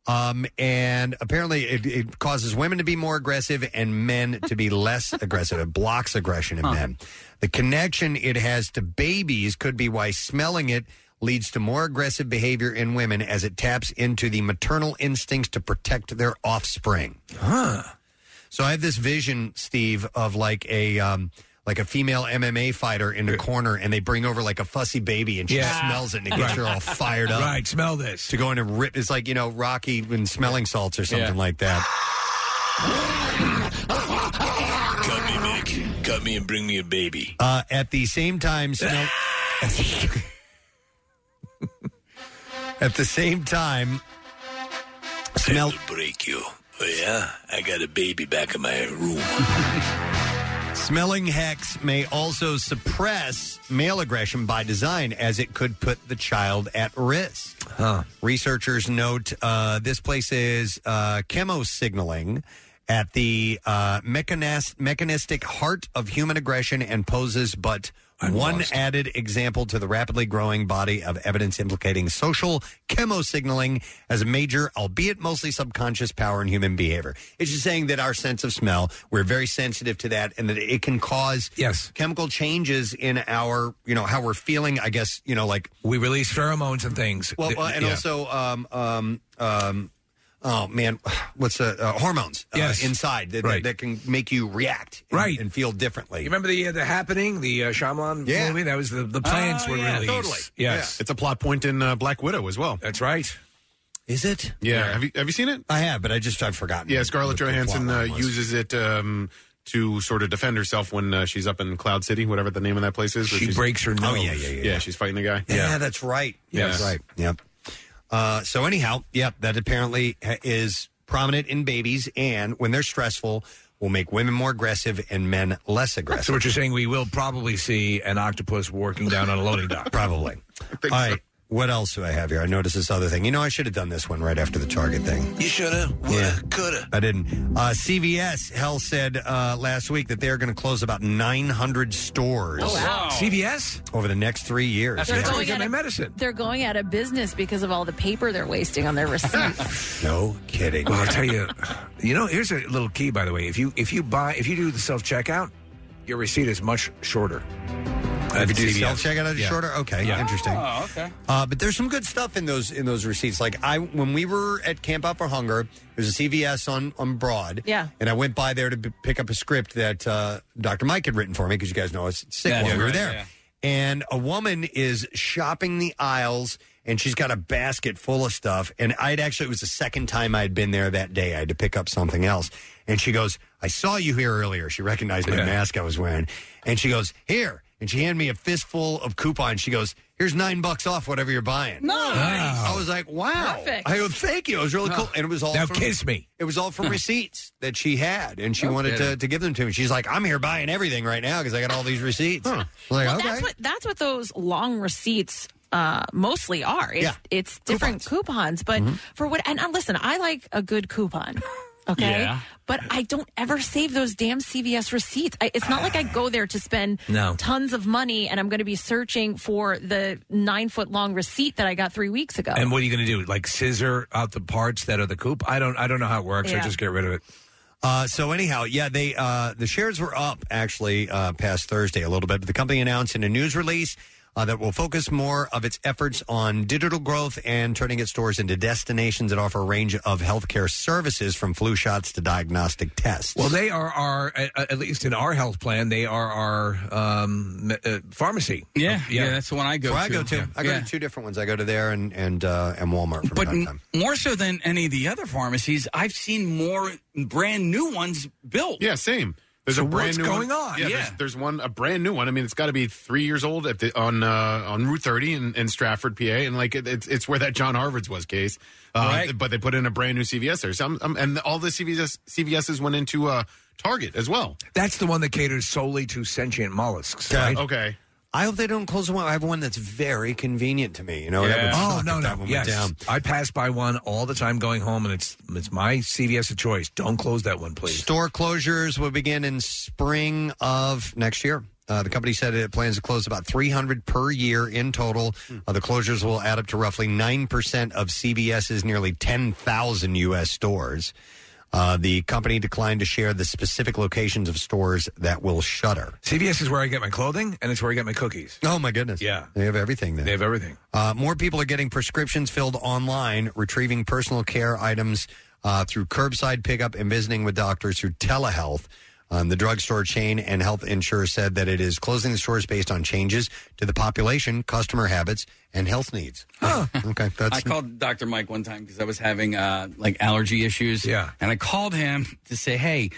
Um, and apparently, it, it causes women to be more aggressive and men to be less aggressive. It blocks aggression in men. The connection it has to babies could be why smelling it leads to more aggressive behavior in women as it taps into the maternal instincts to protect their offspring.
Huh.
So I have this vision, Steve, of like a um, like a female MMA fighter in the corner, and they bring over like a fussy baby, and she
Yeah.
smells it, and it gets her all fired up.
Right, smell this.
To go in and rip, it's like you know Rocky and smelling salts or something
Yeah.
like that.
Cut me, Mick. Cut me and bring me a baby.
Uh, at the same time, smell. at the same time, smell.
Break you. Oh, yeah? I got a baby back in my room.
Smelling hex may also suppress male aggression by design, as it could put the child at risk. Researchers note uh, this places uh, chemo signaling at the uh, mechanis- mechanistic heart of human aggression and poses but one added example to the rapidly growing body of evidence implicating social chemo signaling as a major, albeit mostly subconscious, power in human behavior. It's just saying that our sense of smell, we're very sensitive to that, and that it can cause yes. chemical changes in our, you know, how we're feeling. I guess, you know, like
We release pheromones and things.
well,
Th-
uh, and
yeah.
also, um, um, um, oh man, what's the uh, hormones?
Yes.
uh, inside that,
Right.
that, that can make you react, and,
Right.
and feel differently.
You remember the uh, the happening, the uh, Shyamalan movie? That was the the plants were released. Yes.
It's a plot point in uh, Black Widow as well.
That's right.
Is it?
Yeah. Have you have you seen it?
I have, but I just I've forgotten.
Yeah, Scarlett
what the
Johansson uh,
plot line was.
uses it um, to sort of defend herself when uh, she's up in Cloud City, whatever the name of that place is. where
She
she's-
breaks her
Oh
nose.
yeah, yeah, yeah. Yeah, she's fighting the guy.
Yeah, that's right.
Yeah.
That's right. Yep. Uh, so anyhow, yep, that apparently ha- is prominent in babies, and when they're stressful, will make women more aggressive and men less aggressive.
So what you're saying, we will probably see an octopus working down on a loading dock.
Probably. All right. What else do I have here? I noticed this other thing. You know, I should have done this one right after the Target thing.
You shoulda,
Yeah.
coulda.
I didn't. Uh, CVS Health said uh, last week that they're going to close about 900 stores.
Oh, wow. CVS?
Over the next three years.
That's
Yeah.
where I get my medicine.
They're going out of business because of all the paper they're wasting on their receipts.
No kidding.
Well, I'll tell you, you know, here's a little key, by the way. If you if you buy if you do the self checkout, your receipt is much shorter.
Uh, If you do
CVS.
self-checkout, it's shorter? Okay, interesting.
Oh,
okay.
Uh, but there's some good stuff in those in those receipts. Like I, when we were at Camp Out for Hunger, there's a CVS on on Broad.
Yeah.
And I went by there to b- pick up a script that uh, Dr. Mike had written for me because you guys know I was sick
That's
while we were
right,
there.
yeah.
And a woman is shopping the aisles. And she's got a basket full of stuff. And I'd actually, it was the second time I'd been there that day. I had to pick up something else. And she goes, I saw you here earlier. She recognized my mask I was wearing. And she goes, Here. And she handed me a fistful of coupons. She goes, Here's nine bucks off whatever you're buying.
Nice.
I was like, wow.
Perfect.
I go, thank you. It was really cool. And it was all
Now
from,
kiss me.
It was all from receipts that she had, and she
No
wanted to,
kidding.
to give them to me. She's like, I'm here buying everything right now because I got all these receipts. I was like,
well,
okay.
that's what that's what those long receipts uh, mostly are. It's,
Yeah.
it's different coupons, but for what? And uh, listen, I like a good coupon. Okay.
Yeah.
But I don't ever save those damn CVS receipts. I, it's not like I go there to spend
No.
tons of money and I'm going to be searching for the nine foot long receipt that I got three weeks ago.
Oh.
And what are you going to do? Like scissor out the parts that are the coop? I don't. I don't know how it works.
Yeah.
I just get rid of it.
Uh, so anyhow, yeah, they uh, the shares were up actually uh, past Thursday a little bit, but the company announced in a news release uh, that will focus more of its efforts on digital growth and turning its stores into destinations that offer a range of healthcare services from flu shots to diagnostic tests.
Well, they are our at- at least in our health plan. They are our um, me- uh, pharmacy.
Yeah, yeah, that's the one I go
So I
to.
go to.
Yeah.
I go
Yeah.
to two different ones. I go to there and and uh, and Walmart. From
but
time to
m-
time.
more so than any of the other pharmacies, I've seen more brand new ones built.
Yeah, same. There's a brand new one. Yeah,
Yeah,
There's, there's one a brand new one. I mean, it's got to be three years old at the on uh, on Route 30 in, in Stratford, PA, and like it, it's it's where that John Harvard's was case. Uh,
Right.
But they put in a brand new CVS there. So I'm, I'm- and all the CVS CVSs went into uh, Target as well.
That's the one that caters solely to sentient mollusks. Right?
Okay.
I hope they don't close the one. I have one that's very convenient to me. You know, that would
oh
suck
no
if that
no
one went
yes.
down.
I pass by one all the time going home, and it's it's my CVS of choice. Don't close that one, please.
Store closures will begin in spring of next year. Uh, the company said it plans to close about 300 per year in total.
Hmm.
Uh, the closures will add up to roughly 9% of CVS's nearly 10,000 U.S. stores. Uh, the company declined to share the specific locations of stores that will shutter.
CVS is where I get my clothing, and it's where I get my cookies.
Oh, my goodness.
Yeah.
They have everything there.
They have everything.
Uh, more people are getting prescriptions filled online, retrieving personal care items uh, through curbside pickup, and visiting with doctors through telehealth. Um, the drugstore chain and health insurer said that it is closing the stores based on changes to the population, customer habits, and health needs. Okay, that's
I called Dr. Mike one time because I was having uh, like allergy issues. Yeah. And I called him to say, hey,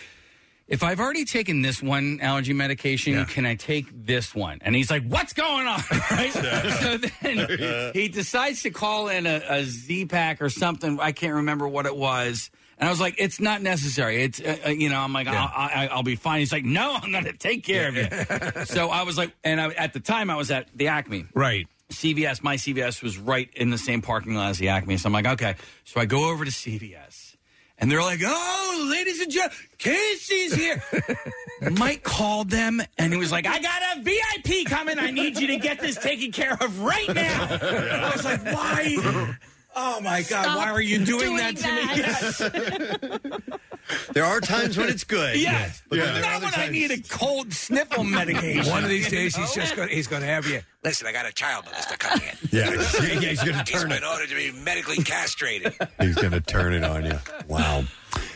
if I've already taken this one allergy medication, can I take this one? And he's like, what's going on? Right? so then he decides to call in a, a Z pack or something. I can't remember what it was. And I was like, it's not necessary. It's, uh, uh, you know, I'm like, I'll, I, I'll be fine. He's like, no, I'm going to take care of you. so I was like, and I, at the time I was at the Acme.
Right.
CVS, my CVS was right in the same parking lot as the Acme. So I'm like, okay. So I go over to CVS. And they're like, oh, ladies and gentlemen, Casey's here. Mike called them and he was like, I got a VIP coming. I need you to get this taken care of right now. I was like, why? Oh my God,
Stop
why are you doing,
doing
that to
There are times when it's
me?
good.
yes.
But then
Not
there are other
when I
times-
need a cold sniffle medication.
One of these days, he's
Oh.
just
going
gonna, he's going to have you. Listen, I got a child molester coming in.
Yeah, yeah, he's gonna
He's
turn
been
it.
ordered to be medically castrated.
He's going to turn it on you. Wow.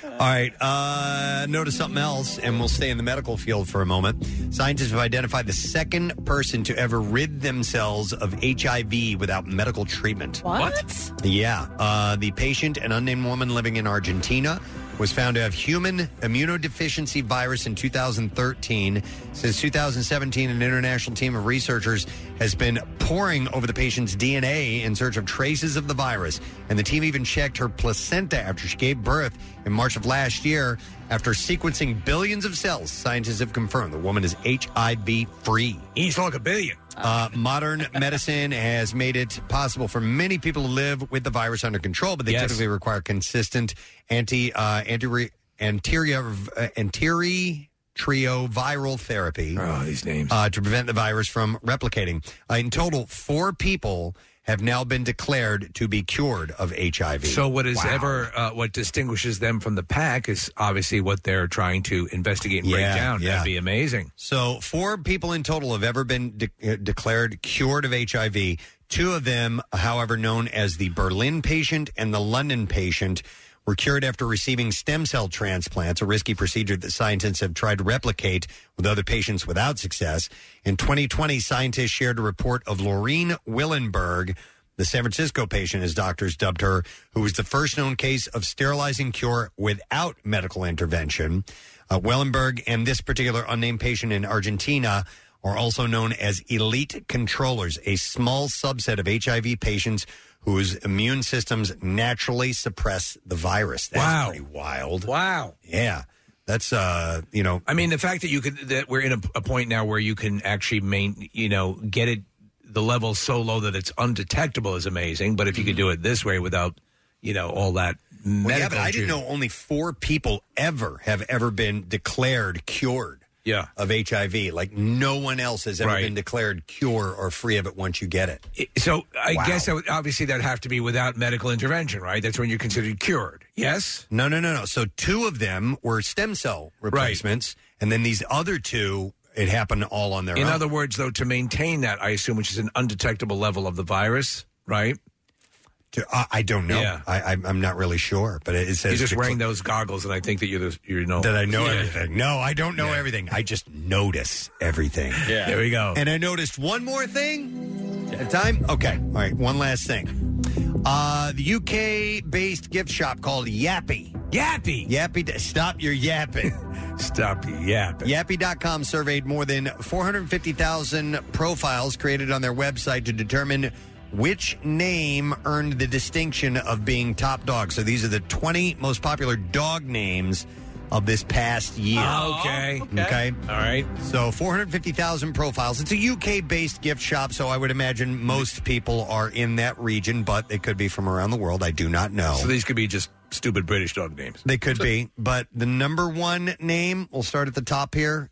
All right. Uh, notice something else, and we'll stay in the medical field for a moment. Scientists have identified the second person to ever rid themselves of HIV without medical treatment.
What?
Yeah. Uh, the patient, an unnamed woman living in Argentina, was found to have human immunodeficiency virus in 2013. Since 2017, an international team of researchers has been poring over the patient's DNA in search of traces of the virus. And the team even checked her placenta after she gave birth in March of last year. After sequencing billions of cells, scientists have confirmed the woman is HIV free.
He's like a billion.
Uh, modern medicine has made it possible for many people to live with the virus under control, but they
Yes.
typically require consistent anti uh, anti anterior uh, anterior trio viral therapy.
Oh, these names
uh, to prevent the virus from replicating. Uh, in total, four people have now been declared to be cured of HIV.
So what is
Wow.
ever uh, what distinguishes them from the pack is obviously what they're trying to investigate and
Yeah,
break down.
yeah.
That'd be amazing.
So, four people in total have ever been de- uh, declared cured of HIV. Two of them, however, known as the Berlin patient and the London patient, were cured after receiving stem cell transplants, a risky procedure that scientists have tried to replicate with other patients without success. In 2020, scientists shared a report of Laureen Willenberg, the San Francisco patient, as doctors dubbed her, who was the first known case of sterilizing cure without medical intervention. Uh, Wellenberg and this particular unnamed patient in Argentina are also known as elite controllers, a small subset of HIV patients whose immune systems naturally suppress the virus. That's
Wow.
pretty wild.
Wow.
Yeah. That's, uh, you know,
I mean, the fact that you could that we're in a, a point now where you can actually main, you know, get it the level so low that it's undetectable is amazing. But if you could do it this way without, you know, all that
Mm-hmm. Well, yeah, but
medical
I didn't
Jew.
know only four people ever have ever been declared cured
Yeah.
of HIV. Like no one else has ever
Right.
been declared cure or free of it once you get it.
So I
Wow.
guess that would, obviously that'd have to be without medical intervention, right? That's when you're considered cured. Yes.
No, no, no, no. So two of them were stem cell replacements, and then these other two, it happened all on their
In
own.
other words, though, to maintain that, I assume, which is an undetectable level of the virus, right?
To, I, I don't know.
Yeah.
I, I'm- I'm not really sure, but it, it says
You're just
to-
wearing those goggles, and I think that you're the, you know
that I know
Yeah.
everything. No, I don't know everything. I just notice everything.
Yeah. There we go.
And I noticed one more thing at a time. Okay. All right. One last thing. Uh, the UK based gift shop called Yappy.
Yappy.
Yappy. Stop your yapping.
Stop yapping.
Yappy.com surveyed more than 450,000 profiles created on their website to determine which name earned the distinction of being top dog. So these are the 20 most popular dog names of this past year.
Oh, okay.
Okay. All
right.
So 450,000 profiles. It's a UK based gift shop, so I would imagine most people are in that region, but they could be from around the world. I do not know.
So these could be just stupid British dog names.
They could be, but the number one name, we'll start at the top here,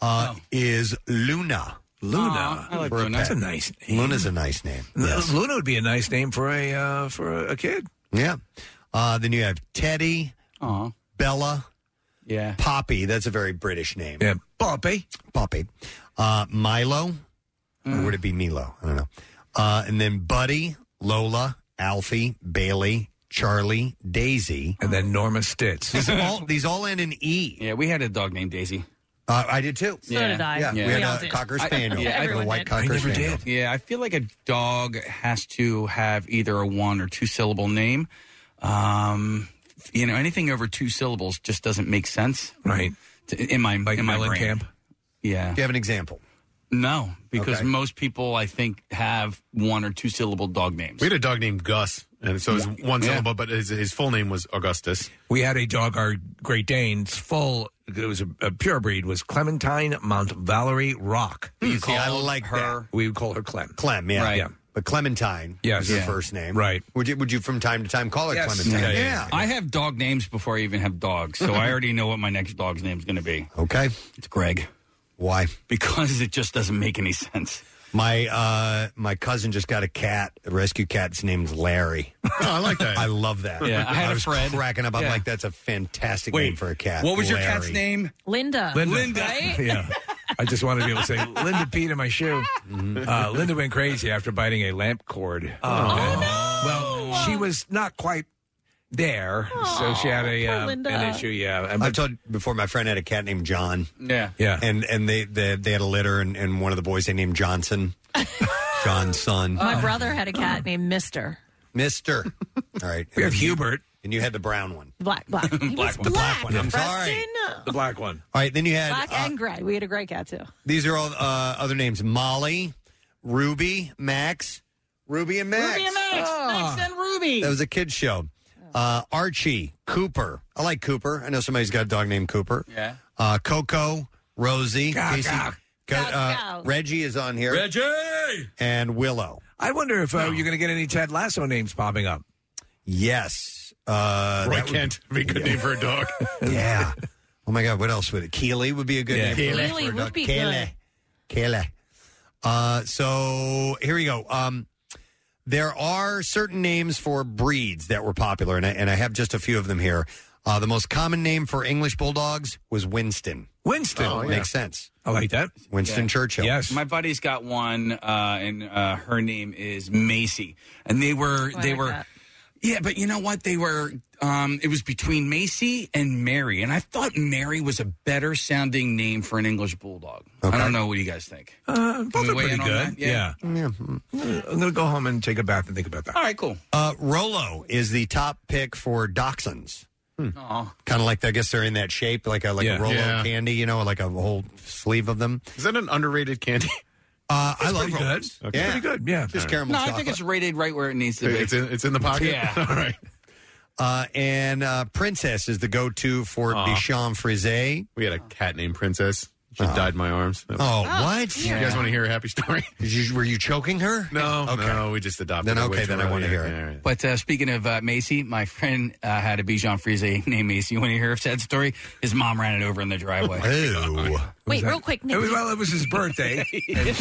uh, is Luna.
Oh. Luna. Aw, I like
For
Luna.
pet.
That's a nice name.
Luna's a nice name.
L- Luna would be a nice name for a uh, for a, a kid.
Yeah. Uh, then you have Teddy, Bella,
yeah,
Poppy. That's a very British name.
Yeah, Poppy,
Poppy, uh, Milo,
Mm.
or would it be Milo? I don't know. Uh, and then Buddy, Lola, Alfie, Bailey, Charlie, Daisy,
and then Norma Stitz.
These all these all end in e.
Yeah, we had a dog named Daisy.
Uh, I did too.
So did I.
Yeah,
Yeah.
we
We all
had a
did.
cocker
I-
spaniel.
yeah,
a
everyone
white
did.
cocker spaniel.
Yeah, I feel like a dog has to have either a one or two syllable name. Um, you know, anything over two syllables just doesn't make sense.
Right.
To, in my
Like
in my brain.
Mellencamp?
Yeah.
Do you have an example?
No, because
Okay.
most people I think have one or two syllable dog names.
We had a dog named Gus, and so it was one
Yeah.
syllable, but his, his full name was Augustus.
We had a dog, our Great Dane's full. It was a, a pure breed. Was Clementine Mount Valerie Rock.
Hmm. You see, I like her.
We would call her Clem.
Clem, yeah.
Right.
yeah. But Clementine
Yes.
is her
Yeah.
first name.
Right.
Would you, would you from time to time call her
Yes.
Clementine?
Yeah, yeah, yeah. I have dog names before I even have dogs, so I already know what my next dog's name's going to be.
Okay.
It's Greg.
Why?
Because it just doesn't make any sense.
My uh, my cousin just got a cat, a rescue cat. Its name's Larry. Oh,
I like that.
I love that.
Yeah, I had a
was
Fred.
cracking up. I'm
Yeah.
like, that's a fantastic name for a cat.
What was your cat's
Larry.
name?
Linda. Uh, Right?
yeah. I just wanted to be able to say Linda peed in my shoe.
Mm-hmm.
Uh, Linda went crazy after biting a lamp cord. Oh, no! Well, she was not quite there, so she had a
poor
uh, an
Linda.
issue. Yeah, And-
I've told before. My friend had a cat named John.
Yeah,
yeah.
And and they they, they had a litter, and, and one of the boys they named Johnson, John's son,
My brother had a cat named Mister.
Mister. All right, we
have Hubert,
and you had the brown one,
Black, black. He was
the black one. I'm sorry.
Preston.
the black one.
All right, then you had
Black and gray. We had a gray cat too.
These are all uh, other names: Molly, Ruby, Max, Ruby and Max.
Ruby and Max. Max and Ruby.
That was a kids show. Uh, Archie, Cooper. I like Cooper. I know somebody's got a dog named Cooper.
Yeah.
Uh, Coco, Rosie,
Caw,
Casey,
caw.
Co-
Caw,
uh,
caw.
Reggie is on here.
Reggie!
and Willow.
I wonder if uh, you're going to get any Ted Lasso names popping up.
Yes. Uh,
Roy
that would-
Kent would be a good name for a dog.
yeah. Oh my God. What else would it? Keely would be a good name.
Yeah.
for a-
Keely
for a
would
dog.
be
Keely. Keely. Uh, so here we go. Um, there are certain names for breeds that were popular, and I, and I have just a few of them here. Uh, the most common name for English bulldogs was Winston.
Winston
Oh, makes sense.
I like that.
Winston Churchill.
Yes.
My buddy's got one, uh, and uh, her name is Macy, and they were
Oh, I
they
like
were.
that.
Yeah, but you know what? They were. Um, it was between Macy and Mary, and I thought Mary was a better sounding name for an English bulldog. I don't know. What do you guys think?
Uh, both
we
are
weigh
pretty
in on
good.
that? Yeah.
yeah. I'm going to go home and take a bath and think about that.
All right, cool.
Uh, Rolo is the top pick for dachshunds.
Aw.
Kind of like I guess they're in that shape, like a like
Yeah.
a Rolo
Yeah.
candy, you know, like a whole sleeve of them.
Is that an underrated candy?
Uh, I love
pretty
Rolos.
good. Okay.
Yeah.
Pretty
good. Yeah,
just caramel.
No, I
chocolate.
think it's rated right where it needs to be.
It's in, it's in the pocket.
Yeah.
All right.
Uh, and uh, Princess is the go-to for
Aw.
Bichon Frise.
We had a cat named Princess. She died in my arms. That was-
Oh, what?
You guys want to hear a happy story?
were you choking her?
No, no, we just adopted.
Then
her
okay,
way
then
too
I want to
early.
hear
Yeah, yeah,
it.
But uh, speaking of uh, Macy, my friend uh, had a Bichon Frise named Macy. You want to hear a sad story? His mom ran it over in the
Oh.
driveway.
Ew.
Wait, real quick, Nick.
It was, well, it was his birthday. and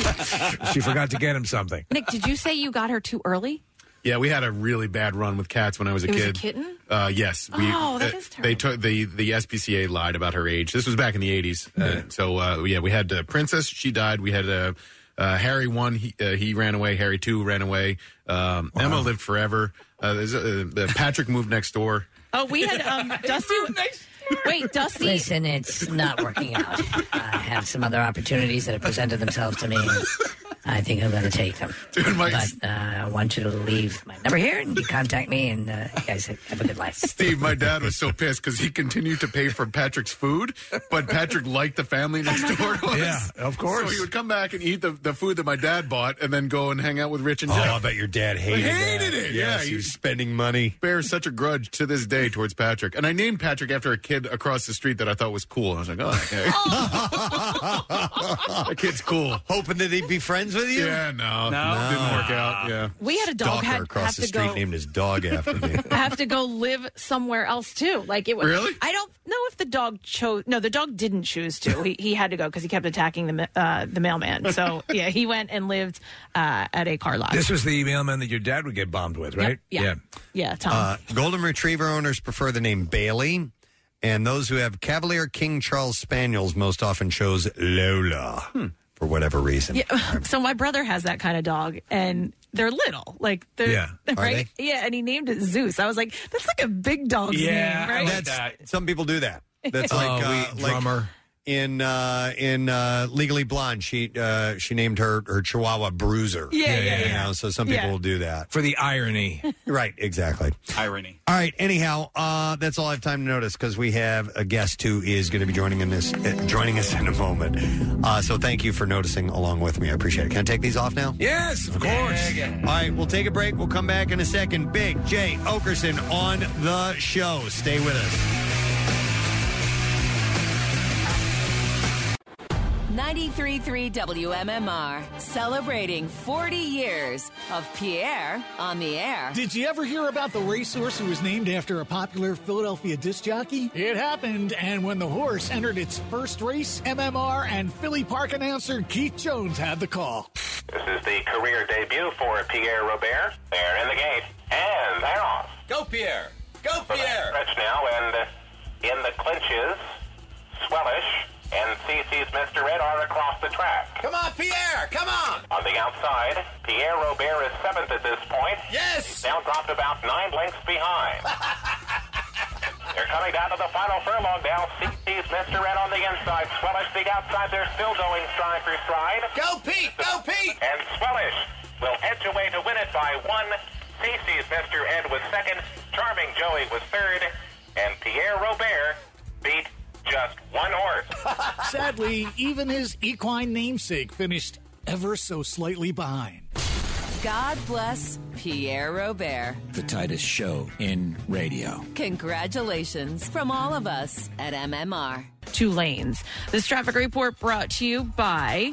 she forgot to get him something.
Nick, did you say you got her too early?
Yeah, we had a really bad run with cats when I was a
it was
kid.
a kitten.
Uh, yes.
Oh, that
uh,
is
They took the the SPCA lied about her age. This was back in the eighties. Uh, so uh, yeah, we had uh, Princess. She died. We had uh, uh, Harry one. He, uh, he ran away. Harry two ran away. Um, Emma lived forever. Uh, there's, uh, uh, Patrick moved next door.
Oh, we had um, Dusty. Wait, Dusty.
Listen, it's not working out. I have some other opportunities that have presented themselves to me. and I think I'm going to take them. but uh, I want you to leave my number here and you contact me, and uh, you guys have have a good life.
Steve, my dad was so pissed because he continued to pay for Patrick's food, but Patrick liked the family next
Oh,
door. To us.
Yeah, of course.
So he would come back and eat the, the food that my dad bought, and then go and hang out with Rich and
Oh,
Jeff.
I bet your dad hated,
hated
that.
it.
Yes,
yeah,
he was spending money.
bears such a grudge to this day towards Patrick. And I named Patrick after a kid across the street that I thought was cool. I was like, oh, okay.
Oh.
that kid's cool.
Hoping that he'd be friends with you?
Yeah, no,
No.
didn't work out. Yeah,
We had a dog
Stalker
had-
across
have
the
to
street
go-
named his dog after me.
I have to go live somewhere else too. Like it was.
Really?
I don't know if the dog chose. No, the dog didn't choose to. He, he had to go because he kept attacking the ma- uh, the mailman. So yeah, he went and lived uh, at a car lot.
This was the mailman that your dad would get bombed with, right?
yeah. yeah, Tom.
Uh, golden retriever owners prefer the name Bailey, and those who have Cavalier King Charles Spaniels most often chose Lola for whatever reason.
Yeah. So my brother has that kind of dog, and they're little, like they're
Yeah. Are
right. Yeah, and he named it Zeus. I was like, that's like a big dog's name, right?
That's- Some people do that. That's
Oh,
like, uh,
we-
like
drummer.
in uh, in uh, Legally Blonde. She uh, she named her her Chihuahua Bruiser.
Yeah, yeah,
You
yeah.
know, so some people
Yeah.
will do that
for the irony.
right, exactly.
Irony.
All right. Anyhow, uh, that's all I have time to notice because we have a guest who is going to be joining in this uh, joining us in a moment. Uh, so thank you for noticing along with me. I appreciate it. Can I take these off now?
Yes, of course.
All right, we'll take a break. We'll come back in a second. Big Jay Okerson on the show. Stay with us.
933 WMMR, celebrating 40 years of Pierre on the air.
Did you ever hear about the racehorse who was named after a popular Philadelphia disc jockey? It happened, and when the horse entered its first race, MMR and Philly Park announcer Keith Jones had the call.
This is the career debut for Pierre Robert. They're in the gate, and they're off. Go, Pierre! Go, Pierre! Stretch now, and uh, in the clinches, Swellish and CC's Mr. Red are across the track. Come on, Pierre! Come on! On the outside, Pierre Robert is seventh at this point. Yes! Now dropped about nine lengths behind. They're coming down to the final furlong now. CC's Mr. Red on the inside. Swellish the outside. They're still going stride for stride. Go, Pete! Go, Pete! And Swellish will edge away to win it by one. CC's Mr. Ed was second. Charming Joey was third. And Pierre Robert beat just one horse.
Sadly, even his equine namesake finished ever so slightly behind.
God bless Pierre Robert.
The Titus Show in radio.
Congratulations from all of us at MMR.
two lanes. This traffic report brought to you by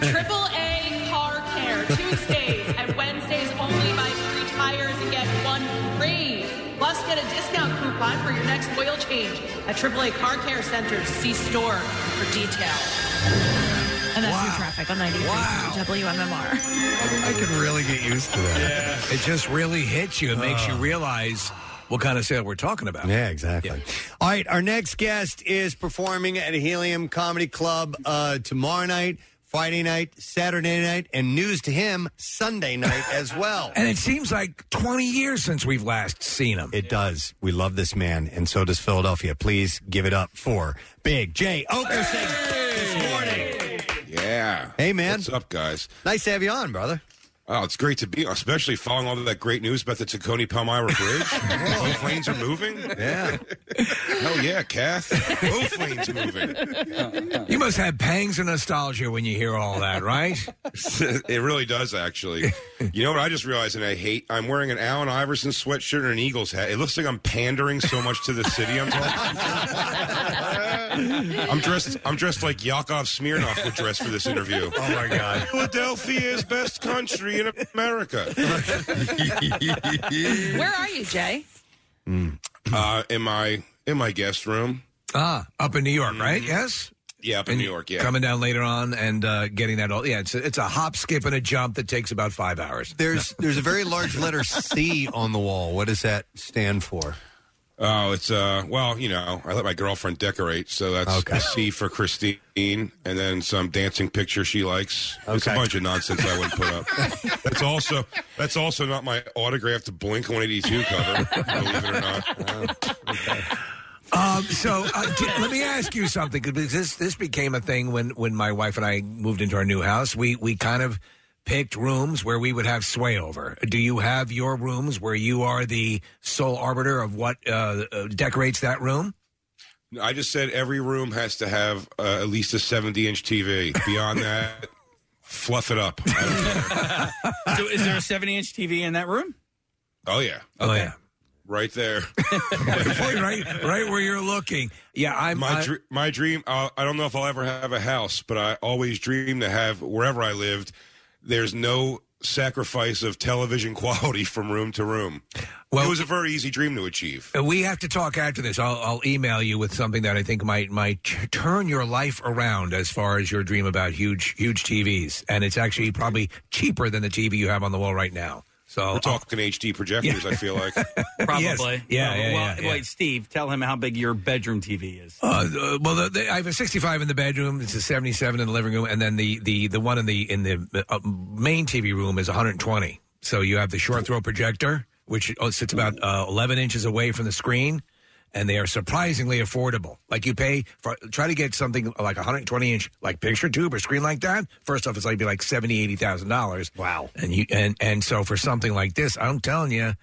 Triple A Car Care Tuesdays and Wednesdays only by three tires and get one free. Plus, get a discount coupon for your next oil change at AAA Car Care Center. See store for details. And that's new traffic on 93 WMMR.
I can really get used to that.
It just really hits you. It makes you realize what kind of sale we're talking about.
Yeah, exactly. All right, our next guest is performing at Helium Comedy Club uh, tomorrow night, Friday night, Saturday night, and news to him Sunday night as well.
And it seems like 20 years since we've last seen him.
It does. We love this man, and so does Philadelphia. Please give it up for Big Jay Okerson this morning.
Yeah.
Hey, man.
What's up, guys?
Nice to have you on, brother.
Oh, it's great to be, especially following all of that great news about the Tacony Palmyra Bridge. Both lanes are moving.
Yeah.
Oh,
Hell yeah, Kath. Both lanes are moving.
You must have pangs of nostalgia when you hear all that, right?
it really does, actually. You know what I just realized, and I hate? I'm wearing an Allen Iverson sweatshirt and an Eagles hat. It looks like I'm pandering so much to the city I'm talking. I'm dressed. I'm dressed like Yakov Smirnoff would dress for this interview. Oh, my God. Philadelphia is best country in America.
Where are you, Jay?
uh, in my in my guest room.
Ah, up in New York, right? Yes.
Yeah, up in New York. Yeah.
Coming down later on and uh, getting that all. Yeah, it's a, it's a hop, skip, and a jump that takes about five hours.
There's there's a very large letter C on the wall. What does that stand for?
Oh, it's uh. Well, you know, I let my girlfriend decorate, so that's a C for Christine, and then some dancing picture she likes. It's a Okay. bunch of nonsense I wouldn't put up. that's also that's also not my autographed Blink 182 cover. believe it or not.
Um, so uh, d- let me ask you something because this this became a thing when when my wife and I moved into our new house. We we kind of picked rooms where we would have sway over. Do you have your rooms where you are the sole arbiter of what uh, uh, decorates that room?
I just said every room has to have uh, at least a 70 inch TV. Beyond that, fluff it up.
so is there a 70 inch TV in that room?
Oh yeah.
Oh yeah.
Right there.
right, right where you're looking. Yeah, I'm.
My
I-
dr- my dream. Uh, I don't know if I'll ever have a house, but I always dream to have wherever I lived. There's no sacrifice of television quality from room to room. it was a very easy dream to achieve.
Uh, We have to talk after this. I'll, I'll email you with something that I think might might t- turn your life around as far as your dream about huge huge TVs, and it's actually probably cheaper than the TV you have on the wall right now. So uh,
We're talking HD projectors. I feel like.
Probably.
Yes. Yeah,
Probably.
yeah,
well,
yeah, yeah.
wait, Steve, tell him how big your bedroom TV is.
Uh, uh, well, the, the, I have a 65 in the bedroom. It's a 77 in the living room, and then the the, the one in the in the uh, main TV room is 120. So you have the short throw projector, which uh, sits about uh, 11 inches away from the screen, and they are surprisingly affordable. Like you pay for try to get something like 120 inch like picture tube or screen like that. First off, it's like be like 70 eighty thousand dollars. Wow. And you and and so for something like this, I'm telling you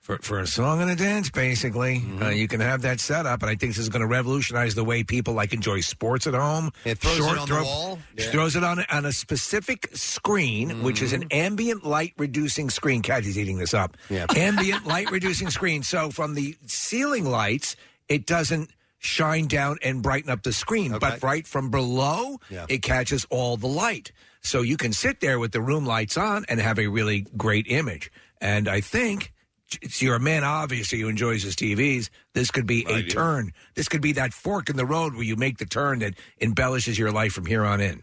for for a song and a dance, basically. Uh,
Mm-hmm.
you can have that set up, and I think this is going to revolutionize the way people like enjoy sports at home.
It throws it on the wall? Yeah.
Throws it on on a specific screen, which is an
Mm-hmm.
ambient light reducing screen. Cat is eating this up. Yeah. ambient light reducing screen. So from the ceiling lights, it doesn't shine down and brighten up the screen, but right from below,
Yeah.
it catches all the light. So you can sit there with the room lights on and have a really great image. And I think so you're a man, obviously, who enjoys his TVs. This could be a turn. This could be that fork in the road where you make the turn that embellishes your life from here on in.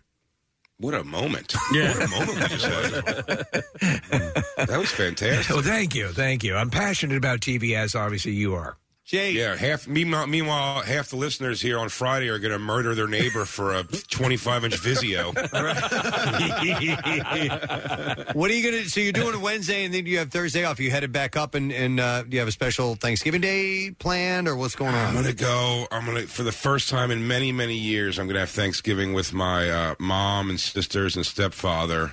What a moment! Yeah. What a moment we just had. that was fantastic.
Well, Oh, thank you, thank you. I'm passionate about TV, as obviously you are.
Jay.
Yeah. Half. Meanwhile, meanwhile, half the listeners here on Friday are going to murder their neighbor for a 25 inch Vizio.
what are you gonna? So you're doing it Wednesday, and then you have Thursday off. You headed back up, and and uh, do you have a special Thanksgiving Day planned, or what's going
I'm
on?
gonna go. I'm gonna for the first time in many many years. I'm gonna have Thanksgiving with my uh, mom and sisters and stepfather,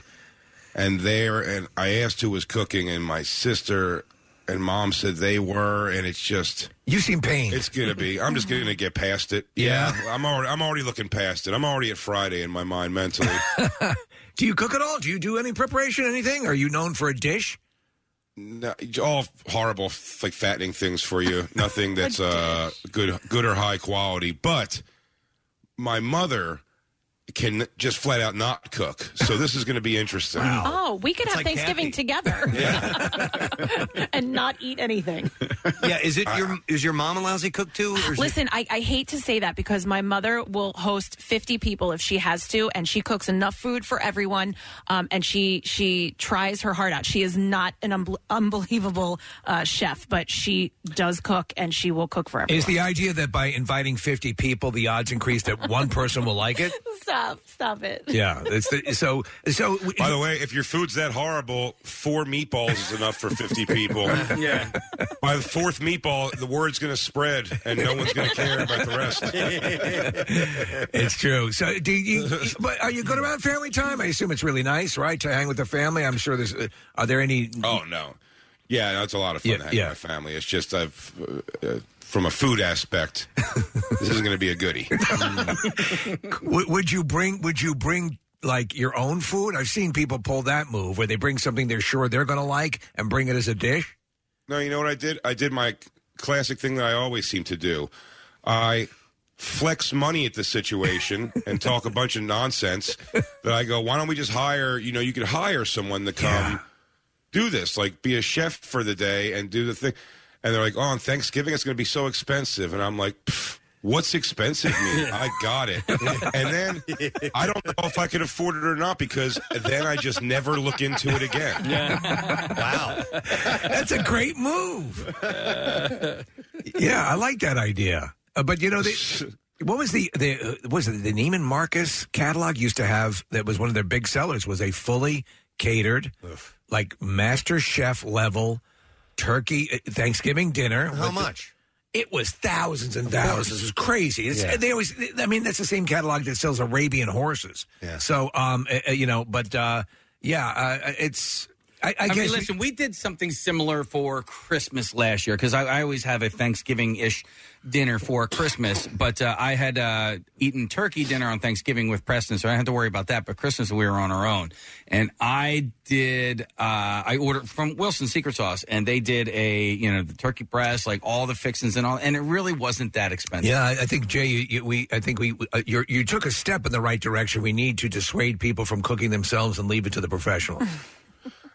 and there. And I asked who was cooking, and my sister and mom said they were, and it's just.
You seem pained.
It's gonna be. I'm just gonna get past it.
Yeah.
I'm already. I'm already looking past it. I'm already at Friday in my mind mentally.
Do you cook at all? Do you do any preparation, anything? Are you known for a dish?
No, all horrible, f- like fattening things for you. Nothing that's uh, good, good or high quality. But my mother can just flat out not cook, so this is going to be interesting.
Oh, we could have
like
Thanksgiving together and not eat anything.
yeah, is it your is your mom a lousy cook too? Or is it-
Listen, I, I hate to say that because my mother will host 50 people if she has to, and she cooks enough food for everyone. Um, and she she tries her heart out. She is not an unbel unbelievable uh, chef, but she does cook, and she will cook for everyone.
Is the idea that by inviting 50 people, the odds increase that one person will like it?
stop, stop it.
Yeah. It's the, so so.
By the way, if your food's that horrible, four meatballs is enough for fifty people.
Yeah.
By the fourth meatball, the word's going to spread, and no one's going to care about the rest.
It's true. So, do you? But are you good about family time? I assume it's really nice, right? To hang with the family. I'm sure there's. Uh, are there any?
Oh no, yeah, no, it's a lot of fun
Yeah,
to hang
yeah.
with my family. It's just I've uh, uh, from a food aspect, this is going to be a goodie.
Would, would you bring? Would you bring like your own food? I've seen people pull that move where they bring something they're sure they're going to like and bring it as a dish.
No, you know what I did? I did my classic thing that I always seem to do. I flex money at the situation and talk a bunch of nonsense that I go, why don't we just hire, you know, you could hire someone to come do this, like be a chef for the day and do the thing. And they're like, oh, on Thanksgiving, it's going to be so expensive. And I'm like, "Pff, what's expensive mean? I got it. And then I don't know if I could afford it or not because then I just never look into it again. Wow.
That's a great move. yeah, I like that idea. Uh, but you know, the, what was the the uh, was it the Neiman Marcus catalog used to have that was one of their big sellers was a fully catered, like Master Chef level turkey uh, Thanksgiving dinner.
How
with the-
much?
it was thousands and thousands. It was crazy. It's,
Yeah.
They always. I mean, that's the same catalog that sells Arabian horses. Yeah. So, um, uh, uh, you know, but uh, yeah, uh, it's. I, I,
I,
guess
mean, listen, we did something similar for Christmas last year because I, I always have a Thanksgiving ish dinner for Christmas. But uh, I had uh, eaten turkey dinner on Thanksgiving with Preston, so I didn't have to worry about that. But Christmas, we were on our own. And I did, uh, I ordered from Wilson's Secret Sauce, and they did a, you know, the turkey breast, like all the fixings and all. And it really wasn't that expensive.
Yeah, I, I think Jay, you, you, we, I think we, uh, you're, you took a step in the right direction. We need to dissuade people from cooking themselves and leave it to the professional.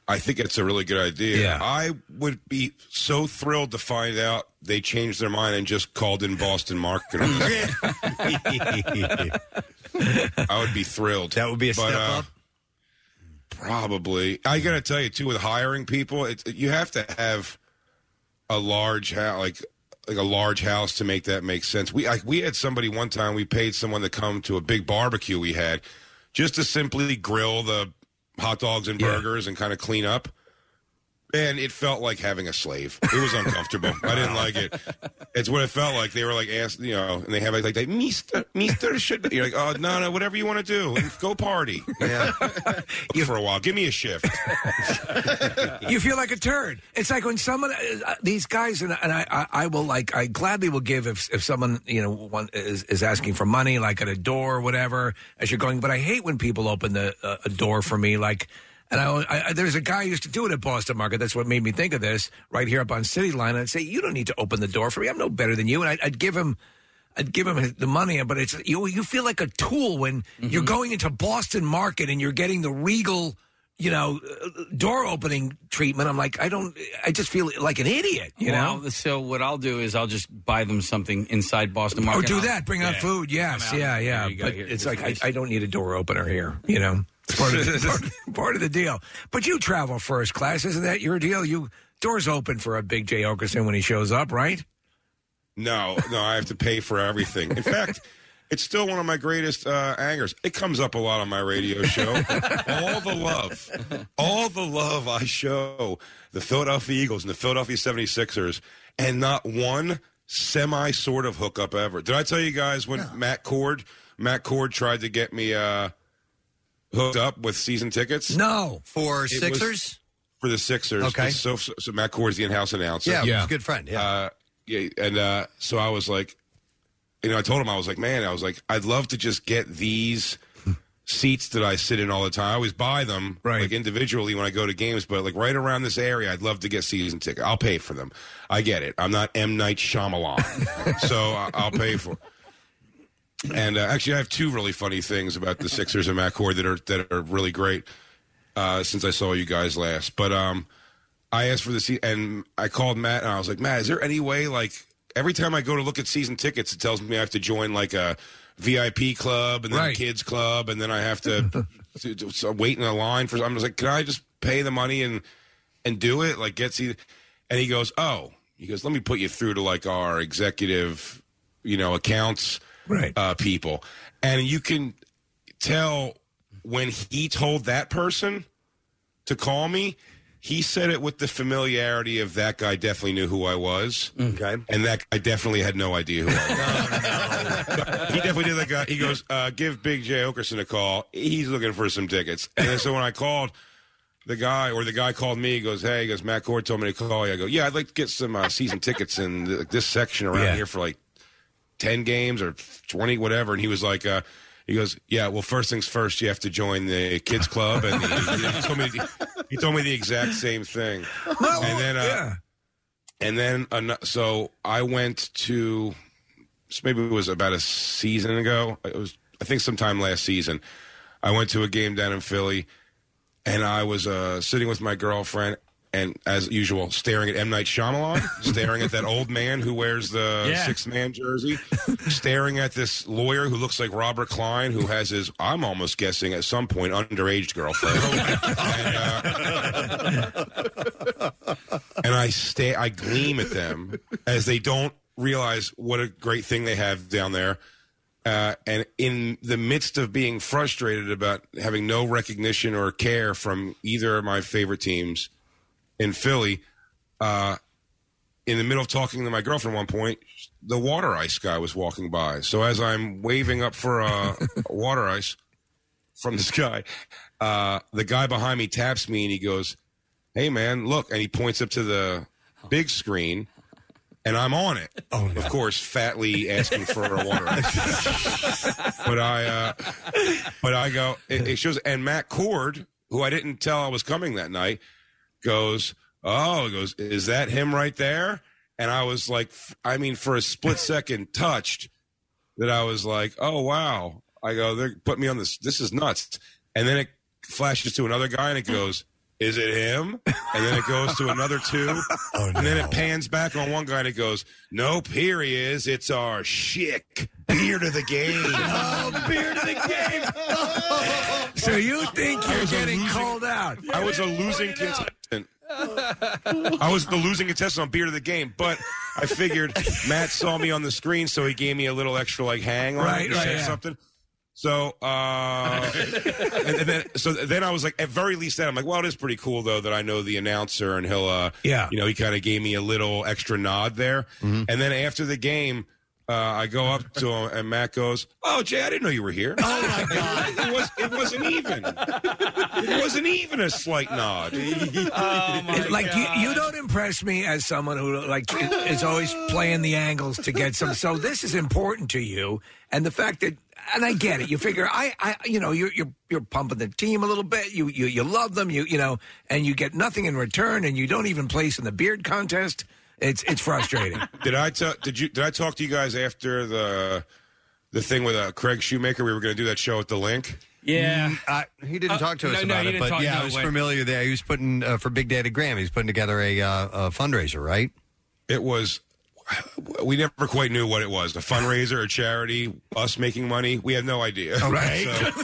I think it's a really good idea.
Yeah.
I would be so thrilled to find out they changed their mind and just called in Boston Marketing. I would be thrilled. That would be
a step up?
Probably. I got to tell you too, with hiring people, it's you have to have a large house, like like a large house, to make that make sense. We like we had somebody one time. We paid someone to come to a big barbecue we had, just to simply grill the hot dogs and burgers and kind of clean up. And it felt like having a slave. It was uncomfortable. I didn't like it. It's what it felt like. They were like asked, you know, and they have like, like Mister, Mister should. You're like, oh no, no, whatever you want to do, go party. Yeah, for a while. Give me a shift.
you feel like a turd. It's like when someone, uh, these guys, and, and I, I, I will like, I gladly will give if, if someone, you know, one, is, is asking for money, like at a door or whatever, as you're going. But I hate when people open the uh, a door for me, like. And I, I, I- there's a guy who used to do it at Boston Market. That's what made me think of this right here up on City Line. I'd say, "You don't need to open the door for me. I'm no better than you." And I'd, I'd give him, I'd give him his- the money. But it's you. You feel like a tool when you're going into Boston Market and you're getting the regal you know, uh, door opening treatment. I'm like, I don't, I just feel like an idiot, you know?
Well, so what I'll do is I'll just buy them something inside Boston Market.
or do
I'll-
that, bring out
Yeah.
food. Yes,
Come out.
yeah,
There
yeah.
you go.
But
Here-
it's
here's
like, I, I don't need a door opener here, you know? It's part of, the, part, part of the deal. But you travel first class, isn't that your deal? You, doors open for a big Jay Okerson when he shows up, right?
No, no, I have to pay for everything. In fact, it's still one of my greatest uh, angers. It comes up a lot on my radio show. all the love, all the love I show the Philadelphia Eagles and the Philadelphia 76ers, and not one semi sort of hookup ever. Did I tell you guys when Matt Cord, Matt Cord tried to get me uh, hooked up with season tickets?
No.
For
Sixers?
for the Sixers.
Okay.
So, so, so Matt Cord is the in-house announcer.
Yeah, he's a good friend. Yeah.
Uh, yeah, and uh, so I was like, you know, I told him I was like, man, I was like, I'd love to just get these seats that I sit in all the time. I always buy them like individually when I go to games, but like right around this area, I'd love to get season ticket. I'll pay for them. I get it. I'm not M Night Shyamalan, so I- I'll pay for. And uh, actually, I have two really funny things about the Sixers and Matt Cord that are that are really great uh, since I saw you guys last. But um, I asked for the seat, and I called Matt, and I was like, Matt, is there any way like every time I go to look at season tickets, it tells me I have to join like a VIP club and then a kids club, and then I have to, to- to- so wait in a line for. I'm just like, can I just pay the money and and do it? Like, get season. And he goes, oh, he goes, let me put you through to like our executive, you know, accounts
right.
uh, people, and you can tell when he told that person to call me, he said it with the familiarity of that guy definitely knew who I was. Okay. And that guy definitely had no idea who I was. He definitely did that guy. He goes, uh, give Big J Okerson a call. He's looking for some tickets. And then so when I called the guy, or the guy called me, he goes, hey, he goes, Matt Cord told me to call you. I go, yeah, I'd like to get some uh, season tickets in th- this section around here for like 10 games or 20, whatever. And he was like, uh, he goes, yeah. Well, first things first, you have to join the kids club, and the, he, told me the, he told me the exact same thing. and then, uh, and then, ano- so I went to so maybe it was about a season ago. It was, I think, sometime last season. I went to a game down in Philly, and I was uh, sitting with my girlfriend, and as usual, staring at M Night Shyamalan, staring at that old man who wears the
Yeah.
six man jersey, staring at this lawyer who looks like Robert Klein, who has his, I'm almost guessing, at some point, underage girlfriend. and I stay, I gleam at them as they don't realize what a great thing they have down there. Uh, and in the midst of being frustrated about having no recognition or care from either of my favorite teams in Philly, uh, in the middle of talking to my girlfriend at one point, the water ice guy was walking by. So as I'm waving up for uh, water ice from the sky, uh, the guy behind me taps me and he goes, Hey, man, look. And he points up to the big screen. And I'm on it. Oh, Of course, fatly asking for a water ice. but I, uh, but I go. It, it shows. And Matt Cord, who I didn't tell I was coming that night, goes, "Oh, he goes, is that him right there?" And I was like, f- I mean, for a split second, touched that I was like, "Oh wow!" I go, "They put me on this. This is nuts." And then it flashes to another guy, and it goes. Is it him? And then it goes to another two. And then it pans back on one guy and it goes, Nope, here he is. It's our chick. Beer to the game.
Beer to the game.
So you think you're getting
called out?
I was a losing contestant. I was the losing contestant on Beer to the Game, but I figured Matt saw me on the screen, so he gave me a little extra like hang on
Right,
to
right,
say
yeah.
something. So, uh, and, and then so then I was like, at very least that I'm like, well, it is pretty cool though that I know the announcer and he'll, uh,
Yeah.
you know, he kind of gave me a little extra nod there. And then after the game, uh, I go up to him and Matt goes, "Oh, Jay, I didn't know you were here." Oh my god, it was it wasn't even. It wasn't even a slight nod.
like you, you don't impress me as someone who like is always playing the angles to get some. So this is important to you, and the fact that and I get it. You figure I, I you know you're you're you're pumping the team a little bit. You you you love them. You you know, and you get nothing in return, and you don't even place in the beard contest. It's it's frustrating.
Did I tell? Did you? Did I talk to you guys after the the thing with uh, Craig Shoemaker? We were going to do that show at the link.
Mm, uh, he didn't
Uh,
talk to us
no, no,
about
he
it,
didn't
but
talk-
yeah,
no
I was
way.
familiar there. He was putting uh, for Big Daddy Graham. He was putting together a, uh, a fundraiser, right?
It was. We never quite knew what it was—a fundraiser, a charity, us making money. We had no idea.
Right.
So,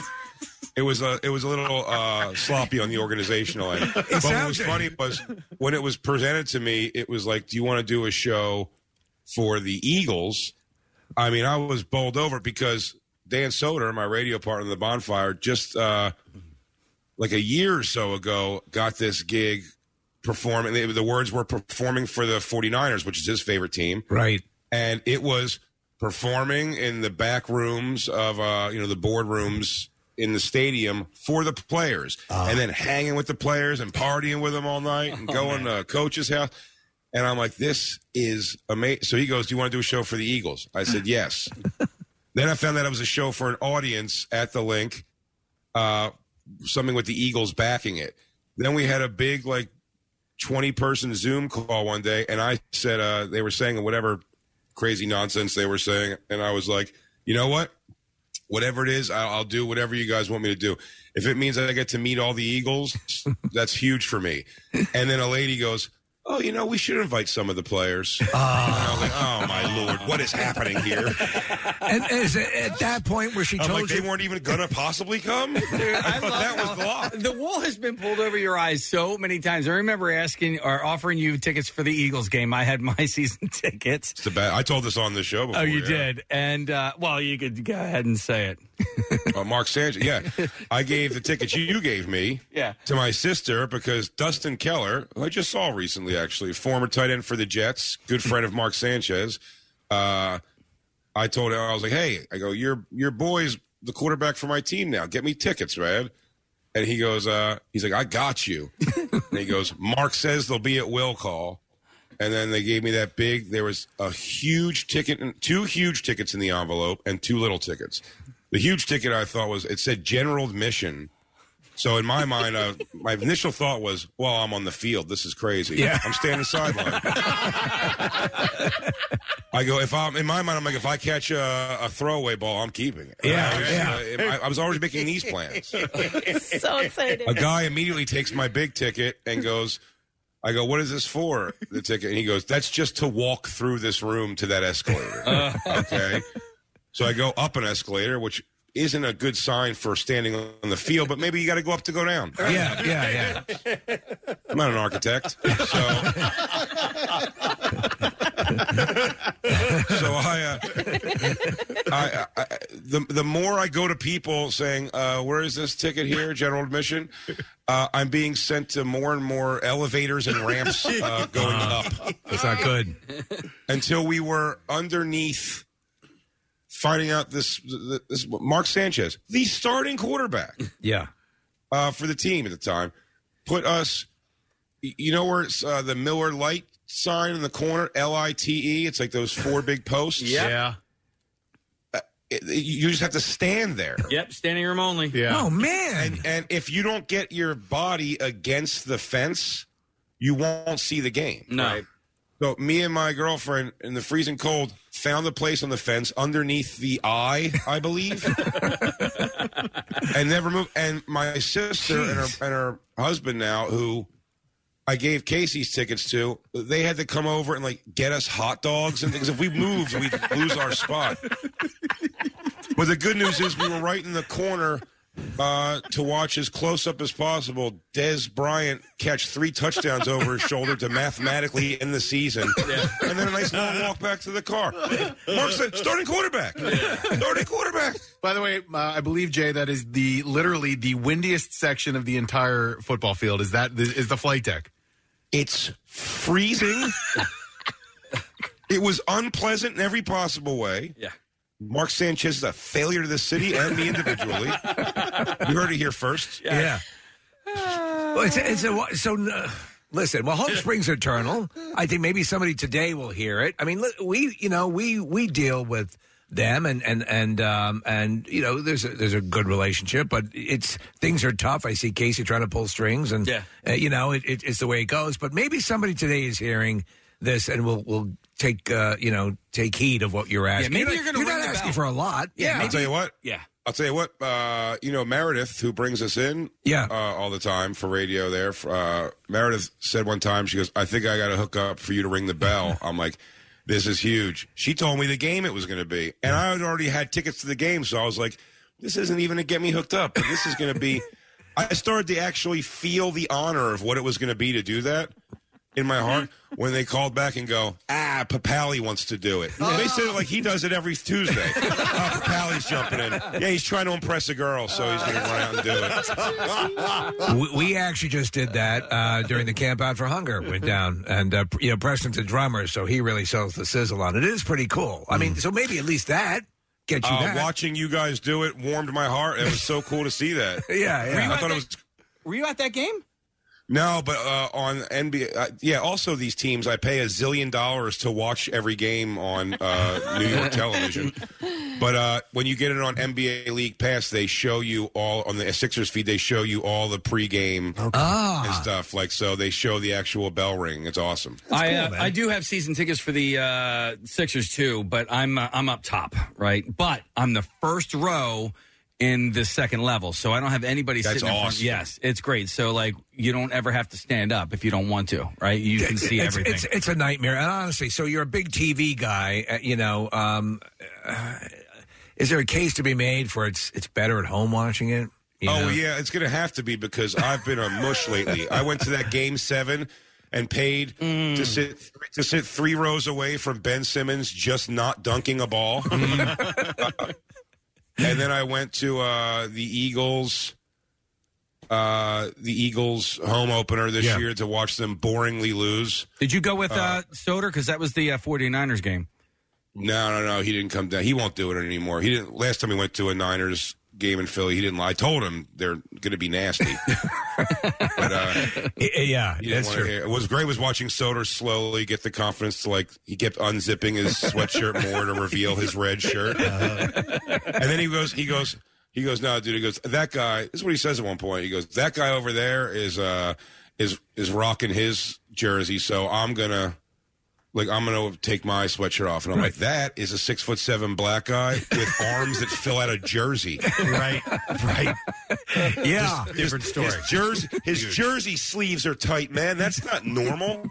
it was a it was a little uh, sloppy on the organizational end. but what was funny was when it was presented to me, it was like, "Do you want to do a show for the Eagles?" I mean, I was bowled over because Dan Soder, my radio partner in the Bonfire, just uh, like a year or so ago, got this gig performing. they- The words were performing for the 49ers, which is his favorite team.
Right.
And it was performing in the back rooms of, uh, you know, the boardrooms in the stadium for the players and then hanging with the players and partying with them all night and going to coach's house. And I'm like, this is amazing. So he goes, Do you want to do a show for the Eagles? I said, Yes. then I found out it was a show for an audience at the link, uh, something with the Eagles backing it. Then we had a big, like, 20 person Zoom call one day, and I said, uh, They were saying whatever crazy nonsense they were saying. And I was like, You know what? Whatever it is, I'll, I'll do whatever you guys want me to do. If it means that I get to meet all the Eagles, that's huge for me. And then a lady goes, Oh, you know, we should invite some of the players. And I was like, oh my lord, what is happening here?
and is it at that point where she
I'm
told
like,
you
they weren't even gonna possibly come.
I
thought that was the law.
The wool has been pulled over your eyes so many times. I remember asking or offering you tickets for the Eagles game. I had my season tickets.
It's the bad. I told this on the show before.
oh, you
yeah.
did, and uh, well, you could go ahead and say it.
Uh, Mark Sanchez. Yeah, I gave the tickets you gave me.
Yeah.
To my sister because Dustin Keller, who I just saw recently, actually former tight end for the Jets, good friend of Mark Sanchez. Uh, I told her I was like, "Hey, I go, your your boy's the quarterback for my team now. Get me tickets, man." And he goes, uh, "He's like, I got you." and he goes, "Mark says they'll be at will call." And then they gave me that big. There was a huge ticket, two huge tickets in the envelope, and two little tickets. The huge ticket I thought was it said general admission, So in my mind, uh, my initial thought was, "Well, I'm on the field. This is crazy.
Yeah.
I'm standing sideline." I go if I'm in my mind, I'm like, if I catch a, a throwaway ball, I'm keeping it.
Yeah,
I was, uh,
yeah.
I, I was already making these plans.
so excited.
A guy immediately takes my big ticket and goes, I go, what is this for? The ticket. And he goes, that's just to walk through this room to that escalator. okay. So I go up an escalator, which isn't a good sign for standing on the field, but maybe you got to go up to go down.
Yeah, yeah,
I'm not an architect. so I, uh, I, I, I- the the more I go to people saying, uh, "Where is this ticket here?" General admission. Uh, I'm being sent to more and more elevators and ramps uh, going up.
That's not good.
Until we were underneath, finding out this this Mark Sanchez, the starting quarterback
Yeah.
uh, for the team at the time, put us. y- You know where it's uh, the Miller Light sign in the corner, L I T E. It's like those four big posts.
Yeah. Yeah.
Uh, it- it- you just have to stand there.
Yep, standing room only.
man! And, and if you don't get your body against the fence, you won't see the game.
No.
So me and my girlfriend in the freezing cold found a place on the fence underneath the eye, I believe, and never moved. And my sister and her, and her husband now, who I gave Casey's tickets to, they had to come over and like get us hot dogs and things. If we moved, we'd lose our spot. But the good news is we were right in the corner uh, to watch as close up as possible Des Bryant catch three touchdowns over his shoulder to mathematically end the season. And then a nice little walk back to the car. Mark said, starting quarterback. Starting quarterback.
By the way, uh, I believe Jay, that is the literally the windiest section of the entire football field. Is that is the flight deck?
It's freezing. It was unpleasant in every possible way.
Yeah.
Mark Sanchez is a failure to the city and me individually. you heard it here first.
Yeah.
Uh,
Well, it's, it's a, so uh, listen. Well, hope springs eternal. I think maybe somebody today will hear it. I mean, li- we you know we we deal with them and and and um, and you know there's a, there's a good relationship, but it's things are tough. I see Casey trying to pull strings, and yeah. uh, you know it, it, it's the way it goes. But maybe somebody today is hearing this and will will take uh, you know take heed of what you're asking.
maybe
You're
you're
not-
gonna
you're
ring
not
the
asking
bell.
for a lot.
Yeah, I'll tell you what.
Yeah.
I'll tell you what. Uh, you know Meredith, who brings us in,
yeah,
uh, all the time for radio. There, uh, Meredith said one time, she goes, "I think I got to hook up for you to ring the bell." I'm like, "This is huge." She told me the game it was going to be, and I had already had tickets to the game, so I was like, "This isn't even to get me hooked up. This is going to be." I started to actually feel the honor of what it was going to be to do that in my heart when they called back and go, ah, Papali wants to do it. They said it like he does it every Tuesday. oh, Papali's jumping in. Yeah, he's trying to impress a girl, so he's going to run out and do it.
we, we actually just did that uh, during the camp out for hunger went down and uh, you know preston's a drummer so he really sells the sizzle on it it is pretty cool i
Mm.
mean so maybe at least that gets you
Oh,
Uh,
that
Watching you guys do it warmed my heart. It was so cool to see that.
Yeah, yeah. Were you
I
at
thought
that-
it was
Were you at that game?
no, but uh, on NBA, uh, yeah. Also, these teams, I pay a zillion dollars to watch every game on uh, New York television. But uh, when you get it on NBA League Pass, they show you all on the Sixers feed. They show you all the pregame and
Ah.
stuff like so. They show the actual bell ring. It's awesome.
I, uh, I do have season tickets for the uh, Sixers too, but I'm uh, I'm up top, right? But I'm the first row in the second level, so I don't have anybody
That's
sitting in front.
awesome.
Yes, it's great. So like, you don't ever have to stand up if you don't want to, right? You can see
it's,
everything.
it's, it's a nightmare and honestly so you're a big tv guy uh, you know um, uh, is there a case to be made for it's it's better at home watching it You
oh
know?
yeah, it's gonna have to be because I've been a mush lately. I went to that game seven and paid
Mm.
to sit to sit three rows away from Ben Simmons just not dunking a ball. and then I went to uh, the Eagles. Uh, the Eagles home opener this year to watch them boringly lose.
Did you go with uh, Soder because that was the uh, 49ers game?
No, no, no. He didn't come down. He won't do it anymore. He didn't. Last time he went to a Niners game in Philly, he didn't lie. I told him they're going to be nasty. but uh,
yeah,
he didn't
that's
wanna
true.
hear- What was great was watching Soder slowly get the confidence to like he kept
Uh-huh.
unzipping his sweatshirt more to reveal his red shirt, and then he goes, he goes. he He goes, no, dude. He goes, that guy. This is what he says at one point. He goes, that guy over there is uh is is rocking his jersey, so I'm gonna. Like I'm gonna take my sweatshirt off, and I'm like, that is a six foot seven black guy with arms that fill out a jersey. Right, right.
Yeah.
His-
Different
his-
story.
His jersey, his jersey sleeves are tight, man. That's not normal.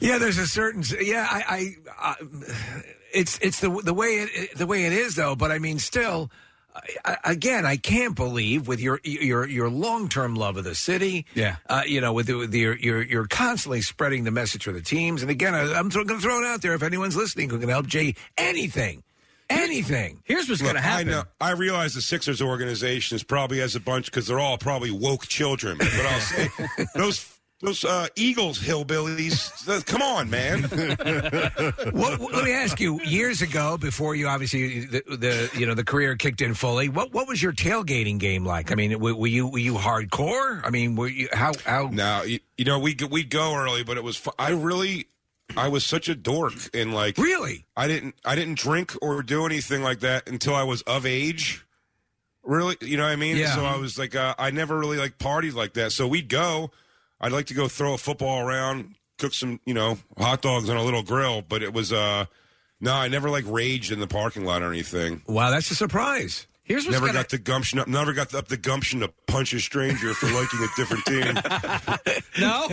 Yeah, there's a certain. Yeah, I. I, I it's it's the the way it the way it is though. But I mean, still, I, I- again, I can't believe with your your your long term love of the city.
Yeah.
Uh, you know, with, the, with your, your you're constantly spreading the message for the teams. And again, I, I'm going to throw it out there. If anyone's listening who can help Jay anything, anything.
Here's
what's
Look,
gonna happen.
I know. I realize the Sixers organization is probably has a bunch because they're all probably woke children. But I'll say those those uh, Eagles hillbillies. th- Come on, man.
what, what- let me ask you. Years ago, before you obviously the, the you know the career kicked in fully, what what was your tailgating game like? I mean, were, were you were you hardcore? I mean, were you how how?
No, you, you know we we go early, but it was. fu- I really, I was such a dork and like
really.
I didn't I didn't drink or do anything like that until I was of age. Really, you know what I mean?
Yeah.
So I was like, uh, I never really like partied like that. So we'd go. I'd like to go throw a football around, cook some, you know, hot dogs on a little grill. But it was, uh no, I never like raged in the parking lot or anything.
Wow, that's a surprise.
Here's never got the gumption up. Never got up the gumption to punch a stranger for liking a different team.
No.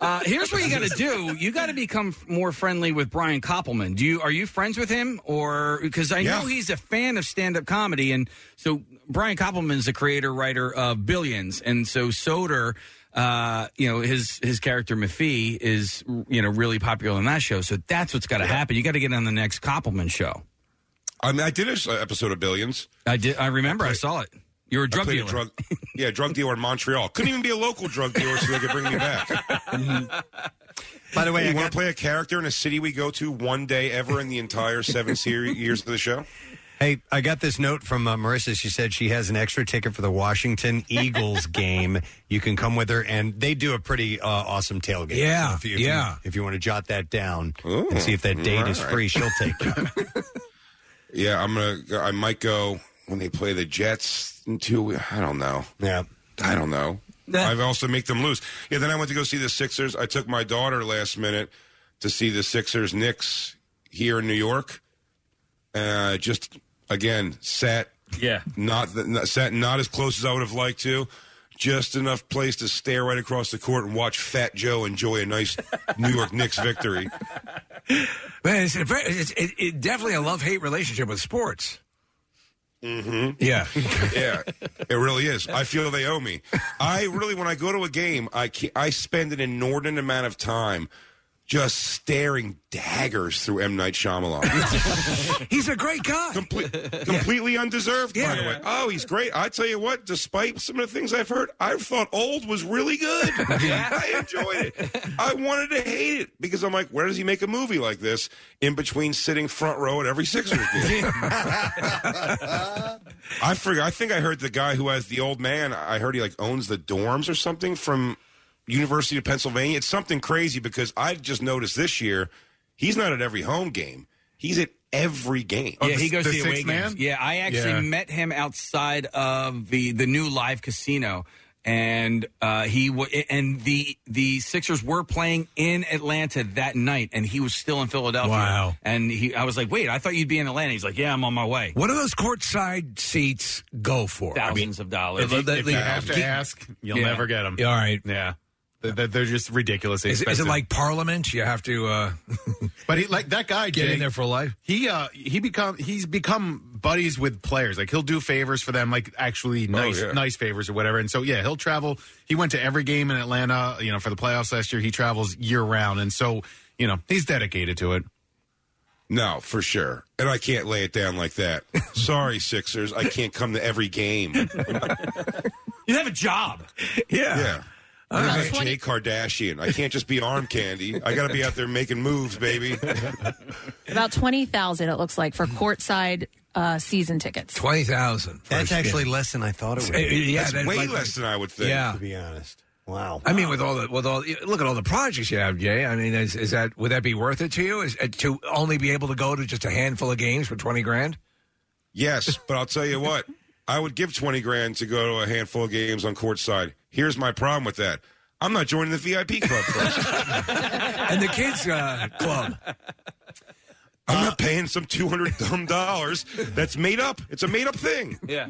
Uh, here's what you got to do. You got to become f- more friendly with Brian Koppelman. Do you are you friends with him or because I know
Yeah.
he's a fan of stand-up comedy and so Brian Koppelman is the creator writer of Billions and so Soder uh, you know his his character Maffei is you know really popular on that show. So that's what's got to happen. You got to get on the next Koppelman show.
I mean, I did this episode of Billions.
I did. I remember. I,
played-
saw it. You were a
I
drug
played
dealer.
drug- yeah, drug dealer in Montreal. Couldn't even be a local drug dealer so they could bring me back.
By the way,
you
I
want to play a character in a city we go to one day ever in the entire seven series years of the show?
Hey, I got this note from uh, Marissa. She said she has an extra ticket for the Washington Eagles game. You can come with her, and they do a pretty uh, awesome tailgate.
Yeah,
if you, if
yeah.
You, if you want to jot that down and see if that date is
alright.
free, she'll take it.
Yeah, I'm gonna. go- I might go when they play the Jets in two. we- I don't know.
Yeah,
I don't know. I've also make them lose. Yeah, then I went to go see the Sixers. I took my daughter last minute to see the Sixers Knicks here in New York. Uh, just again sat.
Yeah,
not, th- not sat not as close as I would have liked to. Just enough place to stare right across the court and watch Fat Joe enjoy a nice New York Knicks victory.
Man, it's, it's it, it definitely a love hate relationship with sports.
Mm-hmm.
Yeah.
yeah. It really is. I feel they owe me. I really, when I go to a game, I ca- I spend an inordinate amount of time just staring daggers through M Night Shyamalan.
He's a great guy.
Completely undeserved, by the
Yeah.
way. Oh, he's great. I tell you what, despite some of the things I've heard, I thought old was really good. I enjoyed it. I wanted to hate it because I'm like, where does he make a movie like this in between sitting front row at every Sixers game? I forgot. I think I heard the guy who has the old man. I heard he like owns the dorms or something from University of Pennsylvania. It's something crazy because I just noticed this year he's not at every home game. He's at every game.
yeah, he goes to Oh, the away games. Yeah, I actually met him outside of the the new live casino, and uh, he wa and the the Sixers were playing in Atlanta that night, and he was still in Philadelphia.
Wow.
And he, I was like, wait, I thought you'd be in Atlanta. He's like, yeah, I'm on my way.
What do those courtside seats go for?
Thousands of dollars.
If, you- if you have to ask, you'll
Yeah.
never get them.
All right.
Yeah. They're, they're- they're just ridiculous.
Is, is it like Parliament? You have to. Uh,
But he, like that guy,
Get in there for
life. He uh he become he's become buddies with players. Like he'll do favors for them, like actually
Oh,
nice
yeah.
nice favors or whatever. And so yeah, he'll travel. He went to every game in Atlanta, you know, for the playoffs last year. He travels year round, and so you know he's dedicated to it.
No, for sure. And I can't lay it down like that. Sorry, Sixers. I can't come to every game.
you have a job.
Yeah.
Yeah. I'm Jay Kardashian. I can't just be arm candy. I got to be out there making moves, baby.
About twenty thousand, it looks like, for courtside uh, season tickets.
Twenty thousand.
That's actually less than I thought it would.
Uh, yeah,
That's
that's
way
like-
less
than I would
think.
Yeah.
to be honest. Wow.
I mean, with all the with all look at all the projects you have, Jay. I mean, is, is that would that be worth it to you? Is uh, to only be able to go to just a handful of games for twenty grand?
Yes, but I'll tell you what. I would give 20 grand to go to a handful of games on courtside. Here's my problem with that. I'm not joining the VIP club first.
and the kids uh, club.
I'm not paying some 200 dumb dollars that's made up. It's a made up thing.
Yeah.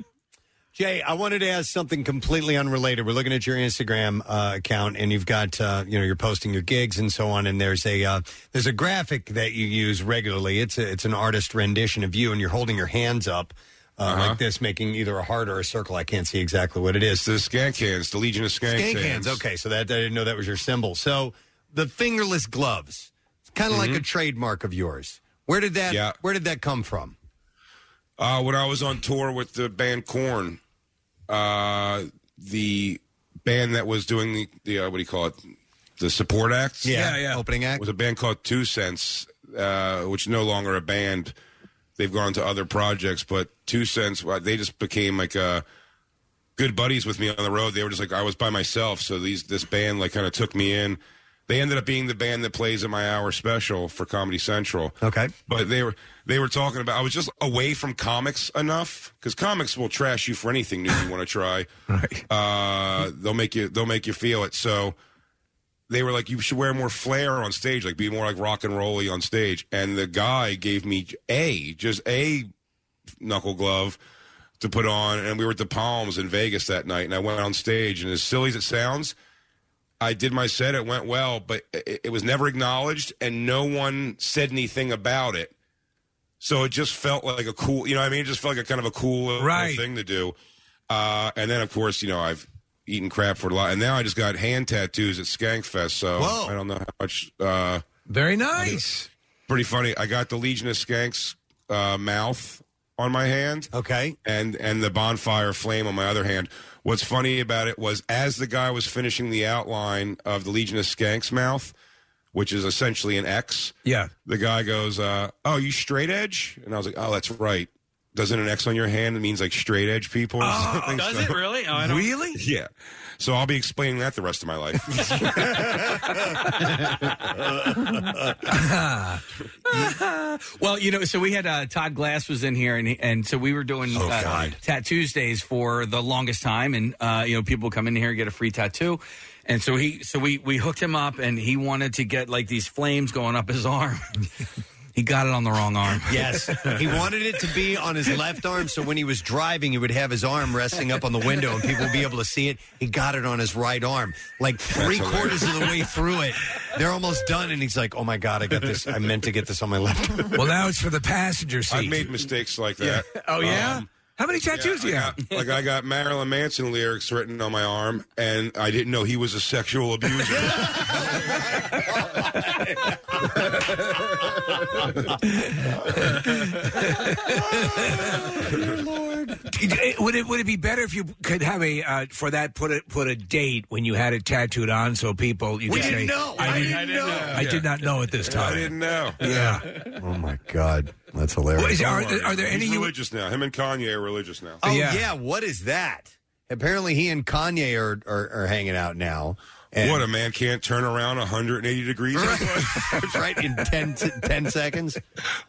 Jay, I wanted to ask something completely unrelated. We're looking at your Instagram uh, account, and you've got uh, you know you're posting your gigs and so on. And there's a uh, there's a graphic that you use regularly. It's a, it's an artist rendition of you, and you're holding your hands up uh,
Uh-huh.
like this, making either a heart or a circle. I can't see exactly what it is.
The skank hands, the Legion of Skank,
Skank hands. Okay, so that I didn't know that was your symbol. So the fingerless gloves, it's kind of like a trademark of yours. Where did that
Mm-hmm. Yeah.
Where did that come from?
Uh, when I was on tour with the band Corn, uh, the band that was doing the, the uh, what do you call it? The support act?
Yeah, yeah. Opening act?
Was a band called Two Cents, uh, which is no longer a band. They've gone to other projects, but Two Cents, well, they just became like uh, good buddies with me on the road. They were just like, I was by myself. So these this band like kind of took me in. They ended up being the band that plays at my hour special for Comedy Central.
Okay.
But they were they were talking about. I was just away from comics enough because comics will trash you for anything new you want to try. right. Uh, they'll make you they'll make you feel it. So they were like, you should wear more flair on stage, like be more like rock and rolly on stage. And the guy gave me a just a knuckle glove to put on, and we were at the Palms in Vegas that night. And I went on stage, and as silly as it sounds, I did my set. It went well, but it, it was never acknowledged, and no one said anything about it. So it just felt like a cool, you know, what I mean, it just felt like a kind of a cool little
Right.
thing to do. Uh, and then, of course, you know, I've eaten crap for a lot, and now I just got hand tattoos at Skankfest. So
Whoa.
I don't know how much. Uh,
Very nice.
pretty funny. I got the Legion of Skanks uh, mouth on my hand.
Okay.
And and the bonfire flame on my other hand. What's funny about it was as the guy was finishing the outline of the Legion of Skanks mouth, which is essentially an X.
Yeah.
The guy goes, uh, "Oh, you straight edge?" And I was like, "Oh, that's right." Doesn't an X on your hand means like straight edge people? Or something?
does it really? Oh, I don't-
really? Yeah. So I'll be explaining that the rest of my life.
well, you know, so we had uh, Todd Glass was in here, and he- and so we were doing
Oh,
uh, tattoos days for the longest time, and uh, you know, people come in here and get a free tattoo, and so he, so we we hooked him up, and he wanted to get like these flames going up his arm. he got it on the wrong arm.
Yes. He wanted it to be on his left arm so when he was driving, he would have his arm resting up on the window and people would be able to see it. He got it on his right arm. Like three quarters of the way through it, they're almost done. And he's like, oh my God, I got this. I meant to get this on my left arm.
Well, now it's for the passenger seat.
I've made mistakes like that.
Oh, yeah?
Um,
How many tattoos
yeah, I
do you
got- like I got Marilyn Manson lyrics written on my arm, and I didn't know he was a sexual abuser.
have? eh, Would it would it be better if you could have a uh, for that put a put a date when you had it tattooed on so people you
We
could
didn't
say,
know.
I,
Uh, I
didn't,
didn't
know.
know.
I did
Yeah.
not know at this
I
time.
didn't know.
Yeah.
Oh my God. That's hilarious.
What is- are-
Don't worry.
are there any
He's
you-
religious now? Him and Kanye are religious now.
Oh, yeah. What is that? Apparently, he and Kanye are, are, are hanging out now. And-
What a man can't turn around 180 degrees.
That's right in 10, 10 seconds.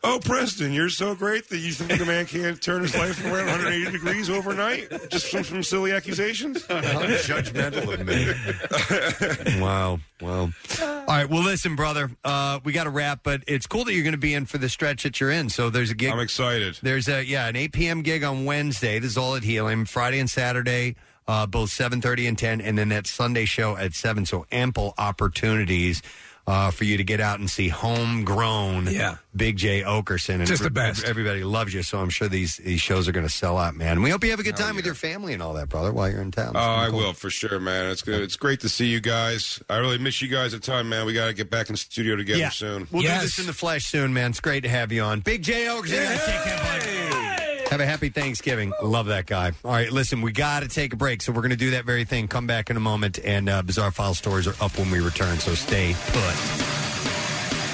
Oh, Preston, you're so great that you think a man can't turn his life around 180 degrees overnight just from, from silly accusations.
How judgmental of me. wow. Wow. All right. Well, listen, brother, uh, we got to wrap, but it's cool that you're going to be in for the stretch that you're in. So there's a gig. I'm
excited.
There's a yeah, an 8 p.m. gig on Wednesday. This is all at Helium. Friday and Saturday, uh, both 7:30 and 10, and then that Sunday show at seven. So ample opportunities. Uh, for you to get out and see homegrown
Yeah.
Big J Okerson. And
Just the
every-
best.
Everybody loves you, so I'm sure these, these shows are going to sell out, man. And we hope you have a good time with your family and all that, brother, while you're in town.
Oh, I will for sure, man. It's good. It's great to see you guys. I really miss you guys a ton, man. We got to get back in the studio together
Yeah.
soon.
We'll do this in the flesh soon, man. It's great to have you on. Big J Oaks. Have a happy Thanksgiving. Love that guy. All right, listen, we got to take a break, so we're going to do that very thing. Come back in a moment, and uh, Bizarre File stories are up when we return, so stay put.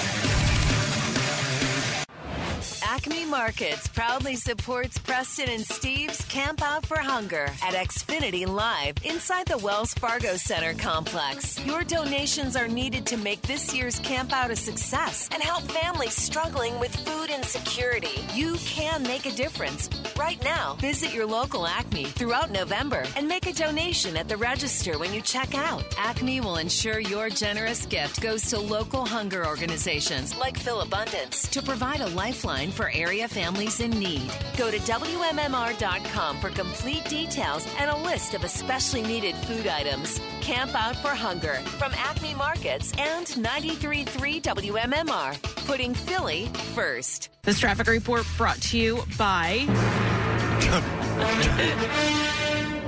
Acme Markets proudly supports Preston and Steve's Camp Out for Hunger at Xfinity Live inside the Wells Fargo Center complex. Your donations are needed to make this year's Camp Out a success and help families struggling with food insecurity. You can make a difference Right now, visit your local Acme throughout November and make a donation at the register when you check out. Acme will ensure your generous gift goes to local hunger organizations like Philabundance to provide a lifeline for area families in need. Go to WMMR.com for complete details and a list of especially needed food items. Camp Out for Hunger from Acme Markets and 93.3 WMMR, putting Philly first.
This traffic report brought to you by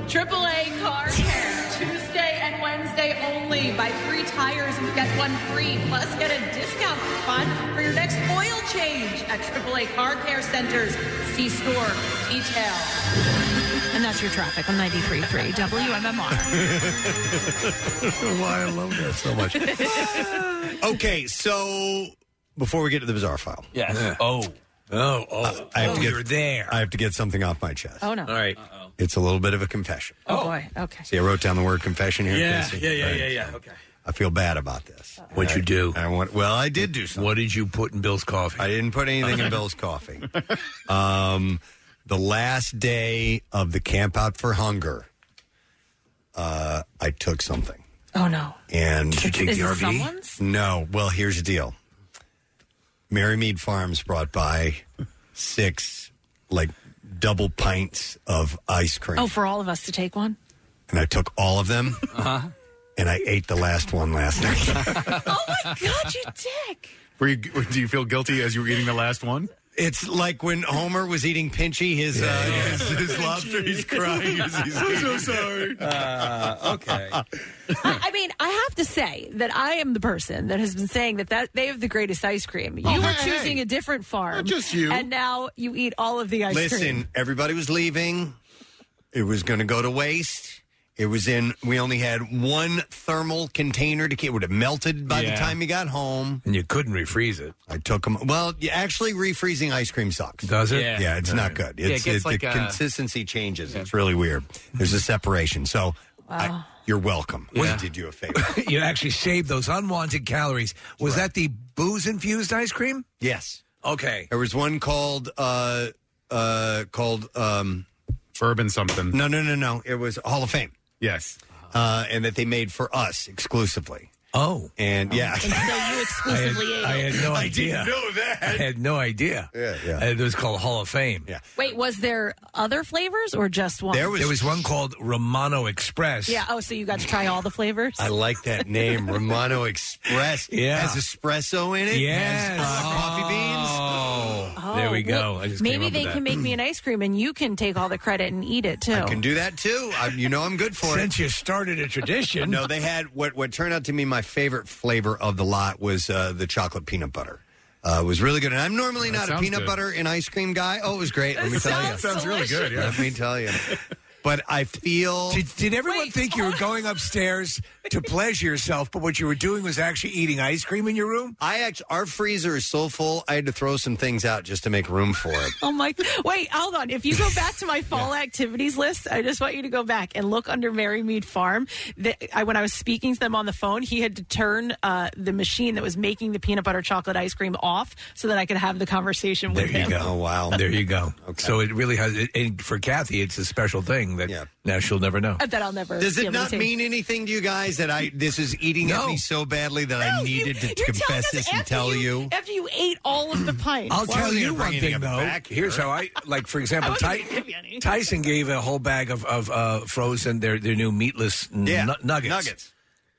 AAA Car Care. Tuesday and Wednesday only. Buy three tires and get one free. Plus, get a discount coupon for your next oil change at AAA Car Care Centers. See store for detail.
And that's your traffic on 93.3 WMMR.
Why I love that so much. okay, so before we get to the bizarre file,
Yes. Oh.
Oh, oh, I have
Oh,
to get,
you're there.
I have to get something off my chest.
Oh, no. All
right. It's a little bit of a confession.
Oh, boy. Okay.
See, I wrote down the word confession here.
Yeah,
Casey.
yeah, yeah,
All right.
yeah,
Okay.
I feel bad about this.
What'd you do?
I want. Well, I did do something.
What did you put in Bill's coffee?
I didn't put anything in Bill's coffee. Um, the last day of the Camp Out for Hunger, uh, I took something.
Oh, no.
And
Did you take Is the it RV? someone's?
No. Well, here's the deal. Merrymead Farms brought by six like double pints of ice cream,
Oh, for all of us to take one?
and I took all of them,
Uh-huh.
and I ate the last one last night.
oh, my God, you dick.
Were you, do you feel guilty as you were eating the last one?
It's like when Homer was eating Pinchy, his uh, his, his lobster. He's crying. As he's
I'm
eating.
so sorry.
Uh,
okay.
I, I mean, I have to say that I am the person that has been saying that, that they have the greatest ice cream. You
Oh,
were
hey,
choosing
hey.
a different farm.
Not just you.
And now you eat all of the ice
Listen,
cream.
everybody was leaving. It was going to go to waste. It was in. We only had one thermal container to keep. It would have melted by the
Yeah.
time you got home.
And you couldn't refreeze it.
I took them. Well, you actually refreezing ice cream sucks.
Does it?
Yeah,
Yeah.
it's
All
not
right.
good.
Yeah, it
It's
gets
it,
like uh,
the
a-
consistency changes. It's really weird. There's a separation. So
Wow.
you're welcome. I did you a favor.
you actually saved those unwanted calories. Was that the booze infused ice cream?
Yes.
Okay.
There was one called uh uh called um
bourbon something.
No, no, no, no. It was Hall of Fame.
Yes.
Uh and that they made for us exclusively.
Oh.
And yeah.
so you exclusively
I had, I had no
I
idea.
didn't know that.
I had no idea. Yeah, yeah. it was called Hall of Fame.
Yeah.
Wait, was there other flavors or just one?
There was, one called Romano Express.
Yeah. Oh, so you got to try all the flavors?
I like that name, Romano Express.
Yeah.
Has espresso in it.
Yes.
Has, uh, coffee beans.
Oh. there we
well,
go. I just came
maybe
up
they
with
can
that.
make me an ice cream and you can take all the credit and eat it too.
I can do that too. I, you know I'm good for it.
Since you started a tradition.
no, they had what what turned out to be my favorite flavor of the lot was uh, the chocolate peanut butter. Uh, it was really good, and I'm normally
That
not a
sounds
peanut
good.
butter and ice cream guy. Oh, it was great. Let me
That
tell you,
sounds Sounds really good, delicious.
Let
yeah.
me tell you, but I feel
Did, did everyone think you were going upstairs to pleasure yourself, but what you were doing was actually eating ice cream in your room?
I actually our freezer is so full. I had to throw some things out just to make room for it.
Oh my! Wait, hold on. If you go back to my fall activities list, I just want you to go back and look under Mary Mead Farm. The, I, when I was speaking to them on the phone, he had to turn uh, the machine that was making the peanut butter chocolate ice cream off so that I could have the conversation
There
with
you
him.
go.
wow.
There you go. So it really has, it, and for Kathy, it's a special thing that now she'll never know.
I bet I'll never.
Does
be
it
able to
not
taste.
mean anything to you guys that I this is eating at me so badly that I needed to
You're telling
confess
us
this and
after
tell you?
after you ate all of the pint?
I'll tell you
gonna
one
bring
thing
anything
though.
back here.
Here's how I like. For example,
wasn't
Ty-
gonna give you any.
Tyson gave a whole bag of, of uh, frozen their their new meatless n-
Yeah,
nu- nuggets.
nuggets.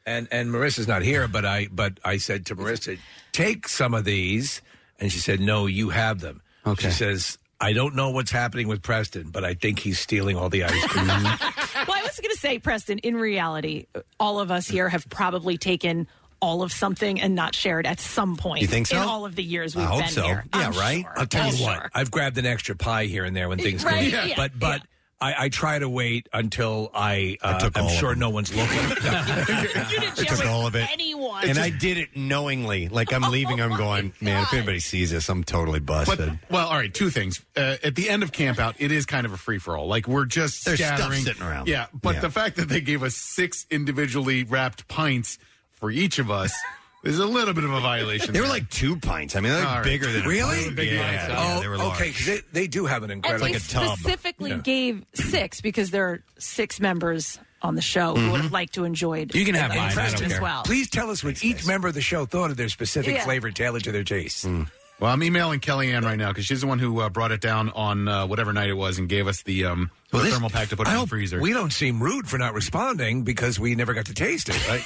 And and Marissa's not here, but I but I said to Marissa, take some of these, and she said, no, you have them. Okay. She says. I don't know what's happening with Preston, but I think he's stealing all the ice cream.
well, I was going to say, Preston. In reality, all of us here have probably taken. All of something and not shared at some point.
You think so?
In all of the years we've been here, I'm sure.
I'll tell
I'm
you
sure.
what. I've grabbed an extra pie here and there when things
Right,
come.
Yeah. yeah,
But but I, I try to wait until I. Uh,
took
I'm
all of
sure no one's looking.
I took all of it.
Anyone.
And I did it knowingly. Like I'm leaving, I'm going, man, if anybody sees this, I'm totally busted.
Well, all right, two things. Uh, at the end of camp out, it is kind of a free for all. Like we're just
There's stuff
scattering
sitting around.
Yeah, but
Yeah.
the fact that they gave us six individually wrapped pints for each of us There's a little bit of a violation.
They were like two pints. I mean, they're
All right.
bigger than
Really?
A big yeah.
pints,
yeah,
huh?
they were
Oh, okay,
large.
'cause They, they do have an
And
incredible
they specifically gave six because there are six members on the show
Mm-hmm.
who would have liked to enjoyed. the breakfast as well.
Please tell us what each member of the show thought of their specific
Yeah.
flavor tailored to their taste.
Mm.
Mm-hmm. Well, I'm emailing Kellyanne right now because she's the one who uh, brought it down on uh, whatever night it was and gave us the, um, the thermal pack to put in the freezer.
We don't seem rude for not responding because we never got to taste it, right?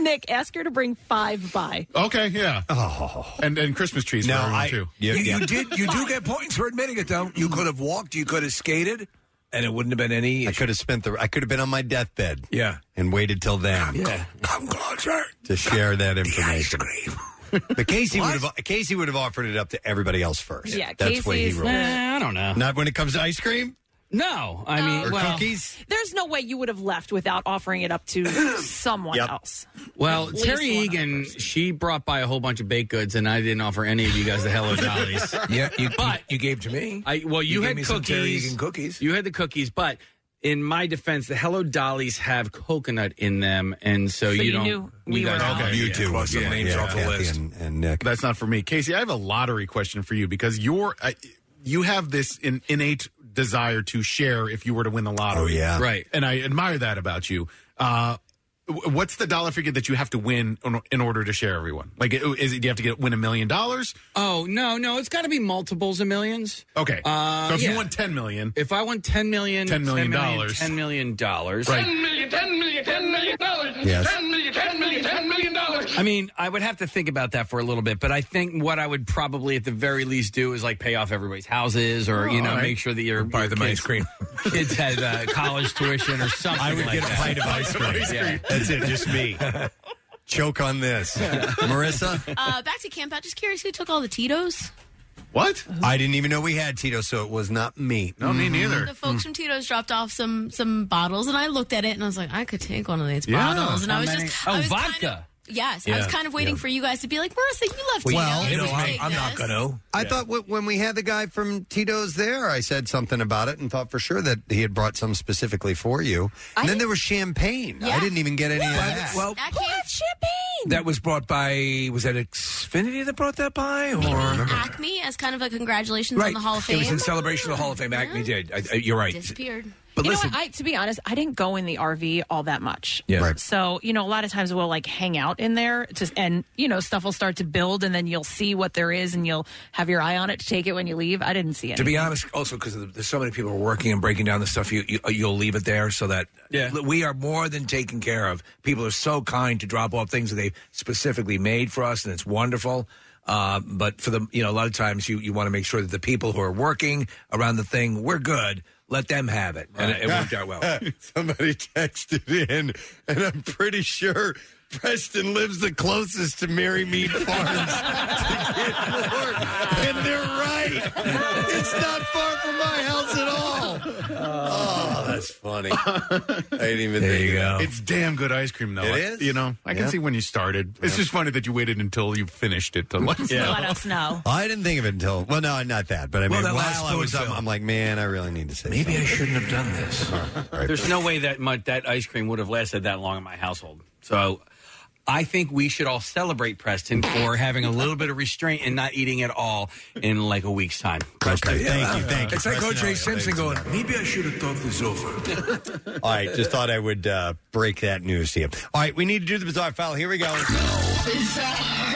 Nick, ask her to bring five by.
Okay, yeah. Oh, and and Christmas trees
No,
for everyone
I-
too.
you, you did. You do get points for admitting it, though. You could have walked. You could have skated, and it wouldn't have been any.
I could have spent the. I could have been on my deathbed.
Yeah,
and waited till then.
Yeah. Come closer.
to share that information. But Casey would have Casey would have offered it up to everybody else first.
Yeah,
that's what he
Casey's
rules.
the-
I don't know.
Not when it comes to ice cream.
No, I mean,
or
well-
cookies.
Uh, There's no way you would have left without offering it up to someone
Yep.
else.
Well,
At least
Terry
one
Egan, she brought by a whole bunch of baked goods, and I didn't offer any of you guys the Hello Jollies.
yeah, you,
but
you gave to me.
I well, you,
You gave
had
me some
cookies.
Terry Egan cookies.
You had the cookies, but in my defense, the Hello Dollies have coconut in them, and so,
So
you,
you
don't.
knew we
guys
were
don't-
on. Okay, you two.
Cross some
Yeah,
names
yeah,
off the
Kathy
list.
And, and Nick.
That's not for me, Casey. I have a lottery question for you because you're uh, you have this in, innate desire to share if you were to win the lottery.
Oh, yeah.
right. And I admire that about you. Uh, w- what's the dollar figure that you have to win in- in order to share everyone? Like, is it do you have to get win a million dollars?
Oh no, no, it's got to be multiples of millions.
Okay,
Uh,
so if
yeah.
you won ten million,
if I won ten million,
ten million dollars,
ten million dollars,
Ten million, ten million, ten million dollars.
Yes.
Ten million, ten million, ten million dollars.
I mean, I would have to think about that for a little bit, but I think what I would probably at the very least do is like pay off everybody's houses or, you
Oh,
know,
all right.
make sure that your,
Buy
your
them
kids, Oh,
ice cream.
kids had uh, college tuition or something.
I would
like
get a
that.
pint of ice cream.
Yeah.
That's it. Just me. Choke on this, Marissa.
Uh, back to camp out. Just curious who took all the Tito's?
What?
I didn't even know we had Tito, so it was not me.
No, me neither.
The folks from Tito's dropped off some some bottles, and I looked at it and I was like, I could take one of these
Yeah.
bottles. And
How
I was
many?
just,
Oh,
I was
vodka.
Kind of, yes, I was
Yeah.
kind of waiting for you guys to be like, Marissa, you love Tito's.
you know,
Just take this."
to. I thought w- when we had the guy from Tito's there, I said something about it and thought for sure that he had brought some specifically for you. And then there was champagne. I didn't even get any of that.
Well,
champagne.
that was brought by. Was that Xfinity that brought that by? Or
Acme as kind of a congratulations on the Hall of Fame.
It was in celebration of the Hall of Fame. Acme did. I, I, Uh, you're right.
Disappeared.
But
you
listen-
know what? I, to be honest, I didn't go in the RV all that much.
Yeah. Right.
So you know, a lot of times we'll like hang out in there, to, and you know, stuff will start to build, and then you'll see what there is, and you'll have your eye on it to take it when you leave. I didn't see it.
To be honest, also because there's so many people who are working and breaking down the stuff, you, you you'll leave it there so that yeah. we are more than taken care of. People are so kind to drop off things that they've specifically made for us, and it's wonderful. Uh, but for the you know a lot of times you, you want to make sure that the people who are working around the thing we're good. Let them have it, and it, it worked out well.
Somebody texted in, and I'm pretty sure Preston lives the closest to Mary Mead Farms to get more. And they're right. It's not far from my house at all.
Uh,
Oh, that's funny. I didn't even
There
think
you
of that.
go. It's damn good ice cream, though.
It
I-
is?
You know, I
Yeah.
can see when you started. It's
Yeah.
just funny that you waited until you finished it to let us know.
Let us know.
I didn't think of it until well, no, not that, but I
Well,
mean,
that last
while I was up,
spoonful.
I'm like, man, I really need to say.
Maybe I
something.
shouldn't have done this.
There's no way that much, that ice cream would have lasted that long in my household. So I think we should all celebrate Preston for having a little bit of restraint and not eating at all in like a week's time.
Okay, thank you, thank you.
It's like O.J. Simpson going. Maybe I should have thought this over.
All right, just thought I would uh, break that news to you. All right, we need to do the bizarre file. Here we go.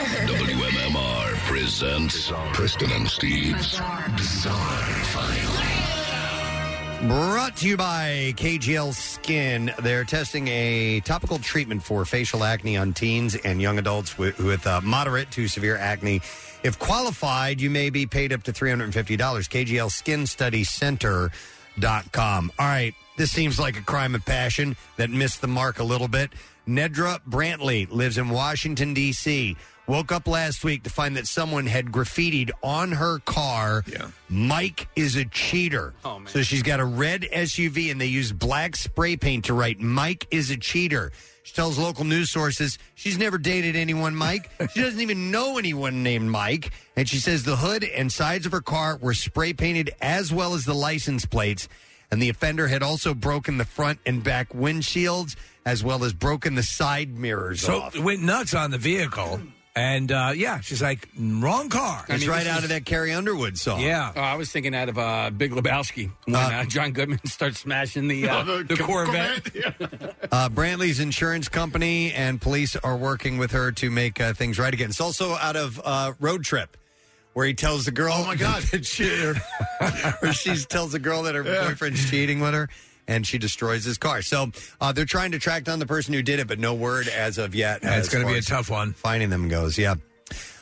WMMR presents Preston and Steve's Bizarre File.
Brought to you by KGL Skin. They're testing a topical treatment for facial acne on teens and young adults with, with uh, moderate to severe acne. If qualified, you may be paid up to $350. KGL Skin Study Center.com. All right, this seems like a crime of passion that missed the mark a little bit. Nedra Brantley lives in Washington, D.C. Woke up last week to find that someone had graffitied on her car, Mike is a cheater. Oh, man. So she's got a red SUV and they use black spray paint to write, Mike is a cheater. She tells local news sources she's never dated anyone, Mike. she doesn't even know anyone named Mike. And she says the hood and sides of her car were spray painted as well as the license plates and the offender had also broken the front and back windshields. as well as broken the side mirrors
So
off.
it went nuts on the vehicle, and uh, yeah, she's like, wrong car.
It's right out of that Carrie Underwood song.
Yeah.
Oh, I was thinking out of uh, Big Lebowski when uh, John Goodman starts smashing the uh,
The
the,
Corvette.
Corvette.
Uh, Brantley's insurance company and police are working with her to make uh, things right again. It's also out of uh, Road Trip, where he tells the girl, "Oh my god, that she, or, or she tells the girl that her boyfriend's cheating with her." And she destroys his car. So uh, they're trying to track down the person who did it, but no word as of yet.
Yeah, it's
as
gonna be
far
a
as
tough one.
Finding them goes, yeah.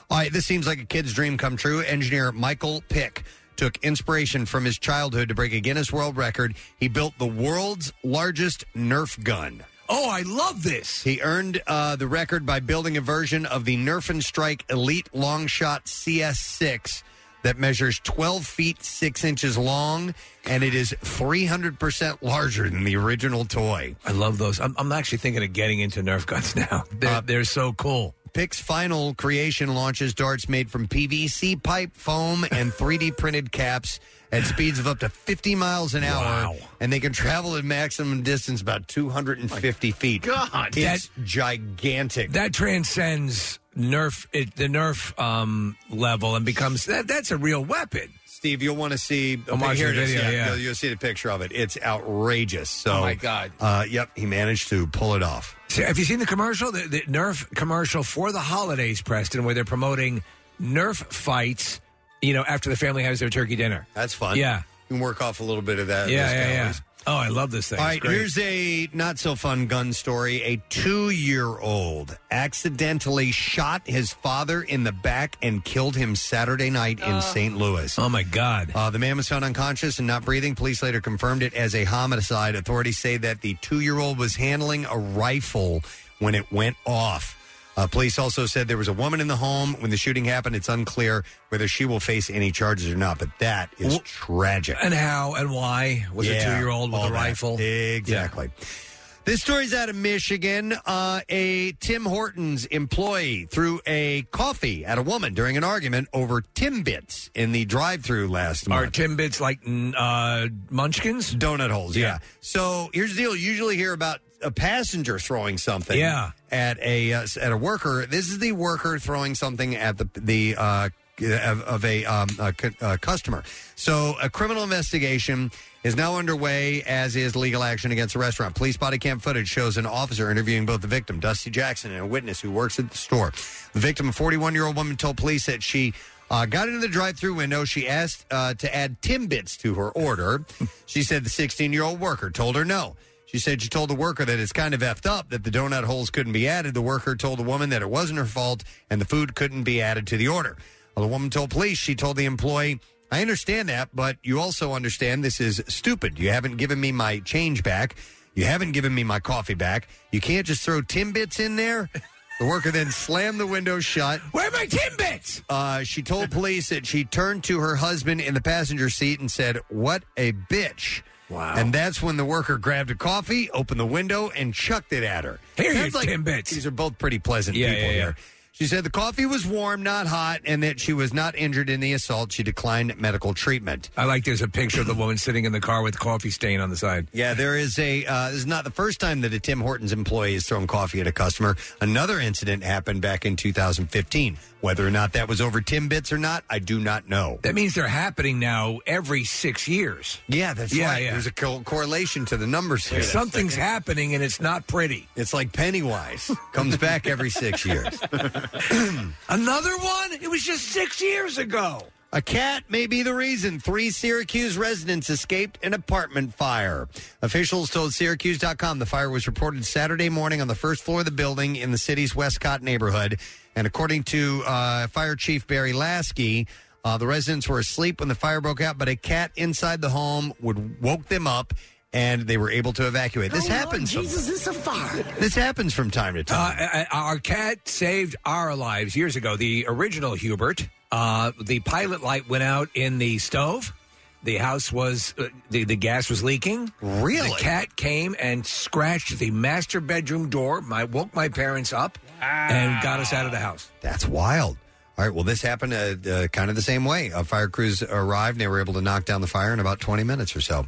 All right, this seems like a kid's dream come true. Engineer Michael Pick took inspiration from his childhood to break a Guinness World Record. He built the world's largest Nerf gun.
Oh, I love this.
He earned uh, the record by building a version of the Nerf and Strike Elite Long Shot CS6 that measures 12 feet 6 inches long, and it is 300% larger than the original toy.
I love those. I'm, I'm actually thinking of getting into Nerf guns now. They're, they're so cool.
Uh, Pick's final creation launches darts made from PVC pipe, foam, and 3D printed caps at speeds of up to 50 miles an hour. And they can travel at maximum distance about 250 feet.
God.
it's gigantic.
That transcends Nerf, it, the Nerf um, level, and becomes that. That's a real weapon.
Steve, you'll want to see.
I'm
Okay,
watching
here
the
it is.
video. Yeah,
You'll, you'll see the picture of it. It's outrageous. So,
Oh, my God.
Uh, yep, he managed to pull it off.
See, have you seen the commercial? The, the Nerf commercial for the holidays, Preston, where they're promoting Nerf fights. You know, after the family has their turkey dinner.
That's fun.
Yeah.
you can work off a little bit of that.
yeah,
those
yeah, yeah.
calories.
Oh, I love this thing.
All
It's
right,
great.
here's a not so fun gun story. A two year old accidentally shot his father in the back and killed him Saturday night in St. Louis.
Oh, my God.
Uh, the man was found unconscious and not breathing. Police later confirmed it as a homicide. Authorities say that the two year old was handling a rifle when it went off. Uh, police also said there was a woman in the home when the shooting happened. It's unclear whether she will face any charges or not, but that is tragic.
and how and why was a
Yeah,
two-year-old with
all
a
that.
rifle?
Exactly. This story's out of Michigan. Uh, a Tim Hortons employee threw a coffee at a woman during an argument over Timbits in the drive-through last month.
Are Timbits like mm, uh, Munchkins?
Donut holes. Yeah. So here's the deal. You usually hear about a passenger throwing something.
Yeah.
At a uh, s- at a worker. This is the worker throwing something at the the. Uh, of, of a, um, a, cu- a customer. So, a criminal investigation is now underway, as is legal action against the restaurant. Police body cam footage shows an officer interviewing both the victim, Dusty Jackson, and a witness who works at the store. The victim, a 41 year old woman, told police that she uh, got into the drive-through window. She asked uh, to add Timbits to her order. She said the 16-year-old worker told her no. She said she told the worker that it's kind of effed up that the donut holes couldn't be added. The worker told the woman that it wasn't her fault and the food couldn't be added to the order. Well, the woman told police she told the employee, "I understand that, but you also understand this is stupid. You haven't given me my change back. You haven't given me my coffee back. You can't just throw Timbits in there." The worker then slammed the window shut.
Where are my Timbits?
Uh, she told police that she turned to her husband in the passenger seat and said, What a bitch. Wow. And that's when the worker grabbed a coffee, opened the window, and chucked it at her.
Here,
Sounds
you Timbits.
These are both pretty pleasant
Yeah,
people
yeah, yeah.
here. She said the coffee was warm, not hot, and that she was not injured in the assault. She declined medical treatment.
I like there's a picture of the woman sitting in the car with coffee stain on the side.
Yeah, there is a. Uh, this is not the first time that a Tim Hortons employee has thrown coffee at a customer. Another incident happened back in 2015. Whether or not that was over Timbits or not, I do not know.
That means they're happening now every six years.
Yeah, that's
Yeah,
right.
yeah.
There's a co- correlation to the numbers here.
Something's happening and it's not pretty.
It's like Pennywise comes back every six years.
Another one? It was just six years ago.
A cat may be the reason three Syracuse residents escaped an apartment fire. Officials told Syracuse.com the fire was reported Saturday morning on the first floor of the building in the city's Westcott neighborhood. And according to uh, Fire Chief Barry Lasky, uh, the residents were asleep when the fire broke out, but a cat inside the home would woke them up, and they were able to evacuate.
Oh,
This happens. from-
it's a fire.
This happens from time to time.
Uh, uh, our cat saved our lives years ago. The original Hubert. Uh, the pilot light went out in the stove. The house was uh, the the gas was leaking.
Really?
the cat came and scratched the master bedroom door. My woke my parents up and got us out of the house.
That's wild. All right. Well, this happened uh, uh, kind of the same way. Uh, fire crews arrived and they were able to knock down the fire in about 20 minutes or so.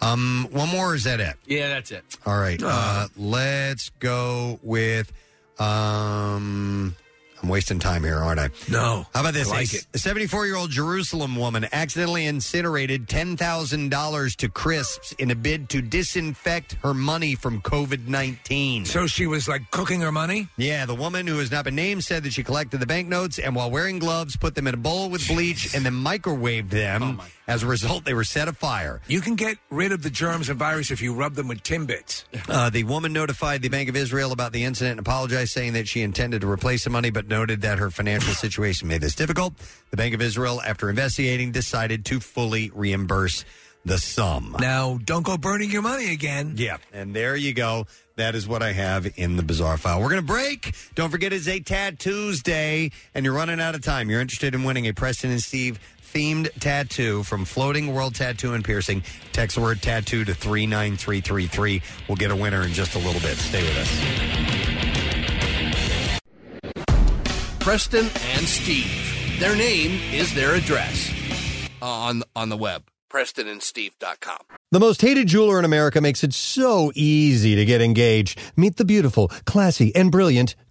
Um, one more, or is that it?
Yeah, that's it.
All right. Uh, let's go with. Um, I'm wasting time here, aren't I?
No.
How about this?
I like it.
A 74 year old Jerusalem woman accidentally incinerated $10,000 to crisps in a bid to disinfect her money from COVID 19.
So she was like cooking her money?
Yeah, the woman who has not been named said that she collected the banknotes and while wearing gloves put them in a bowl with bleach and then microwaved them. As a result, they were set afire.
Oh, You can get rid of the germs and virus if you rub them with Timbits.
Uh, the woman notified the Bank of Israel about the incident and apologized, saying that she intended to replace the money, but noted that her financial situation made this difficult. The Bank of Israel, after investigating, decided to fully reimburse the sum.
Now, don't go burning your money again.
Yeah, and there you go. That is what I have in the bizarre file. We're going to break. Don't forget it's a tattoos day, and you're running out of time. You're interested in winning a Preston and Steve themed tattoo from Floating World Tattoo and Piercing. Text the word tattoo to 39333. We'll get a winner in just a little bit. Stay with us.
Preston and Steve. Their name is their address Uh, on on the web. PrestonandSteve.com.
The most hated jeweler in America makes it so easy to get engaged. Meet the beautiful, classy, and brilliant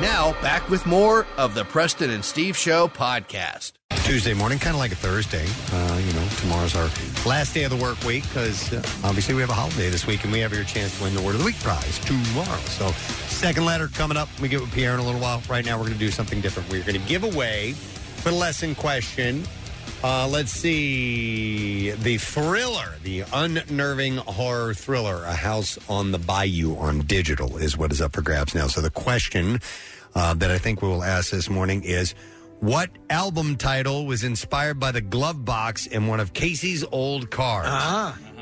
Now back with more of the Preston and Steve Show podcast.
Tuesday morning, kind of like a Thursday. Uh, you know, tomorrow's our last day of the work week because uh, obviously we have a holiday this week and we have your chance to win the Word of the Week prize tomorrow. So, second letter coming up. We get with Pierre in a little while. Right now, we're going to do something different. We're going to give away the lesson question. Uh, let's see. The thriller, the unnerving horror thriller, A House on the Bayou on digital is what is up for grabs now. So, the question uh, that I think we will ask this morning is. What album title was inspired by the glove box in one of Casey's old cars?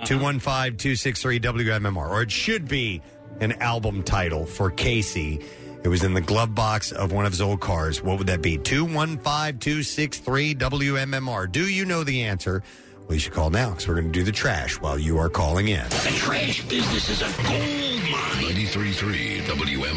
215 263 WMMR. Or it should be an album title for Casey. It was in the glove box of one of his old cars. What would that be? 215 263 WMMR. Do you know the answer? Well, you should call now because we're going to do the trash while you are calling in.
The trash business is a gold mine. 93.3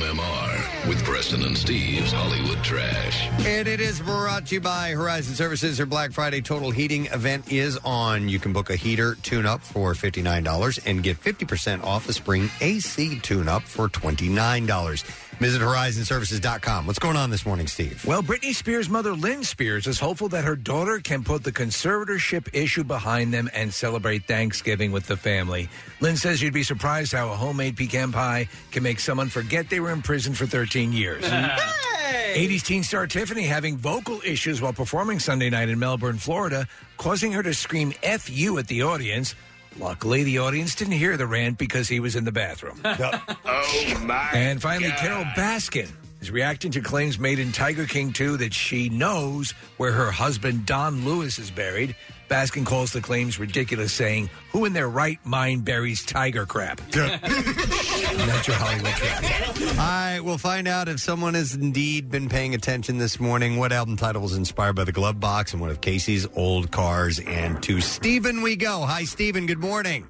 WMMR with Preston and Steve's Hollywood Trash.
And it is brought to you by Horizon Services. Their Black Friday total heating event is on. You can book a heater tune up for $59 and get 50% off a spring AC tune up for $29. Visit horizonservices.com. What's going on this morning, Steve?
Well, Britney Spears' mother, Lynn Spears, is hopeful that her daughter can put the conservatorship issue behind them and celebrate Thanksgiving with the family. Lynn says you'd be surprised how a homemade pecan pie can make someone forget they were in prison for 13 years. 80s teen star Tiffany having vocal issues while performing Sunday night in Melbourne, Florida, causing her to scream F you at the audience. Luckily, the audience didn't hear the rant because he was in the bathroom.
Oh my!
And finally, Carol Baskin is reacting to claims made in Tiger King 2 that she knows where her husband Don Lewis is buried. Baskin calls the claims ridiculous, saying, Who in their right mind buries tiger crap? That's your Hollywood
All right, we'll find out if someone has indeed been paying attention this morning. What album title was inspired by the glove box and one of Casey's old cars? And to Steven we go. Hi, Steven. Good morning.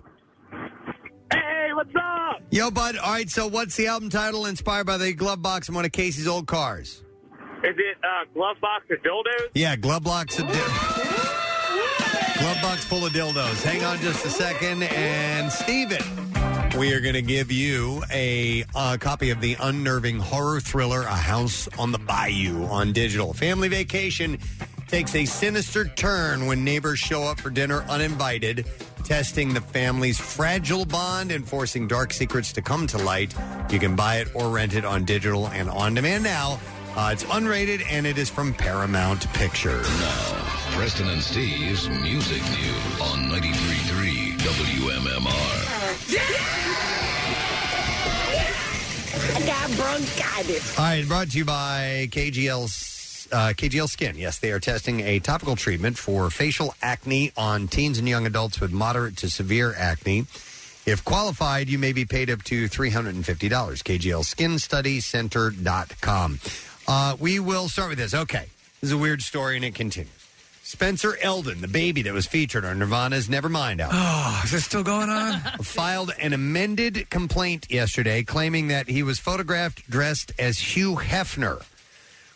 Hey, what's up?
Yo, bud. All right, so what's the album title inspired by the glove box and one of Casey's old cars?
Is it uh, glove box or dildos?
Yeah, glove box. Of di- glove box full of dildos. Hang on just a second, and Steven. We are going to give you a uh, copy of the unnerving horror thriller A House on the Bayou on digital. Family Vacation takes a sinister turn when neighbors show up for dinner uninvited, testing the family's fragile bond and forcing dark secrets to come to light. You can buy it or rent it on digital and on demand now. Uh, it's unrated and it is from Paramount Pictures.
Preston and Steve's Music News on 93.3 WMMR.
I got bronchitis.
All right, brought to you by KGL, uh, KGL Skin. Yes, they are testing a topical treatment for facial acne on teens and young adults with moderate to severe acne. If qualified, you may be paid up to $350. KGLSkinStudyCenter.com. Uh, we will start with this. Okay. This is a weird story and it continues. Spencer Eldon, the baby that was featured on Nirvana's Nevermind album.
Oh, is this still going on?
filed an amended complaint yesterday claiming that he was photographed dressed as Hugh Hefner.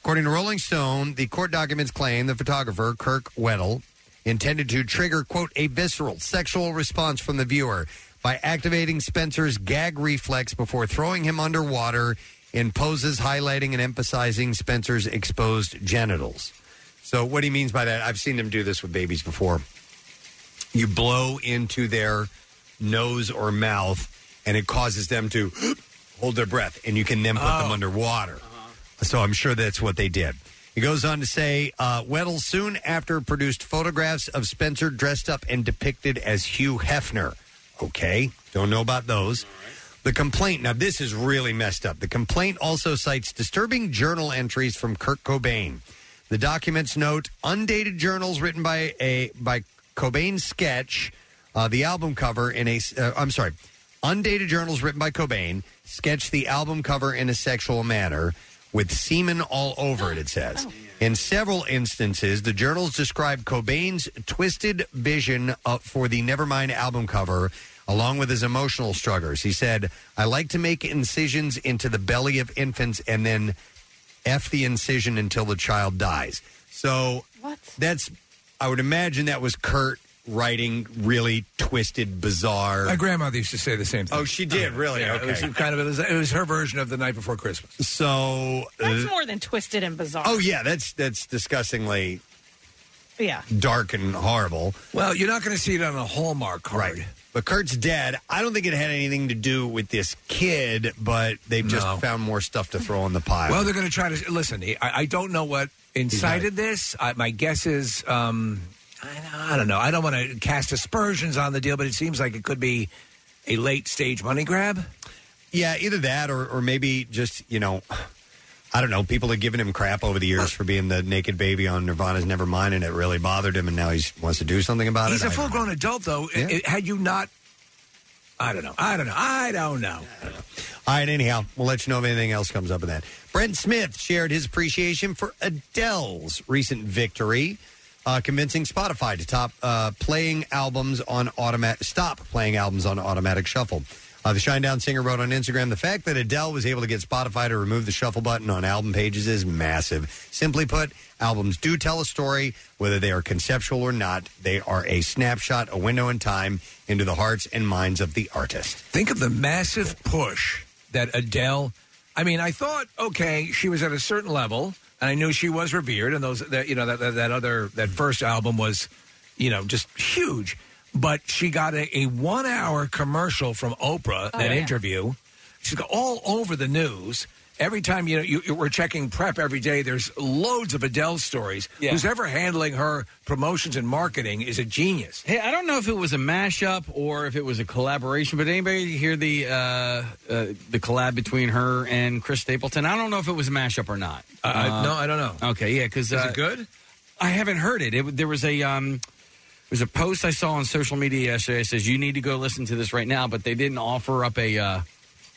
According to Rolling Stone, the court documents claim the photographer, Kirk Weddle, intended to trigger, quote, a visceral sexual response from the viewer by activating Spencer's gag reflex before throwing him underwater in poses highlighting and emphasizing Spencer's exposed genitals. So, what he means by that, I've seen him do this with babies before. You blow into their nose or mouth, and it causes them to hold their breath, and you can then put them underwater. So I'm sure that's what they did. He goes on to say, uh, Weddle soon after produced photographs of Spencer dressed up and depicted as Hugh Hefner. Okay, don't know about those. The complaint, now this is really messed up. The complaint also cites disturbing journal entries from Kurt Cobain. The documents note undated journals written by a by Cobain's sketch, uh, the album cover in a. Uh, I'm sorry, undated journals written by Cobain sketch the album cover in a sexual manner with semen all over it. It says in several instances the journals describe Cobain's twisted vision uh, for the Nevermind album cover. Along with his emotional struggles, he said, "I like to make incisions into the belly of infants and then F the incision until the child dies. So that's, I would imagine that was Kurt writing really twisted, bizarre.
My grandmother used to say the same thing.
Oh, she did? Really?
Yeah, It was
Okay.
kind of it was, it was her version of the night before Christmas.
So,
Uh,
uh,
That's more than twisted and bizarre.
oh yeah, that's that's disgustingly
Yeah.
dark and horrible.
Well, you're not going to see it on a Hallmark card. Right.
But Kurt's dead. I don't think it had anything to do with this kid, but they've just
No.
found more stuff to throw in the pile.
Well, they're going to try to listen. I, I don't know what incited this. I, my guess is um, I, I don't know. I don't want to cast aspersions on the deal, but it seems like it could be a late stage money grab.
Yeah, either that or, or maybe just, you know, I don't know. People have given him crap over the
Uh,
years for being the naked baby on Nirvana's Nevermind, and it really bothered him, and now he wants to do something about
He's
it.
a full grown adult, though. It- it- had you not, I don't know. I don't know. I don't know.
All right, anyhow, we'll let you know if anything else comes up in that. Brent Smith shared his appreciation for Adele's recent victory, uh, convincing Spotify to top uh, playing albums on automatic stop playing albums on automatic shuffle. Uh, the Shinedown singer wrote on Instagram, "The fact that Adele was able to get Spotify to remove the shuffle button on album pages is massive. Simply put, albums do tell a story, whether they are conceptual or not. They are a snapshot, a window in time into the hearts and minds of the artist."
Think of the massive push that Adele. I mean, I thought, okay, she was at a certain level, and I knew she was revered, and those that you know that that, that other that first album was, you know, just huge. But she got a, a one hour commercial from Oprah
Oh,
that
yeah.
interview. She's got all over the news. Every time you know you, you- we're checking prep every day, there's loads of Adele stories.
Yeah.
Who's ever handling her promotions and marketing is a genius.
Hey, I don't know if it was a mashup or if it was a collaboration, but anybody hear the uh, uh, the collab between her and Chris Stapleton? I don't know if it was a mashup or not.
Uh, no, I don't know.
Okay, yeah, because
Is
uh,
it good?
I haven't heard it. it there was a um, there was a post I saw on social media yesterday. It says you need to go listen to this right now, but they didn't offer up a uh,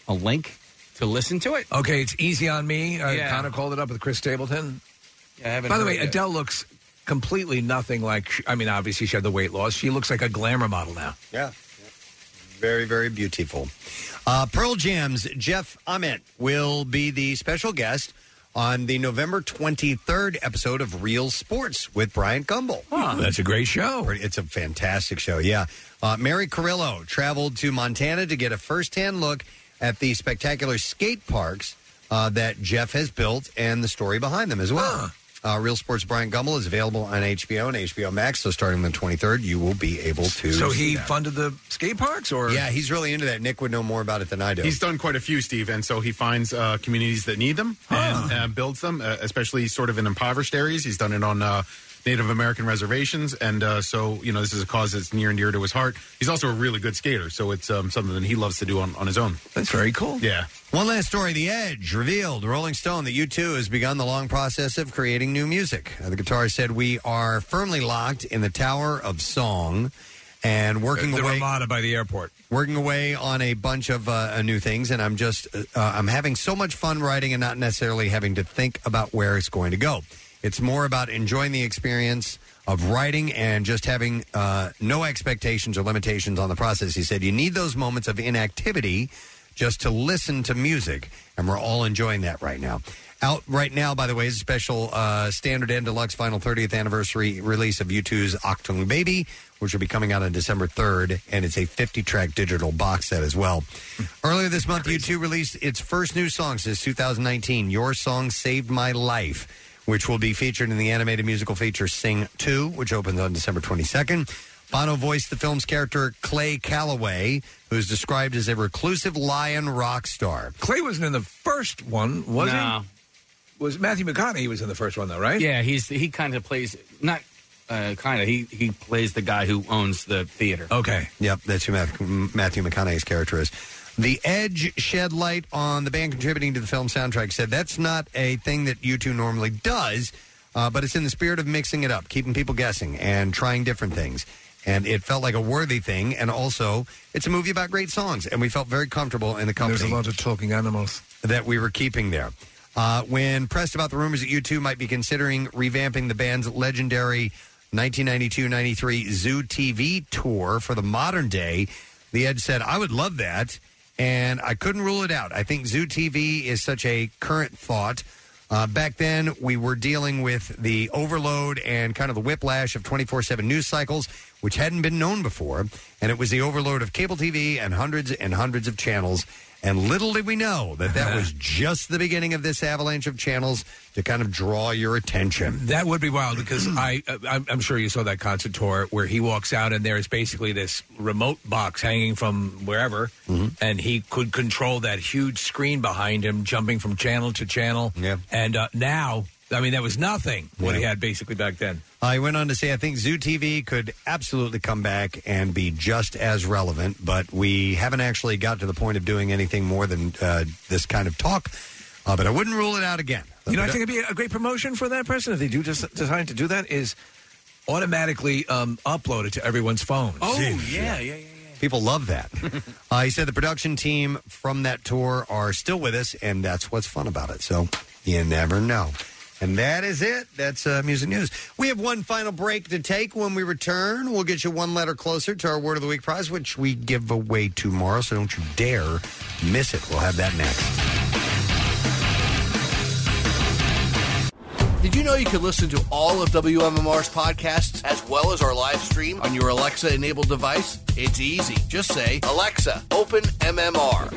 a link to listen to it.
Okay, it's easy on me. I
Yeah.
kind of Uh, called it up with Chris Stapleton.
Yeah, I haven't
By the
heard
way,
it yet.
Adele looks completely nothing like. She, I mean, obviously she had the weight loss. She looks like a glamour model now.
Yeah. Very, very beautiful. Uh, Pearl Jam's Jeff Ament will be the special guest on the November 23rd episode of Real Sports with Brian Gumble.
Huh. That's a great show.
It's a fantastic show, yeah. Uh, Mary Carrillo traveled to Montana to get a firsthand look at the spectacular skate parks uh, that Jeff has built and the story behind them as well. Uh, Real Sports Brian Gumble is available on HBO and HBO Max. So starting the 23rd, you will be able to.
So
see
he
that.
funded the skate parks, or
Yeah, he's really into that. Nick would know more about it than I do.
He's done quite a few, Steve, and so he finds uh, communities that need them and uh, builds them, uh, especially sort of in impoverished areas. He's done it on uh, Native American reservations, and uh, so you know this is a cause that's near and dear to his heart. He's also a really good skater, so it's um, something that he loves to do on, on his own.
That's very cool.
Yeah.
One last story The Edge revealed Rolling Stone that U2 has begun the long process of creating new music. Uh, The guitarist said, We are firmly locked in the tower of song. and working
the
away
Ramada by the airport.
working away on a bunch of uh, uh, new things, and I'm just uh, I'm having so much fun writing and not necessarily having to think about where it's going to go. It's more about enjoying the experience of writing and just having uh, no expectations or limitations on the process. He said, "You need those moments of inactivity." just to listen to music, and we're all enjoying that right now. Out right now, by the way, is a special uh, standard and deluxe final 30th anniversary release of U2's Octung Baby, which will be coming out on December 3rd, and it's a 50 track digital box set as well. Earlier this month, U2 released its first new song since 2019, Your Song Saved My Life which will be featured in the animated musical feature Sing 2, which opens on December 22nd. Bono voiced the film's character Clay Calloway, who's described as a reclusive lion rock star.
Clay wasn't in the first one, was he? Was Matthew McConaughey was in the first one though, right?
Yeah, he's he kind of plays not uh, kind of he he plays the guy who owns the theater.
Okay.
Yep, that's who Math- Matthew McConaughey's character is. The Edge shed light on the band contributing to the film soundtrack. Said that's not a thing that U2 normally does, uh, but it's in the spirit of mixing it up, keeping people guessing, and trying different things. And it felt like a worthy thing. And also, it's a movie about great songs, and we felt very comfortable in the company
There's a lot of talking animals.
that we were keeping there. Uh, when pressed about the rumors that U2 might be considering revamping the band's legendary 1992 93 Zoo TV tour for the modern day, The Edge said, I would love that, and I couldn't rule it out. I think Zoo TV is such a current thought. Uh, back then, we were dealing with the overload and kind of the whiplash of 24 7 news cycles, which hadn't been known before. And it was the overload of cable TV and hundreds and hundreds of channels. And little did we know that that was just the beginning of this avalanche of channels to kind of draw your attention.
That would be wild because I, uh, I'm, I'm sure you saw that concert tour where he walks out and there is basically this remote box hanging from wherever, and he could control that huge screen behind him, jumping from channel to channel. Yeah. And uh, now, I mean, that was nothing what he had basically back then.
I went on to say, I think Zoo TV could absolutely come back and be just as relevant, but we haven't actually got to the point of doing anything more than uh, this kind of talk. Uh, but I wouldn't rule it out again. uh,
You know, I think it'd be a great promotion for that person if they do des- decide to do that is automatically um, upload it to everyone's phone.
Oh, yeah,
yeah, yeah.
People love that. uh, he said the production team from that tour are still with us, and that's what's fun about it. So you never know. And that is it. That's uh, music news. We have one final break to take. When we return, we'll get you one letter closer to our Word of the Week prize, which we give away tomorrow. So don't you dare miss it. We'll have that next.
Did you know you can listen to all of WMMR's podcasts as well as our live stream on your Alexa enabled device? It's easy. Just say, Alexa, open MMR.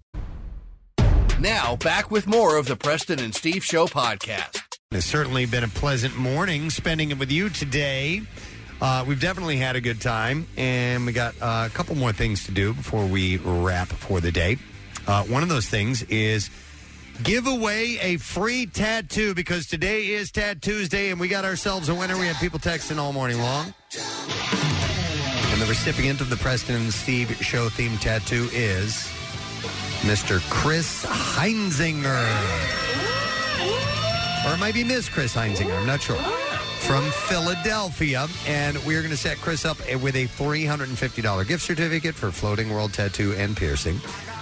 Now, back with more of the Preston and Steve Show podcast.
It's certainly been a pleasant morning spending it with you today. Uh, we've definitely had a good time, and we got uh, a couple more things to do before we wrap for the day. Uh, one of those things is give away a free tattoo because today is Tattoo Day, and we got ourselves a winner. We had people texting all morning long. And the recipient of the Preston and Steve show theme tattoo is Mr. Chris Heinzinger. Or it might be Miss Chris Heinzinger, I'm not sure. From Philadelphia. And we are going to set Chris up with a $350 gift certificate for Floating World Tattoo and Piercing.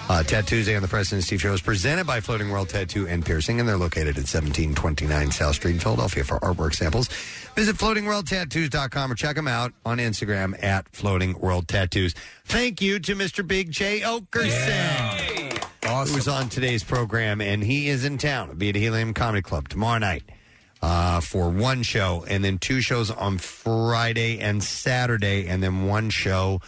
Uh, Tattoo Day on the President Steve Show is presented by Floating World Tattoo and Piercing, and they're located at 1729 South Street in Philadelphia for artwork samples. Visit floatingworldtattoos.com or check them out on Instagram at Floating World Tattoos. Thank you to Mr. Big J. Okerson. Who was on today's program, and he is in town. He'll be at Helium Comedy Club tomorrow night uh, for one show, and then two shows on Friday and Saturday, and then one show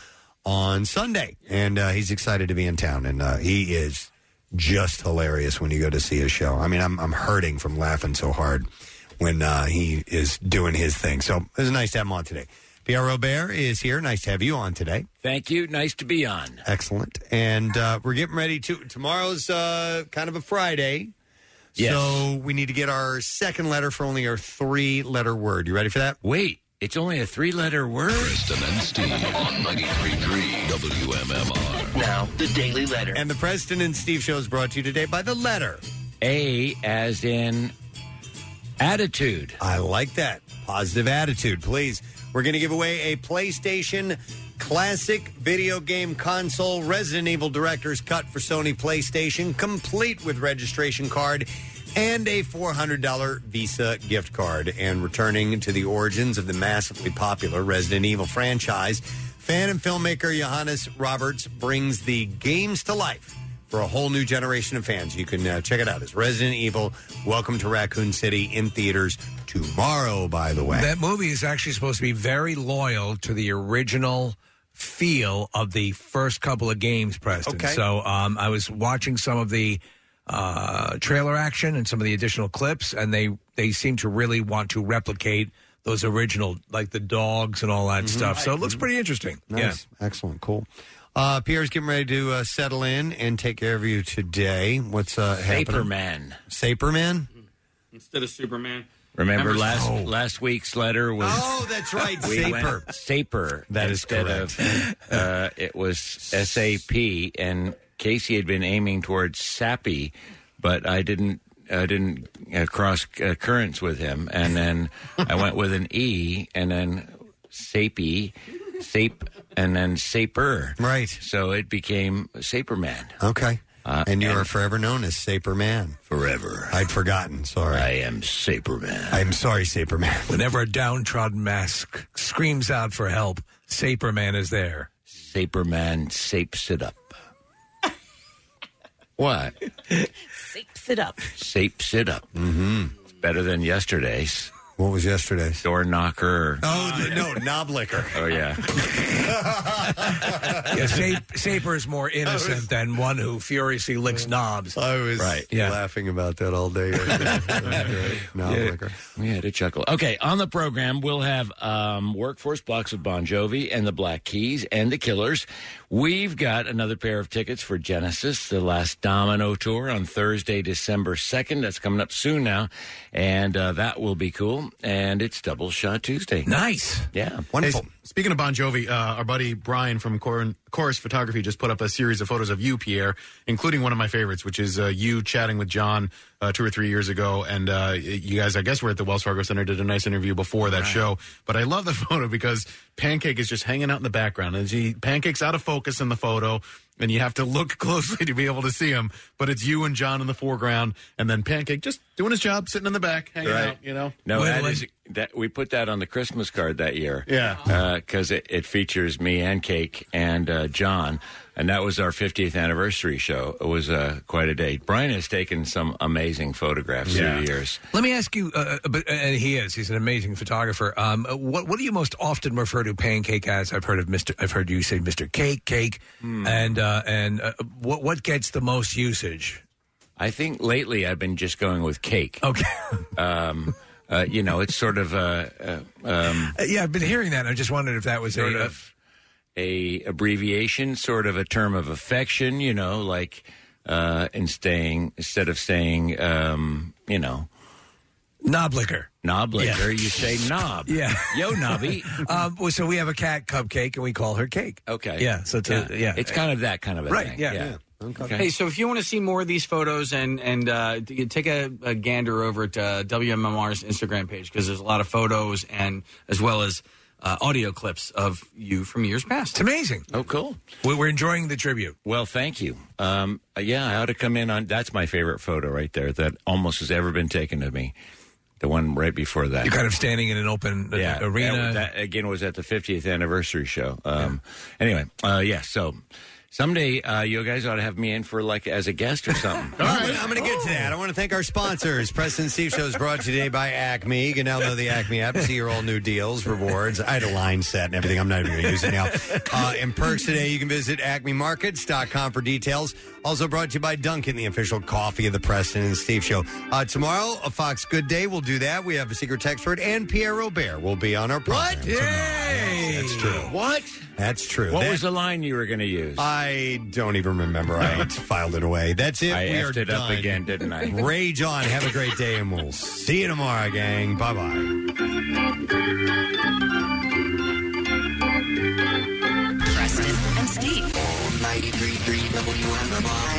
on Sunday. And uh, he's excited to be in town, and uh, he is just hilarious when you go to see his show. I mean, I'm, I'm hurting from laughing so hard when uh, he is doing his thing. So it was nice to have him on today. Pierre Robert is here. Nice to have you on today.
Thank you. Nice to be on.
Excellent. And uh, we're getting ready to. Tomorrow's uh, kind of a Friday.
Yes.
So we need to get our second letter for only our three letter word. You ready for that?
Wait, it's only a three letter word?
Preston and Steve on 93.3 WMMR. Now, the Daily Letter.
And the Preston and Steve show is brought to you today by the letter
A, as in attitude.
I like that. Positive attitude, please. We're going to give away a PlayStation classic video game console, Resident Evil Director's Cut for Sony PlayStation, complete with registration card and a $400 Visa gift card. And returning to the origins of the massively popular Resident Evil franchise, fan and filmmaker Johannes Roberts brings the games to life for a whole new generation of fans. You can uh, check it out. It's Resident Evil Welcome to Raccoon City in theaters tomorrow, by the way.
That movie is actually supposed to be very loyal to the original feel of the first couple of games, Preston.
Okay.
So um, I was watching some of the uh, trailer action and some of the additional clips, and they they seem to really want to replicate those original, like the dogs and all that stuff. So it looks pretty interesting.
Mm-hmm. Nice. Excellent. Cool. Uh, Pierre's getting ready to uh, settle in and take care of you today. What's uh, happening?
Saperman.
Saperman?
Instead of Superman.
Remember,
Remember-
last
Oh.
last week's letter was
Oh, that's right,
we went
Saper.
Saper.
That is
instead Of, uh, it was SAP, and Casey had been aiming towards Sappy, but I didn't. I didn't uh, cross uh, currents with him, and then I went with an E, and then Sapy, Sape, and then Saper.
Right.
So it became Saperman.
Okay.
Uh,
and you are forever known as Saperman.
Forever.
I'd forgotten. Sorry. I
am Saperman.
I'm sorry, Saperman.
Whenever a downtrodden mass sc- screams out for help, Saperman is there.
Saperman sapes it up. What?
Sapes it up.
Sapes it up. Mm-hmm. It's better than yesterday's.
What was yesterday's?
Door knocker.
Oh, the, no, knob licker.
Oh, yeah.
Yeah, Sap- Saper is more innocent than one who furiously licks knobs.
I was
Right.
laughing about that all day. knob licker.
We had a chuckle. Okay, on the program, we'll have um, workforce blocks with Bon Jovi and the Black Keys and the Killers. We've got another pair of tickets for Genesis, the last Domino tour on Thursday, December 2nd. That's coming up soon now, and uh, that will be cool. And it's Double Shot Tuesday.
Nice.
Yeah.
Hey, s- speaking of Bon Jovi, uh, our buddy Brian from Cor- Chorus Photography just put up a series of photos of you, Pierre, including one of my favorites, which is uh, you chatting with John uh, two or three years ago. And uh, y- you guys, I guess, were at the Wells Fargo Center, did a nice interview before that show. But I love the photo because Pancake is just hanging out in the background. And she, Pancake's out of focus in the photo. And you have to look closely to be able to see him, but it's you and John in the foreground, and then Pancake just doing his job, sitting in the back, hanging
Right.
out, you know.
No, that is that we put that on the Christmas card that year.
Yeah.
because it, it features me and Cake and uh, John, and that was our 50th anniversary show. It was uh, quite a day. Brian has taken some amazing photographs
Yeah.
through the years.
Let me ask you, uh, but, and he is, he's an amazing photographer. Um, what, what do you most often refer to pancake as? I've heard of Mr. I've heard you say Mr. Cake, Cake,
Hmm.
Hmm.
and, uh, and uh, what, what gets the most usage?
I think lately I've been just going with Cake.
Okay.
um, uh, you know, it's sort of a, uh um,
Uh, yeah, I've been hearing that. I just wondered if that was
sort
a, uh,
of a abbreviation, sort of a term of affection. You know, like uh, in staying instead of saying, um, you know.
knob licker.
knob licker,
Yeah.
you say knob.
Yeah.
Yo, knobby.
um, well, so we have a cat cupcake and we call her cake.
Okay.
Yeah. So, to, yeah.
It's kind of that kind of a
Right,
thing.
yeah.
Hey, so if you want to see more of these photos and and uh, t- take a, a gander over at uh, WMMR's Instagram page because there's a lot of photos and as well as uh, audio clips of you from years past. It's
amazing.
Oh, cool.
We- We're enjoying the tribute.
Well, thank you. Um, uh, yeah, I ought to come in on. That's my favorite photo right there that almost has ever been taken of me. The one right before that.
You're kind of standing in an open uh,
yeah,
arena.
That, that, again was at the 50th anniversary show. Um, Anyway, uh, yeah. So Someday, uh, you guys ought to have me in for like as a guest or something.
I'm going to get to that. I want to thank our sponsors. Preston and Steve Show is brought to you today by Acme. You can download the Acme app, see your all new deals, rewards. I had a line set and everything. I'm not even going to use it now. Uh, and perks today, you can visit acmemarkets.com for details. Also brought to you by Dunkin', the official coffee of the Preston and Steve Show. Uh, tomorrow, a Fox Good Day. We'll do that. We have a secret text word, and Pierre Robert will be on our program. What? That's true.
What?
That's true.
What
That-
was the line you were going to use?
I don't even remember. I filed it away. That's it.
I
we
effed
are
it up
done.
again, didn't I?
Rage on. Have a great day, and we'll see you tomorrow, gang. Bye bye.
Preston and Steve.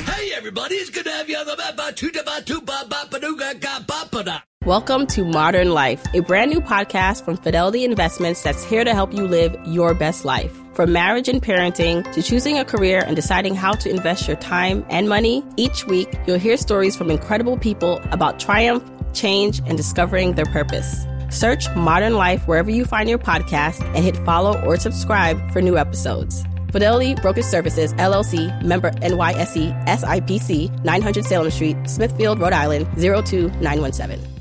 Hey everybody, it's good to have you on the map. Ba- two da- ba- two ba- ba- ba- doo- ga- ga- ba- ba- da.
Welcome to Modern Life, a brand new podcast from Fidelity Investments that's here to help you live your best life. From marriage and parenting to choosing a career and deciding how to invest your time and money, each week you'll hear stories from incredible people about triumph, change, and discovering their purpose. Search Modern Life wherever you find your podcast and hit follow or subscribe for new episodes. Fidelity Brokerage Services, LLC, member E, NYSE, SIPC, 900 Salem Street, Smithfield, Rhode Island, 02917.